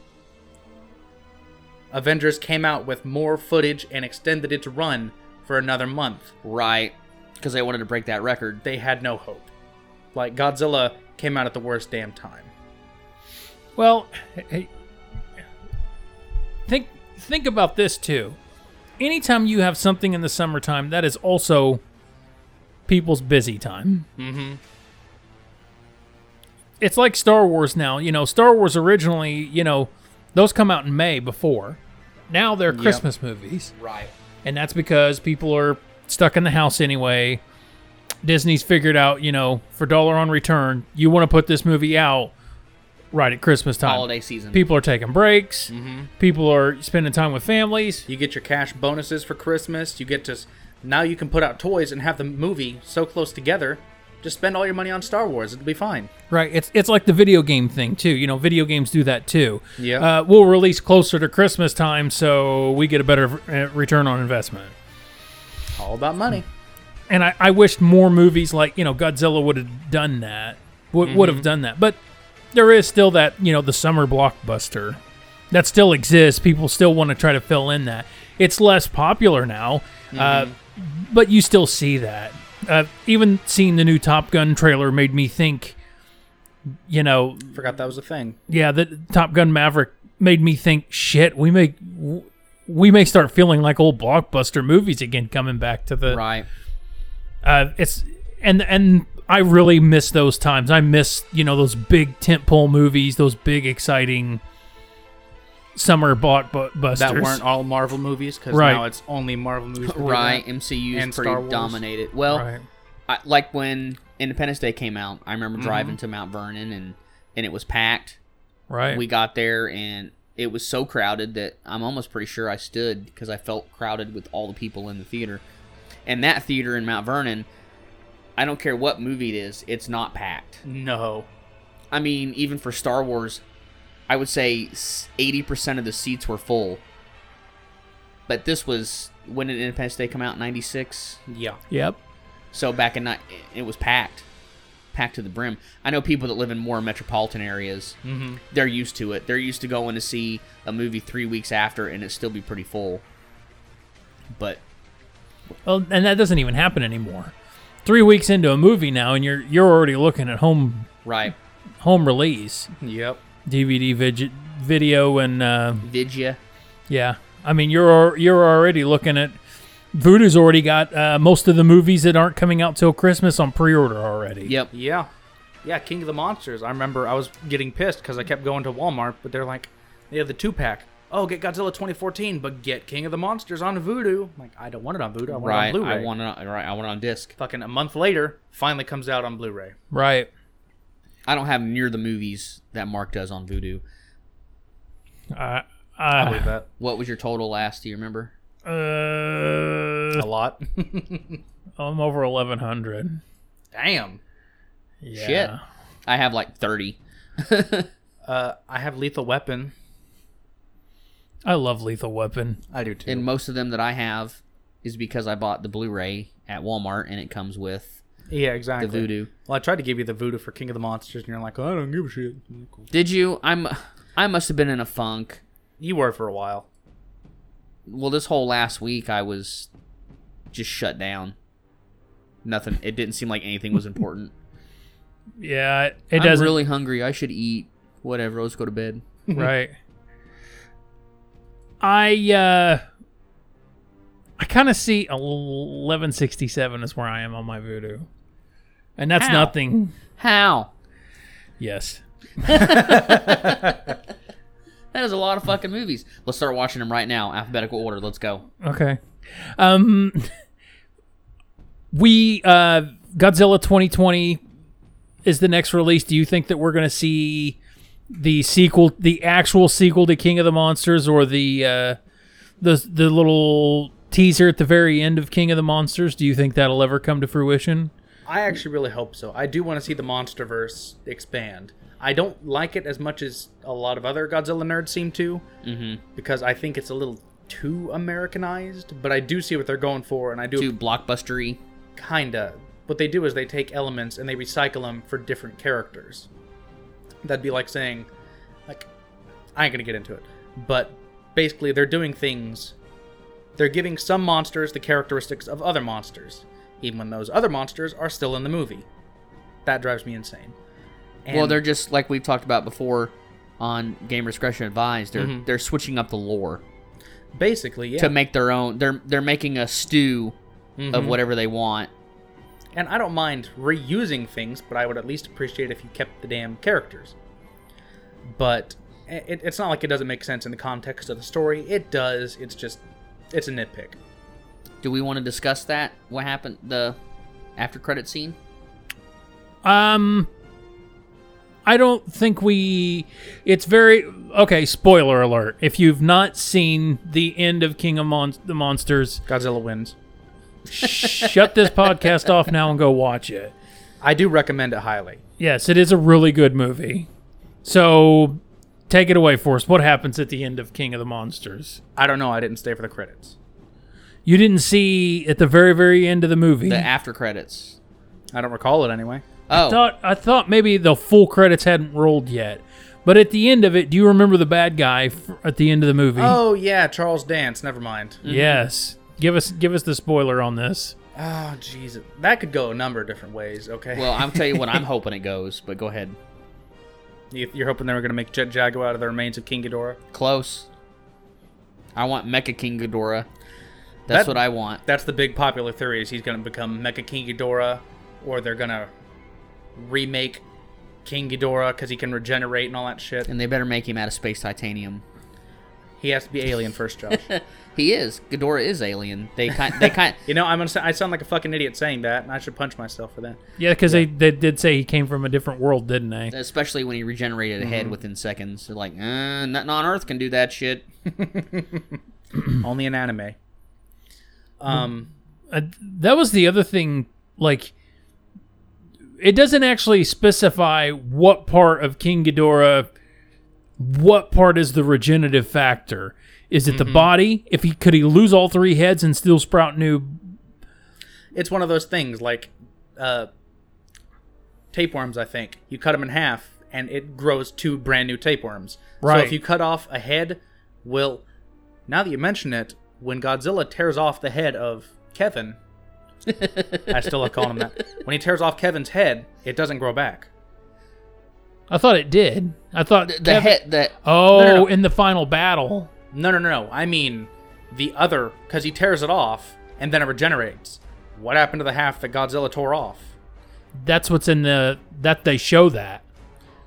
[SPEAKER 2] Avengers came out with more footage and extended its run for another month.
[SPEAKER 1] Right. Because they wanted to break that record.
[SPEAKER 2] They had no hope. Like, Godzilla came out at the worst damn time.
[SPEAKER 3] well, hey, hey, think think about this too. Anytime you have something in the summertime, that is also people's busy time. Mm-hmm. It's like Star Wars now. You know, Star Wars originally, you know, those come out in May before. Now they're Christmas movies.
[SPEAKER 1] Right.
[SPEAKER 3] and that's because people are stuck in the house anyway. Disney's figured out, you know, for dollar on return, you want to put this movie out right at Christmas time.
[SPEAKER 1] Holiday season.
[SPEAKER 3] People are taking breaks. People are spending time with families.
[SPEAKER 2] You get your cash bonuses for Christmas. You get to s- now you can put out toys and have the movie so close together. Just spend all your money on Star Wars. It'll be fine.
[SPEAKER 3] Right. It's it's like the video game thing too. You know, video games do that too.
[SPEAKER 2] Yeah.
[SPEAKER 3] Uh, we'll release closer to Christmas time, so we get a better uh, return on investment.
[SPEAKER 2] All about money.
[SPEAKER 3] and I, I wished more movies like you know Godzilla would have done that, would would have done that. But there is still that you know the summer blockbuster that still exists. People still want to try to fill in that. It's less popular now, uh, but you still see that. Uh, even seeing the new Top Gun trailer made me think, you know,
[SPEAKER 2] Forgot that was a thing.
[SPEAKER 3] yeah, that Top Gun Maverick made me think, shit, we may w- we may start feeling like old blockbuster movies again coming back to the
[SPEAKER 1] right.
[SPEAKER 3] uh, it's and and I really miss those times. I miss you know those big tentpole movies, those big exciting summer blockbusters.
[SPEAKER 2] That weren't all Marvel movies because
[SPEAKER 3] Right.
[SPEAKER 2] now it's only Marvel movies. that do
[SPEAKER 1] Right.
[SPEAKER 2] that.
[SPEAKER 1] MCU
[SPEAKER 2] And
[SPEAKER 1] is
[SPEAKER 2] Star
[SPEAKER 1] pretty
[SPEAKER 2] Wars.
[SPEAKER 1] dominated. Well,
[SPEAKER 3] right.
[SPEAKER 1] I, like when Independence Day came out, I remember
[SPEAKER 2] Mm-hmm.
[SPEAKER 1] driving to Mount Vernon and and it was packed.
[SPEAKER 3] Right.
[SPEAKER 1] We got there and it was so crowded that I'm almost pretty sure I stood because I felt crowded with all the people in the theater. And that theater in Mount Vernon, I don't care what movie it is, it's not packed.
[SPEAKER 2] No.
[SPEAKER 1] I mean, even for Star Wars, I would say s- 80% of the seats were full. But this was when did Independence Day come out? 96?
[SPEAKER 2] Yeah.
[SPEAKER 3] yep.
[SPEAKER 1] So back in night, it was packed, packed to the brim. I know people that live in more metropolitan areas;
[SPEAKER 2] Mm-hmm.
[SPEAKER 1] they're used to it. They're used to going to see a movie three weeks after, and it still be pretty full. But
[SPEAKER 3] Well, and that doesn't even happen anymore. Three weeks into a movie now, and you're you're already looking at home
[SPEAKER 1] right,
[SPEAKER 3] home release
[SPEAKER 2] Yep.
[SPEAKER 3] DVD vid- video and uh,
[SPEAKER 1] Vidya,
[SPEAKER 3] yeah. I mean, you're al- you're already looking at. Voodoo's already got uh, most of the movies that aren't coming out till Christmas on pre-order already.
[SPEAKER 1] yep,
[SPEAKER 2] Yeah. Yeah, King of the Monsters. I remember I was getting pissed because I kept going to Walmart, but they're like, they have the two pack. Oh, get Godzilla 2014, but get King of the Monsters on Voodoo. I'm like, I don't want it on Voodoo. I want it on
[SPEAKER 1] right.
[SPEAKER 2] Blu-ray.
[SPEAKER 1] I want it. On, right, I want it on disc.
[SPEAKER 2] Fucking a month later, finally comes out on Blu-ray.
[SPEAKER 3] Right.
[SPEAKER 1] I don't have near the movies that Mark does on Voodoo.
[SPEAKER 3] Uh,
[SPEAKER 2] I
[SPEAKER 3] uh,
[SPEAKER 2] believe that
[SPEAKER 1] What was your total last? Do you remember?
[SPEAKER 2] a
[SPEAKER 3] uh,
[SPEAKER 2] lot.
[SPEAKER 3] I'm over 1100.
[SPEAKER 2] Damn.
[SPEAKER 3] Yeah.
[SPEAKER 1] Shit, I have like thirty.
[SPEAKER 2] Uh, I have Lethal Weapon.
[SPEAKER 3] I love Lethal Weapon.
[SPEAKER 2] I do too.
[SPEAKER 1] and most of them that I have is because I bought the Blu-ray at Walmart, and it comes with
[SPEAKER 2] yeah,
[SPEAKER 1] the
[SPEAKER 2] exactly.
[SPEAKER 1] Voodoo.
[SPEAKER 2] Well, I tried to give you the Voodoo for King of the Monsters, and you're like, I don't give a shit.
[SPEAKER 1] Did you? I'm. I must have been in a funk.
[SPEAKER 2] You were for a while.
[SPEAKER 1] Well, this whole last week I was just shut down. Nothing. It didn't seem like anything was important.
[SPEAKER 3] Yeah, it- it
[SPEAKER 1] I'm
[SPEAKER 3] doesn't.
[SPEAKER 1] really hungry. I should eat. Whatever. Let's go to bed.
[SPEAKER 3] right. I uh I kind of see 1167 is where I am on my voodoo. And that's
[SPEAKER 1] How?
[SPEAKER 3] nothing.
[SPEAKER 1] How?
[SPEAKER 3] Yes.
[SPEAKER 1] That is a lot of fucking movies. Let's start watching them right now, alphabetical order. Let's go.
[SPEAKER 3] Okay. Um we uh Godzilla 2020 is the next release. Do you think that we're going to see the sequel the actual sequel to King of the Monsters or the uh the the little teaser at the very end of King of the Monsters? Do you think that'll ever come to fruition?
[SPEAKER 2] I actually really hope so. I do want to see the MonsterVerse expand. I don't like it as much as a lot of other Godzilla nerds seem to,
[SPEAKER 1] Mm-hmm.
[SPEAKER 2] because I think it's a little too Americanized. But I do see what they're going for, and I do
[SPEAKER 1] Too blockbustery.
[SPEAKER 2] kinda. What they do is they take elements and they recycle them for different characters. That'd be like saying, like, I ain't gonna get into it, but basically they're doing things. They're giving some monsters the characteristics of other monsters, even when those other monsters are still in the movie. That drives me insane. And
[SPEAKER 1] well, they're just like we've talked about before on Game Discretion Advised. They're
[SPEAKER 2] Mhm.
[SPEAKER 1] they're switching up the lore
[SPEAKER 2] basically yeah.
[SPEAKER 1] to make their own. They're they're making a stew of
[SPEAKER 2] Mhm.
[SPEAKER 1] whatever they want.
[SPEAKER 2] And I don't mind reusing things, but I would at least appreciate if you kept the damn characters. But i- it, it's not like it doesn't make sense in the context of the story. It does. It's just, it's a nitpick.
[SPEAKER 1] Do we want to discuss that? What happened? The after credit scene.
[SPEAKER 3] Um, I don't think we. It's very okay. Spoiler alert: If you've not seen the end of King of Mon- the Monsters,
[SPEAKER 2] Godzilla wins.
[SPEAKER 3] shut this podcast off now and go watch it.
[SPEAKER 2] I do recommend it highly.
[SPEAKER 3] Yes, it is a really good movie. So, take it away for us. What happens at the end of King of the Monsters?
[SPEAKER 2] I don't know. I didn't stay for the credits.
[SPEAKER 3] You didn't see at the very very end of the movie.
[SPEAKER 1] The after credits.
[SPEAKER 2] I don't recall it anyway.
[SPEAKER 1] Oh,
[SPEAKER 3] I thought I thought maybe the full credits hadn't rolled yet. But at the end of it, do you remember the bad guy f- at the end of the movie?
[SPEAKER 2] Oh yeah, Charles Dance. Never mind.
[SPEAKER 3] Yes. Give us give us the spoiler on this.
[SPEAKER 2] Oh jeez, that could go a number of different ways. Okay.
[SPEAKER 1] well, I'll tell you what I'm hoping it goes, but go ahead.
[SPEAKER 2] You- you're hoping they were gonna make Jet Jago out of the remains of King Ghidorah.
[SPEAKER 1] Close. I want Mecha King Ghidorah. That's
[SPEAKER 2] That-
[SPEAKER 1] what I want.
[SPEAKER 2] That's the big popular theory: is he's gonna become Mecha King Ghidorah, or they're gonna remake King Ghidorah because he can regenerate and all that shit.
[SPEAKER 1] And they better make him out of space titanium.
[SPEAKER 2] He has to be alien first, Josh.
[SPEAKER 1] He is. Ghidorah is alien. They kind. They kind.
[SPEAKER 2] you know, I'm gonna. sa- I sound like a fucking idiot saying that, and I should punch myself for that.
[SPEAKER 3] Yeah, because they, they did say he came from a different world, didn't they?
[SPEAKER 1] especially when he regenerated a head within seconds. They're like, uh, nothing on Earth can do that shit.
[SPEAKER 2] Only in anime. Um.
[SPEAKER 3] Uh, that was the other thing. Like, it doesn't actually specify what part of King Ghidorah, what part is the regenerative factor. Is it
[SPEAKER 2] Mm-hmm.
[SPEAKER 3] the body? If he could he lose all three heads and still sprout new?
[SPEAKER 2] it's one of those things like uh, tapeworms i think you cut them in half and it grows two brand new tapeworms so
[SPEAKER 3] Right.
[SPEAKER 2] if you cut off a head will now that you mention it when godzilla tears off the head of kevin i still love calling him that when he tears off kevin's head it doesn't grow back
[SPEAKER 3] I thought it did. I thought
[SPEAKER 1] The
[SPEAKER 3] Kevin-
[SPEAKER 1] head that
[SPEAKER 3] Oh,
[SPEAKER 2] No, no, no.
[SPEAKER 3] in the final battle.
[SPEAKER 2] no no no no i mean the other because he tears it off and then it regenerates what happened to the half that godzilla tore off
[SPEAKER 3] That's what's in the that they show that.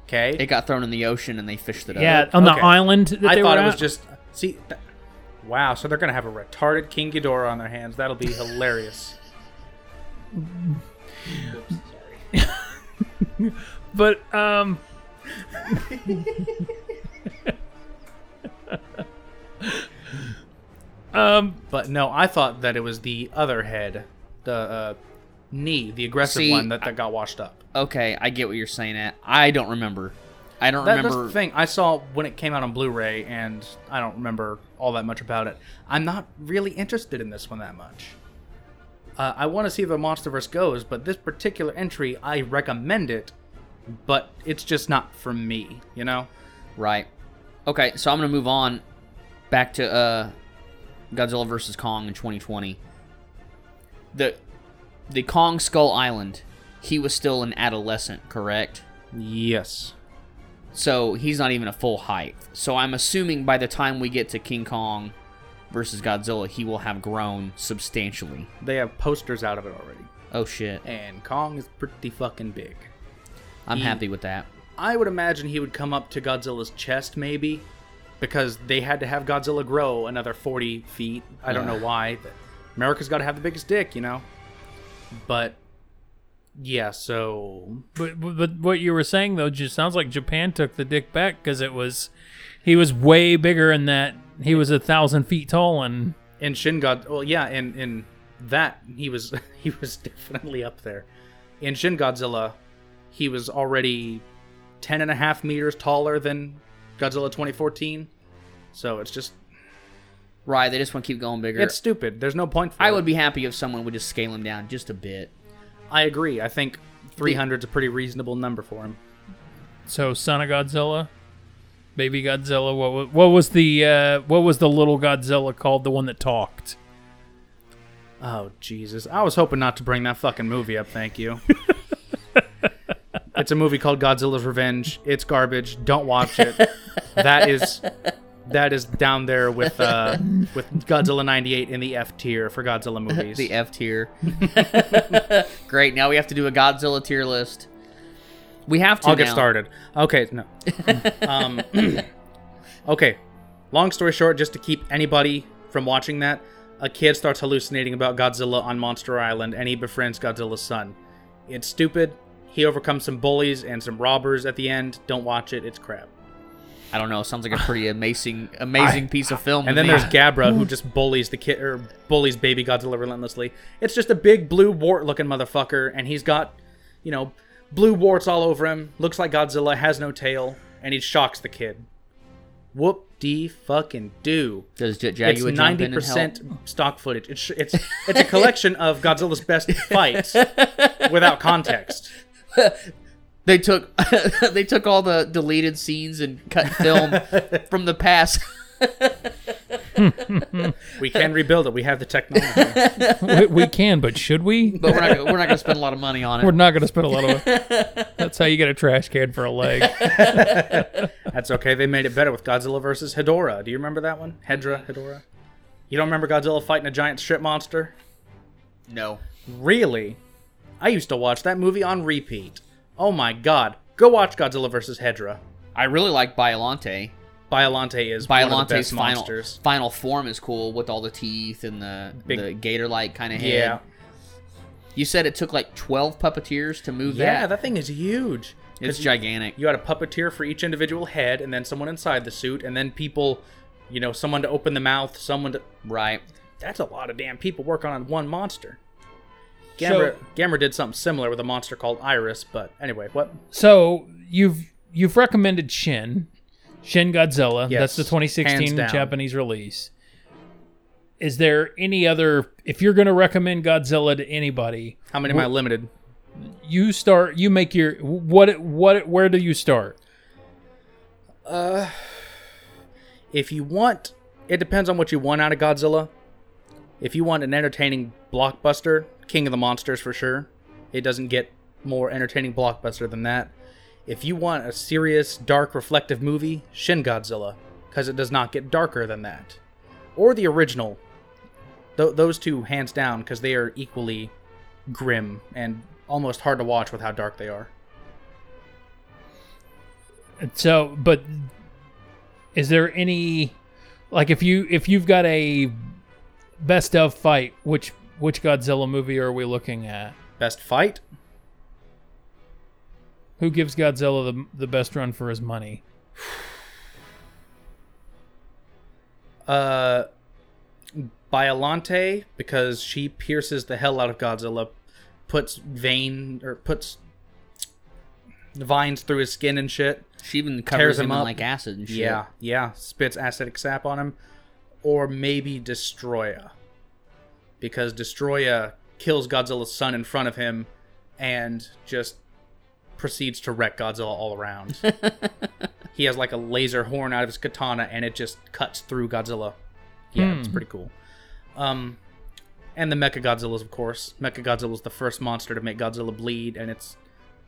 [SPEAKER 2] okay
[SPEAKER 1] it got thrown in the ocean and they fished it
[SPEAKER 3] Yeah,
[SPEAKER 1] up.
[SPEAKER 3] on
[SPEAKER 2] okay.
[SPEAKER 3] the island. That
[SPEAKER 2] I
[SPEAKER 3] they
[SPEAKER 2] thought
[SPEAKER 3] were
[SPEAKER 2] it was
[SPEAKER 3] at.
[SPEAKER 2] just see. Th- wow, so they're gonna have a retarded King Ghidorah on their hands. That'll be hilarious.
[SPEAKER 3] But um, um,
[SPEAKER 2] But no, I thought that it was the other head, the uh, knee, the aggressive
[SPEAKER 1] See,
[SPEAKER 2] one that, that got washed up.
[SPEAKER 1] Okay, I get what you're saying. At I don't remember. I don't
[SPEAKER 2] That, That's
[SPEAKER 1] remember.
[SPEAKER 2] the thing. I saw when it came out on Blu-ray, and I don't remember all that much about it. I'm not really interested in this one that much. Uh, I want to see the MonsterVerse goes, but this particular entry, I recommend it, but it's just not for me. You know.
[SPEAKER 1] Right. Okay, so I'm gonna move on back to uh, Godzilla vs Kong in 2020. The the Kong Skull Island. He was still an adolescent, correct?
[SPEAKER 2] Yes.
[SPEAKER 1] So he's not even a full height. So I'm assuming by the time we get to King Kong versus Godzilla, he will have grown substantially.
[SPEAKER 2] They have posters out of it already.
[SPEAKER 1] Oh shit.
[SPEAKER 2] And Kong is pretty fucking big.
[SPEAKER 1] I'm
[SPEAKER 2] He-
[SPEAKER 1] happy with that.
[SPEAKER 2] I would imagine he would come up to Godzilla's chest, maybe, because they had to have Godzilla grow another 40 feet. I don't know why. But America's got to have the biggest dick, you know? But, yeah, so.
[SPEAKER 3] but, but but what you were saying though just sounds like Japan took the dick back because it was he was way bigger in that he was a thousand feet tall and
[SPEAKER 2] In Shin God. Well, yeah, in, in that, he was, he was definitely up there. In Shin Godzilla, he was already 10 and a half meters taller than Godzilla 2014. So it's just
[SPEAKER 1] Right, they just want to keep going bigger.
[SPEAKER 2] It's stupid. There's no point for
[SPEAKER 1] I
[SPEAKER 2] it.
[SPEAKER 1] would be happy if someone would just scale him down just a bit.
[SPEAKER 2] I agree. I think 300's a pretty reasonable number for him.
[SPEAKER 3] so Son of Godzilla, Baby Godzilla. What was, what was the uh, what was the little Godzilla called? The one that talked.
[SPEAKER 2] Oh, Jesus. I was hoping not to bring that fucking movie up, thank you. it's a movie called Godzilla's Revenge. It's garbage. Don't watch it. That is that is down there with uh with Godzilla 98 in the F tier for Godzilla movies.
[SPEAKER 1] The F tier. Great, now we have to do a Godzilla tier list. We have to
[SPEAKER 2] I'll get
[SPEAKER 1] now.
[SPEAKER 2] started. Okay, no. um, okay. Long story short, just to keep anybody from watching that, a kid starts hallucinating about Godzilla on Monster Island, and he befriends Godzilla's son. It's stupid. He overcomes some bullies and some robbers at the end. Don't watch it. It's crap.
[SPEAKER 1] I don't know, sounds like a pretty amazing amazing piece of film.
[SPEAKER 2] And
[SPEAKER 1] to
[SPEAKER 2] then
[SPEAKER 1] me.
[SPEAKER 2] there's Gabra
[SPEAKER 1] Mm.
[SPEAKER 2] who just bullies the kid or bullies baby Godzilla relentlessly. It's just a big blue wart looking motherfucker, and he's got, you know, blue warts all over him. Looks like Godzilla has no tail, and he shocks the kid. Whoop de fucking do.
[SPEAKER 1] Does Jet
[SPEAKER 2] It's
[SPEAKER 1] Jaguar jump
[SPEAKER 2] ninety
[SPEAKER 1] in and help?
[SPEAKER 2] percent stock footage. It's it's it's a collection of Godzilla's best fights without context.
[SPEAKER 1] They took they took all the deleted scenes and cut film from the past.
[SPEAKER 2] We can rebuild it. We have the technology.
[SPEAKER 3] we, we can, but should we?
[SPEAKER 1] but we're not gonna- we're not gonna spend a lot of money on
[SPEAKER 3] We're
[SPEAKER 1] it.
[SPEAKER 3] not going to spend a lot of. That's how you get a trash can for a leg.
[SPEAKER 2] That's okay. They made it better with Godzilla versus Hedorah. Do you remember that one? Hedra, Hedorah. You don't remember Godzilla fighting a giant strip monster?
[SPEAKER 1] No,
[SPEAKER 2] Really? I used to watch that movie on repeat. Oh my god. Go watch Godzilla versus Hedra.
[SPEAKER 1] I really like Biolante.
[SPEAKER 2] Biolante is one of the
[SPEAKER 1] Biolante's
[SPEAKER 2] best
[SPEAKER 1] final
[SPEAKER 2] monsters.
[SPEAKER 1] final form is cool with all the teeth and the
[SPEAKER 2] Big-
[SPEAKER 1] the gator like kind of head.
[SPEAKER 2] Yeah.
[SPEAKER 1] You said it took like twelve puppeteers to move
[SPEAKER 2] Yeah,
[SPEAKER 1] that.
[SPEAKER 2] that thing is huge. 'Cause
[SPEAKER 1] it's
[SPEAKER 2] you-
[SPEAKER 1] gigantic.
[SPEAKER 2] You had a puppeteer for each individual head, and then someone inside the suit, and then people, you know, someone to open the mouth, someone to.
[SPEAKER 1] Right.
[SPEAKER 2] That's a lot of damn people working on one monster.
[SPEAKER 3] So-
[SPEAKER 2] Gamera, Gamera did something similar with a monster called Iris, but anyway, what?
[SPEAKER 3] So you've you've recommended Shin, Shin Godzilla.
[SPEAKER 2] Yes,
[SPEAKER 3] That's the 2016
[SPEAKER 2] hands down.
[SPEAKER 3] Japanese release. Is there any other? If you're going to recommend Godzilla to anybody,
[SPEAKER 2] How many am I limited?
[SPEAKER 3] you start. You make your what? What? Where do you start?
[SPEAKER 2] Uh, if you want, it depends on what you want out of Godzilla. If you want an entertaining blockbuster, King of the Monsters for sure. It doesn't get more entertaining blockbuster than that. If you want a serious, dark, reflective movie, Shin Godzilla, because it does not get darker than that. Or the original. Th- those two, hands down, because they are equally grim and almost hard to watch with how dark they are.
[SPEAKER 3] So, but is there any like if you if you've got a best of fight, which which Godzilla movie are we looking at?
[SPEAKER 2] Best fight?
[SPEAKER 3] Who gives Godzilla the the best run for his money?
[SPEAKER 2] uh Biolante because she pierces the hell out of Godzilla, puts vein or puts vines through his skin and shit.
[SPEAKER 1] She even covers
[SPEAKER 2] Tears
[SPEAKER 1] him
[SPEAKER 2] him
[SPEAKER 1] in
[SPEAKER 2] up.
[SPEAKER 1] like acid and shit.
[SPEAKER 2] Yeah, yeah, spits acidic sap on him or maybe Destroya. Because Destroya kills Godzilla's son in front of him and just proceeds to wreck Godzilla all around. he has like a laser horn out of his katana and it just cuts through Godzilla. Yeah,
[SPEAKER 1] Hmm.
[SPEAKER 2] it's pretty cool. Um and the Mecha Godzilla's of course. Mecha Godzilla's the first monster to make Godzilla bleed and it's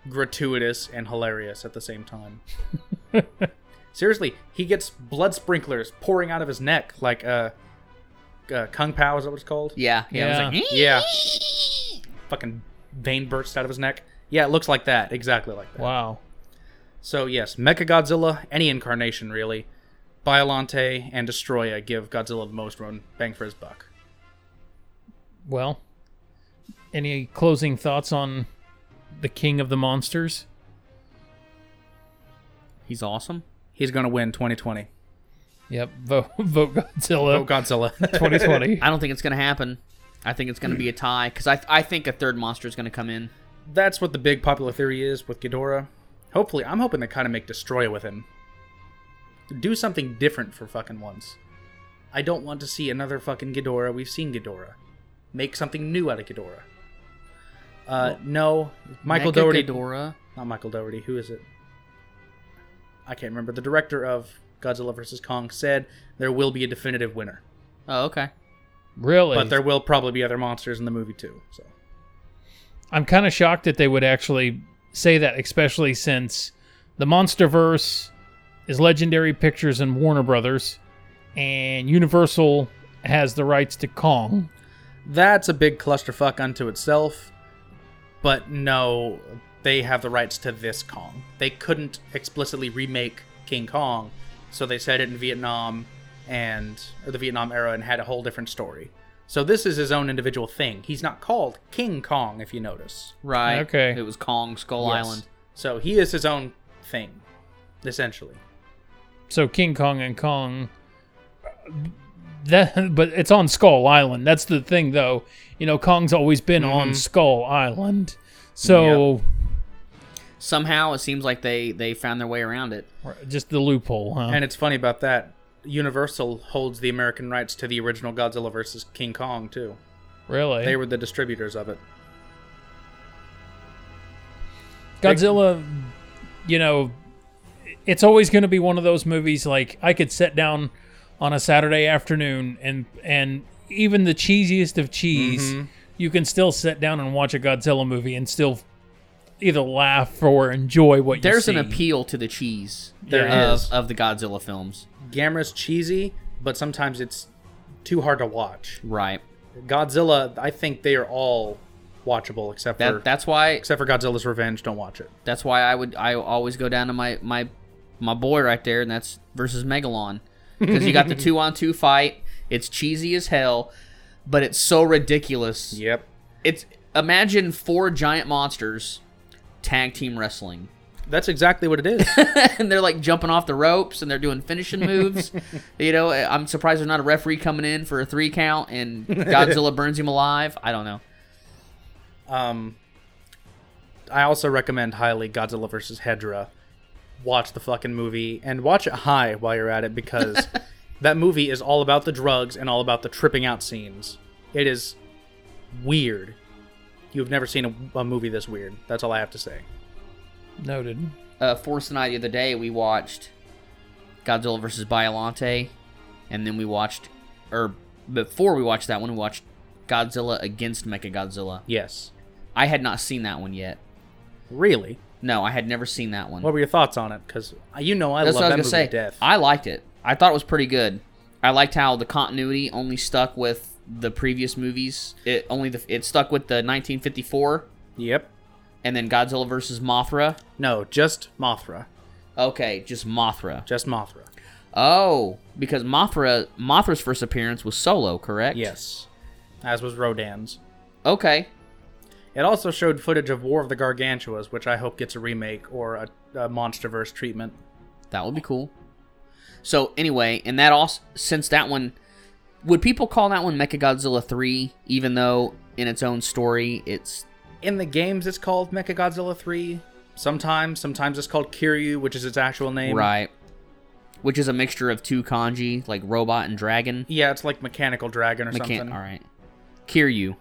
[SPEAKER 2] gratuitous and hilarious at the same time. Seriously, he gets blood sprinklers pouring out of his neck like uh, uh Kung Pao is that what it's called?
[SPEAKER 1] Yeah. Yeah. I was
[SPEAKER 3] Yeah.
[SPEAKER 1] like, "Eh?"
[SPEAKER 2] Yeah. Fucking vein bursts out of his neck. Yeah, it looks like that, exactly like that.
[SPEAKER 3] Wow.
[SPEAKER 2] So yes, Mechagodzilla, any incarnation really, Biolante and Destroya give Godzilla the most run bang for his buck.
[SPEAKER 3] Well, any closing thoughts on the King of the Monsters?
[SPEAKER 1] He's awesome.
[SPEAKER 2] He's gonna win 2020.
[SPEAKER 3] Yep, vote vote
[SPEAKER 2] Oh
[SPEAKER 3] Godzilla
[SPEAKER 2] Godzilla.
[SPEAKER 3] 2020.
[SPEAKER 1] I don't think it's gonna happen. I think it's gonna be a tie because I I think a third monster is gonna come in.
[SPEAKER 2] That's what the big popular theory is with Ghidorah. Hopefully, I'm hoping they kind of make Destroya with him. Do something different for fucking once. I don't want to see another fucking Ghidorah. We've seen Ghidorah. Make something new out of Ghidorah. Uh, no, Michael
[SPEAKER 1] Mecha
[SPEAKER 2] Doherty.
[SPEAKER 1] Ghidorah.
[SPEAKER 2] Not Michael Dougherty. Who is it? I can't remember. The director of Godzilla vs Kong said there will be a definitive winner,
[SPEAKER 1] Oh, okay.
[SPEAKER 3] Really?
[SPEAKER 2] but there will probably be other monsters in the movie too. So
[SPEAKER 3] I'm kind of shocked that they would actually say that, especially since the MonsterVerse is Legendary Pictures and Warner Brothers, and Universal has the rights to Kong.
[SPEAKER 2] that's a big clusterfuck unto itself. But no, they have the rights to this Kong. They couldn't explicitly remake King Kong, so they set it in Vietnam and or the Vietnam era and had a whole different story. So this is his own individual thing. He's not called King Kong, if you notice.
[SPEAKER 1] Right.
[SPEAKER 3] Okay.
[SPEAKER 1] It was Kong Skull
[SPEAKER 2] Yes.
[SPEAKER 1] Island.
[SPEAKER 2] So he is his own thing, essentially.
[SPEAKER 3] So King Kong and Kong. That, but it's on Skull Island. That's the thing, though. You know, Kong's always been on Skull Island, so
[SPEAKER 1] somehow it seems like they they found their way around it.
[SPEAKER 3] Or Just the loophole, huh?
[SPEAKER 2] And it's funny about that. Universal holds the American rights to the original Godzilla versus King Kong too.
[SPEAKER 3] really?
[SPEAKER 2] They were the distributors of it.
[SPEAKER 3] Godzilla, you know, it's always going to be one of those movies. Like I could sit down on a Saturday afternoon and and even the cheesiest of cheese, you can still sit down and watch a Godzilla movie and still either laugh or enjoy what
[SPEAKER 1] There's
[SPEAKER 3] you see.
[SPEAKER 1] an appeal to the cheese
[SPEAKER 2] There
[SPEAKER 1] of,
[SPEAKER 2] is.
[SPEAKER 1] of the Godzilla films.
[SPEAKER 2] Gamera's cheesy, but sometimes it's too hard to watch.
[SPEAKER 1] Right.
[SPEAKER 2] Godzilla, I think they are all watchable except for
[SPEAKER 1] That that's why
[SPEAKER 2] except for Godzilla's Revenge. Don't watch it.
[SPEAKER 1] that's why I would I always go down to my my my boy right there, and that's versus Megalon because you got the two on two fight. It's cheesy as hell, but it's so ridiculous.
[SPEAKER 2] Yep.
[SPEAKER 1] It's imagine four giant monsters tag team wrestling.
[SPEAKER 2] That's exactly what it is.
[SPEAKER 1] and they're like jumping off the ropes and they're doing finishing moves. you know, I'm surprised there's not a referee coming in for a three count and Godzilla burns him alive. I don't know.
[SPEAKER 2] Um, I also recommend highly Godzilla vs. Hedra. Watch the fucking movie and watch it high while you're at it because that movie is all about the drugs and all about the tripping out scenes. It is weird. You've never seen a, a movie this weird. That's all I have to say.
[SPEAKER 3] Noted.
[SPEAKER 1] Uh, Force and I the other day we watched Godzilla versus Biolante, and then we watched, or before we watched that one, we watched Godzilla against Mechagodzilla.
[SPEAKER 2] Yes.
[SPEAKER 1] I had not seen that one yet.
[SPEAKER 2] Really?
[SPEAKER 1] No, I had never seen that one.
[SPEAKER 2] What were your thoughts on it? Because you know I
[SPEAKER 1] That's
[SPEAKER 2] love
[SPEAKER 1] what I
[SPEAKER 2] that
[SPEAKER 1] was
[SPEAKER 2] movie
[SPEAKER 1] gonna
[SPEAKER 2] to
[SPEAKER 1] say.
[SPEAKER 2] death.
[SPEAKER 1] I liked it. I thought it was pretty good. I liked how the continuity only stuck with the previous movies. It only the, it stuck with the 1954
[SPEAKER 2] yep.
[SPEAKER 1] and then Godzilla versus Mothra.
[SPEAKER 2] No, just Mothra.
[SPEAKER 1] Okay, just Mothra.
[SPEAKER 2] Just Mothra.
[SPEAKER 1] Oh, because Mothra Mothra's first appearance was solo, correct?
[SPEAKER 2] Yes. As was Rodan's.
[SPEAKER 1] Okay.
[SPEAKER 2] It also showed footage of War of the Gargantuas, which I hope gets a remake or a, a MonsterVerse treatment.
[SPEAKER 1] That would be cool. So anyway, and that also since that one, would people call that one Mechagodzilla three? Even though in its own story, it's
[SPEAKER 2] In the games, it's called Mechagodzilla 3. Sometimes, sometimes it's called Kiryu, which is its actual name.
[SPEAKER 1] Right. Which is a mixture of two kanji, like robot and dragon.
[SPEAKER 2] Yeah, it's like Mechanical Dragon or
[SPEAKER 1] Mechan-
[SPEAKER 2] something.
[SPEAKER 1] all right. Kiryu.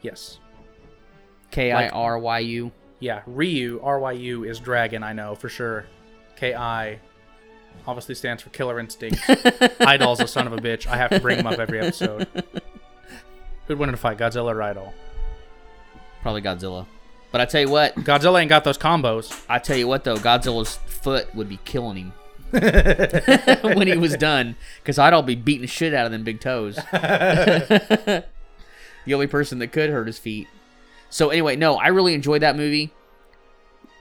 [SPEAKER 2] Yes.
[SPEAKER 1] K I R Y U.
[SPEAKER 2] Yeah, Ryu, R-Y-U, is dragon, I know, for sure. K-I obviously stands for Killer Instinct. Idol's a son of a bitch. I have to bring him up every episode. Who'd win in a fight, Godzilla or Idol?
[SPEAKER 1] Probably Godzilla. But I tell you what,
[SPEAKER 2] Godzilla ain't got those combos.
[SPEAKER 1] I tell you what though, Godzilla's foot would be killing him when he was done, because I'd all be beating the shit out of them big toes. the only person that could hurt his feet. So anyway, no, I really enjoyed that movie,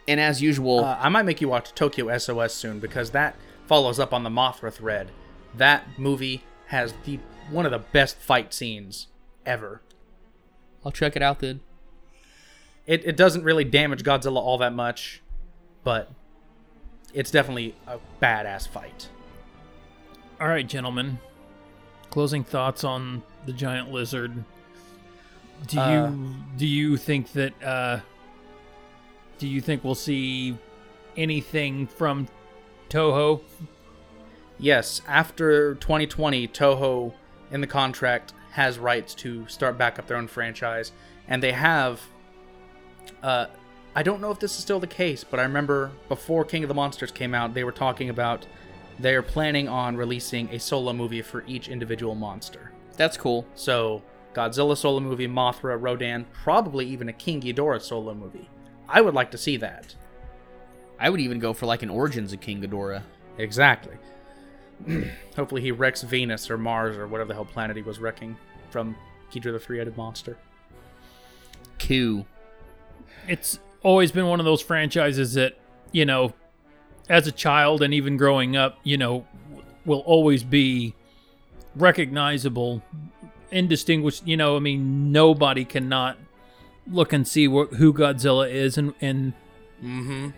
[SPEAKER 1] and as usual,
[SPEAKER 2] Uh, I might make you watch Tokyo SOS soon because that follows up on the Mothra thread. That movie has the one of the best fight scenes ever.
[SPEAKER 1] I'll check it out then.
[SPEAKER 2] It, it doesn't really damage Godzilla all that much, but it's definitely a badass fight.
[SPEAKER 3] All right, gentlemen. Closing thoughts on the giant lizard. Do
[SPEAKER 2] Uh,
[SPEAKER 3] you do you think that uh, do you think we'll see anything from Toho?
[SPEAKER 2] Yes, after 2020, Toho in the contract has rights to start back up their own franchise, and they have. Uh, I don't know if this is still the case, but I remember before King of the Monsters came out, they were talking about they are planning on releasing a solo movie for each individual monster.
[SPEAKER 1] That's cool.
[SPEAKER 2] So Godzilla solo movie, Mothra, Rodan, probably even a King Ghidorah solo movie. I would like to see that.
[SPEAKER 1] I would even go for like an Origins of King Ghidorah.
[SPEAKER 2] Exactly. Hopefully he wrecks Venus or Mars or whatever the hell planet he was wrecking from Ghidra the Three-Headed Monster.
[SPEAKER 1] Q.
[SPEAKER 3] It's always been one of those franchises that you know, as a child and even growing up, you know, will always be recognizable, indistinguished. You know, I mean, nobody cannot look and see what, who Godzilla is and and
[SPEAKER 2] Mm-hmm.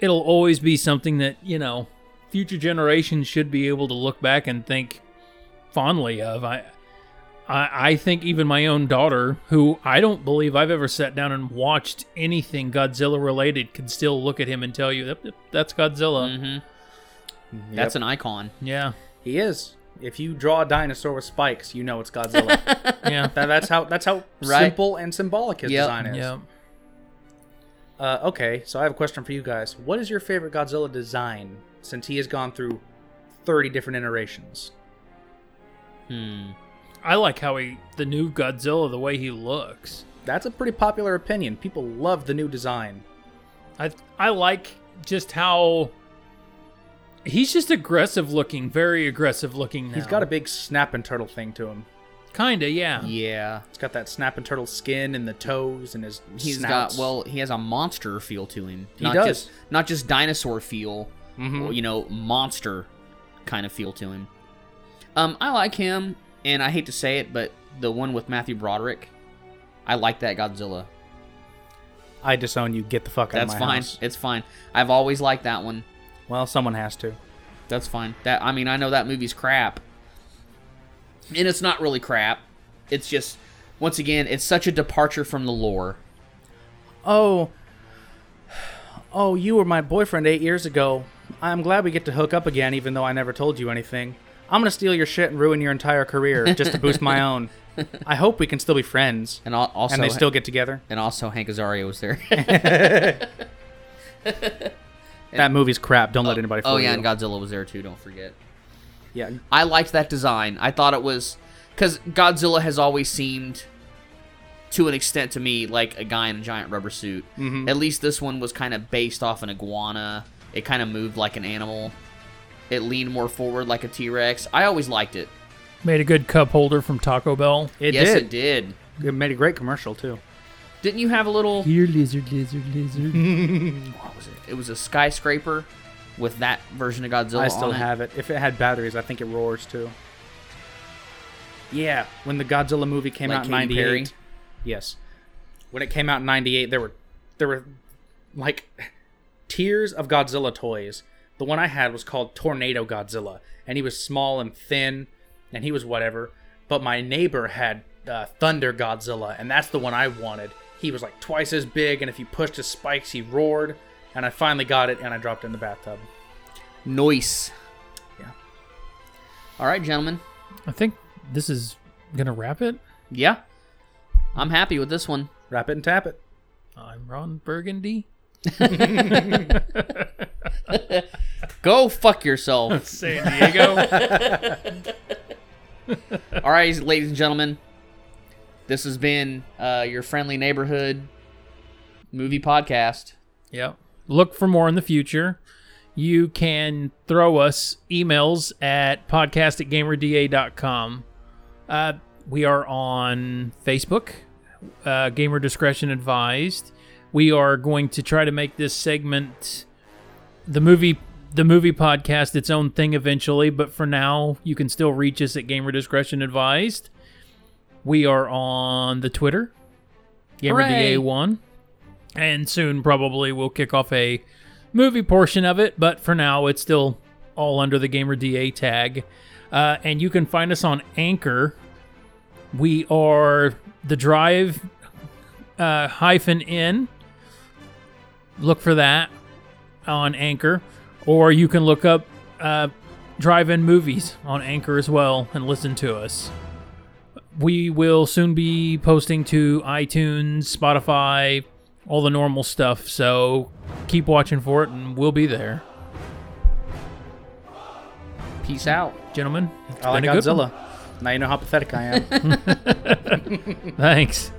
[SPEAKER 3] it'll always be something that you know future generations should be able to look back and think fondly of i I, I think even my own daughter, who I don't believe I've ever sat down and watched anything Godzilla related, can still look at him and tell you "Yep, yep, that's Godzilla.
[SPEAKER 2] Mm-hmm.
[SPEAKER 1] hmm That's an icon.
[SPEAKER 3] Yeah,
[SPEAKER 2] He is. If you draw a dinosaur with spikes, you know it's Godzilla.
[SPEAKER 3] yeah,
[SPEAKER 2] that, that's how that's how
[SPEAKER 1] Right.
[SPEAKER 2] simple and symbolic his
[SPEAKER 1] Yep.
[SPEAKER 2] design is.
[SPEAKER 3] yeah.
[SPEAKER 2] Uh, okay, so I have a question for you guys. What is your favorite Godzilla design since he has gone through 30 different iterations?
[SPEAKER 1] Hmm.
[SPEAKER 3] I like how he, the new Godzilla, the way he looks.
[SPEAKER 2] That's a pretty popular opinion. People love the new design.
[SPEAKER 3] I I like just how he's just aggressive looking, very aggressive looking. Now.
[SPEAKER 2] He's got a big snap and turtle thing to him.
[SPEAKER 3] kinda,
[SPEAKER 2] Uh-huh.
[SPEAKER 3] yeah.
[SPEAKER 1] Yeah.
[SPEAKER 2] It's got that snap and turtle skin and the toes and his
[SPEAKER 1] He's
[SPEAKER 2] snouts.
[SPEAKER 1] got well, he has a monster feel to him.
[SPEAKER 2] He
[SPEAKER 1] not
[SPEAKER 2] does.
[SPEAKER 1] just not just dinosaur feel,
[SPEAKER 2] Mhm.
[SPEAKER 1] or, you know, monster kind of feel to him. Um, I like him, and I hate to say it, but the one with Matthew Broderick, I like that Godzilla.
[SPEAKER 2] I disown you. Get the fuck out
[SPEAKER 1] That's
[SPEAKER 2] of my
[SPEAKER 1] fine.
[SPEAKER 2] house.
[SPEAKER 1] It's fine. I've always liked that one.
[SPEAKER 2] Well, someone has to.
[SPEAKER 1] That's fine. That I mean, I know that movie's crap. And it's not really crap. It's just once again, it's such a departure from the lore.
[SPEAKER 2] Oh, oh, you were my boyfriend eight years ago. I'm glad we get to hook up again, even though I never told you anything. I'm gonna steal your shit and ruin your entire career just to boost my own. I hope we can still be friends
[SPEAKER 1] And al- also
[SPEAKER 2] and they still get together.
[SPEAKER 1] and also Hank Azaria was there.
[SPEAKER 2] That movie's crap. Don't let anybody. Fool
[SPEAKER 1] oh yeah,
[SPEAKER 2] you.
[SPEAKER 1] and Godzilla was there too, don't forget.
[SPEAKER 2] yeah.
[SPEAKER 1] I liked that design. I thought it was cuz Godzilla has always seemed to an extent to me like a guy in a giant rubber suit.
[SPEAKER 2] Mm-hmm.
[SPEAKER 1] At least this one was kind of based off an iguana. It kind of moved like an animal. It leaned more forward like a T-Rex. I always liked it.
[SPEAKER 3] Made a good cup holder from Taco Bell.
[SPEAKER 2] It
[SPEAKER 1] yes,
[SPEAKER 2] did.
[SPEAKER 1] it did.
[SPEAKER 2] It made a great commercial too.
[SPEAKER 1] Didn't you have a little?
[SPEAKER 3] Here, lizard, lizard, lizard.
[SPEAKER 1] What was it? It was a skyscraper with that version of Godzilla.
[SPEAKER 2] I still
[SPEAKER 1] on it.
[SPEAKER 2] have it. If it had batteries, I think it roars too. Yeah, when the Godzilla movie came
[SPEAKER 1] Like
[SPEAKER 2] out in
[SPEAKER 1] Katy Perry?
[SPEAKER 2] '98. Yes, when it came out in '98, there were there were like tiers of Godzilla toys. The one I had was called Tornado Godzilla, and he was small and thin, and he was whatever. But my neighbor had uh, Thunder Godzilla, and that's the one I wanted. He was like twice as big, and if you pushed his spikes, he roared. And I finally got it, and I dropped it in the bathtub.
[SPEAKER 1] Noise.
[SPEAKER 2] Yeah.
[SPEAKER 1] All right, gentlemen.
[SPEAKER 3] I think this is gonna wrap it.
[SPEAKER 1] Yeah, I'm happy with this one.
[SPEAKER 2] Wrap it and tap it.
[SPEAKER 3] I'm Ron Burgundy.
[SPEAKER 1] Go fuck yourself.
[SPEAKER 3] San Diego.
[SPEAKER 1] All right, ladies and gentlemen. This has been uh, your friendly neighborhood movie podcast.
[SPEAKER 3] yep. Look for more in the future. You can throw us emails at podcast at gamerda.com. Uh, we are on Facebook, uh, Gamer Discretion Advised. We are going to try to make this segment the movie the movie podcast its own thing eventually, but for now you can still reach us at Gamer Discretion Advised. We are on the Twitter,
[SPEAKER 1] Hooray.
[SPEAKER 3] GamerDA1. And soon probably we'll kick off a movie portion of it, but for now it's still all under the GamerDA tag. Uh, and you can find us on Anchor. We are the Drive uh, hyphen in. Look for that on Anchor, or you can look up uh, Drive In Movies on Anchor as well and listen to us. We will soon be posting to iTunes, Spotify, all the normal stuff. So keep watching for it, and we'll be there,
[SPEAKER 1] Peace out.
[SPEAKER 3] gentlemen. it's
[SPEAKER 2] I like
[SPEAKER 3] been a good one.
[SPEAKER 2] Godzilla. Now you know how pathetic I am.
[SPEAKER 3] Thanks.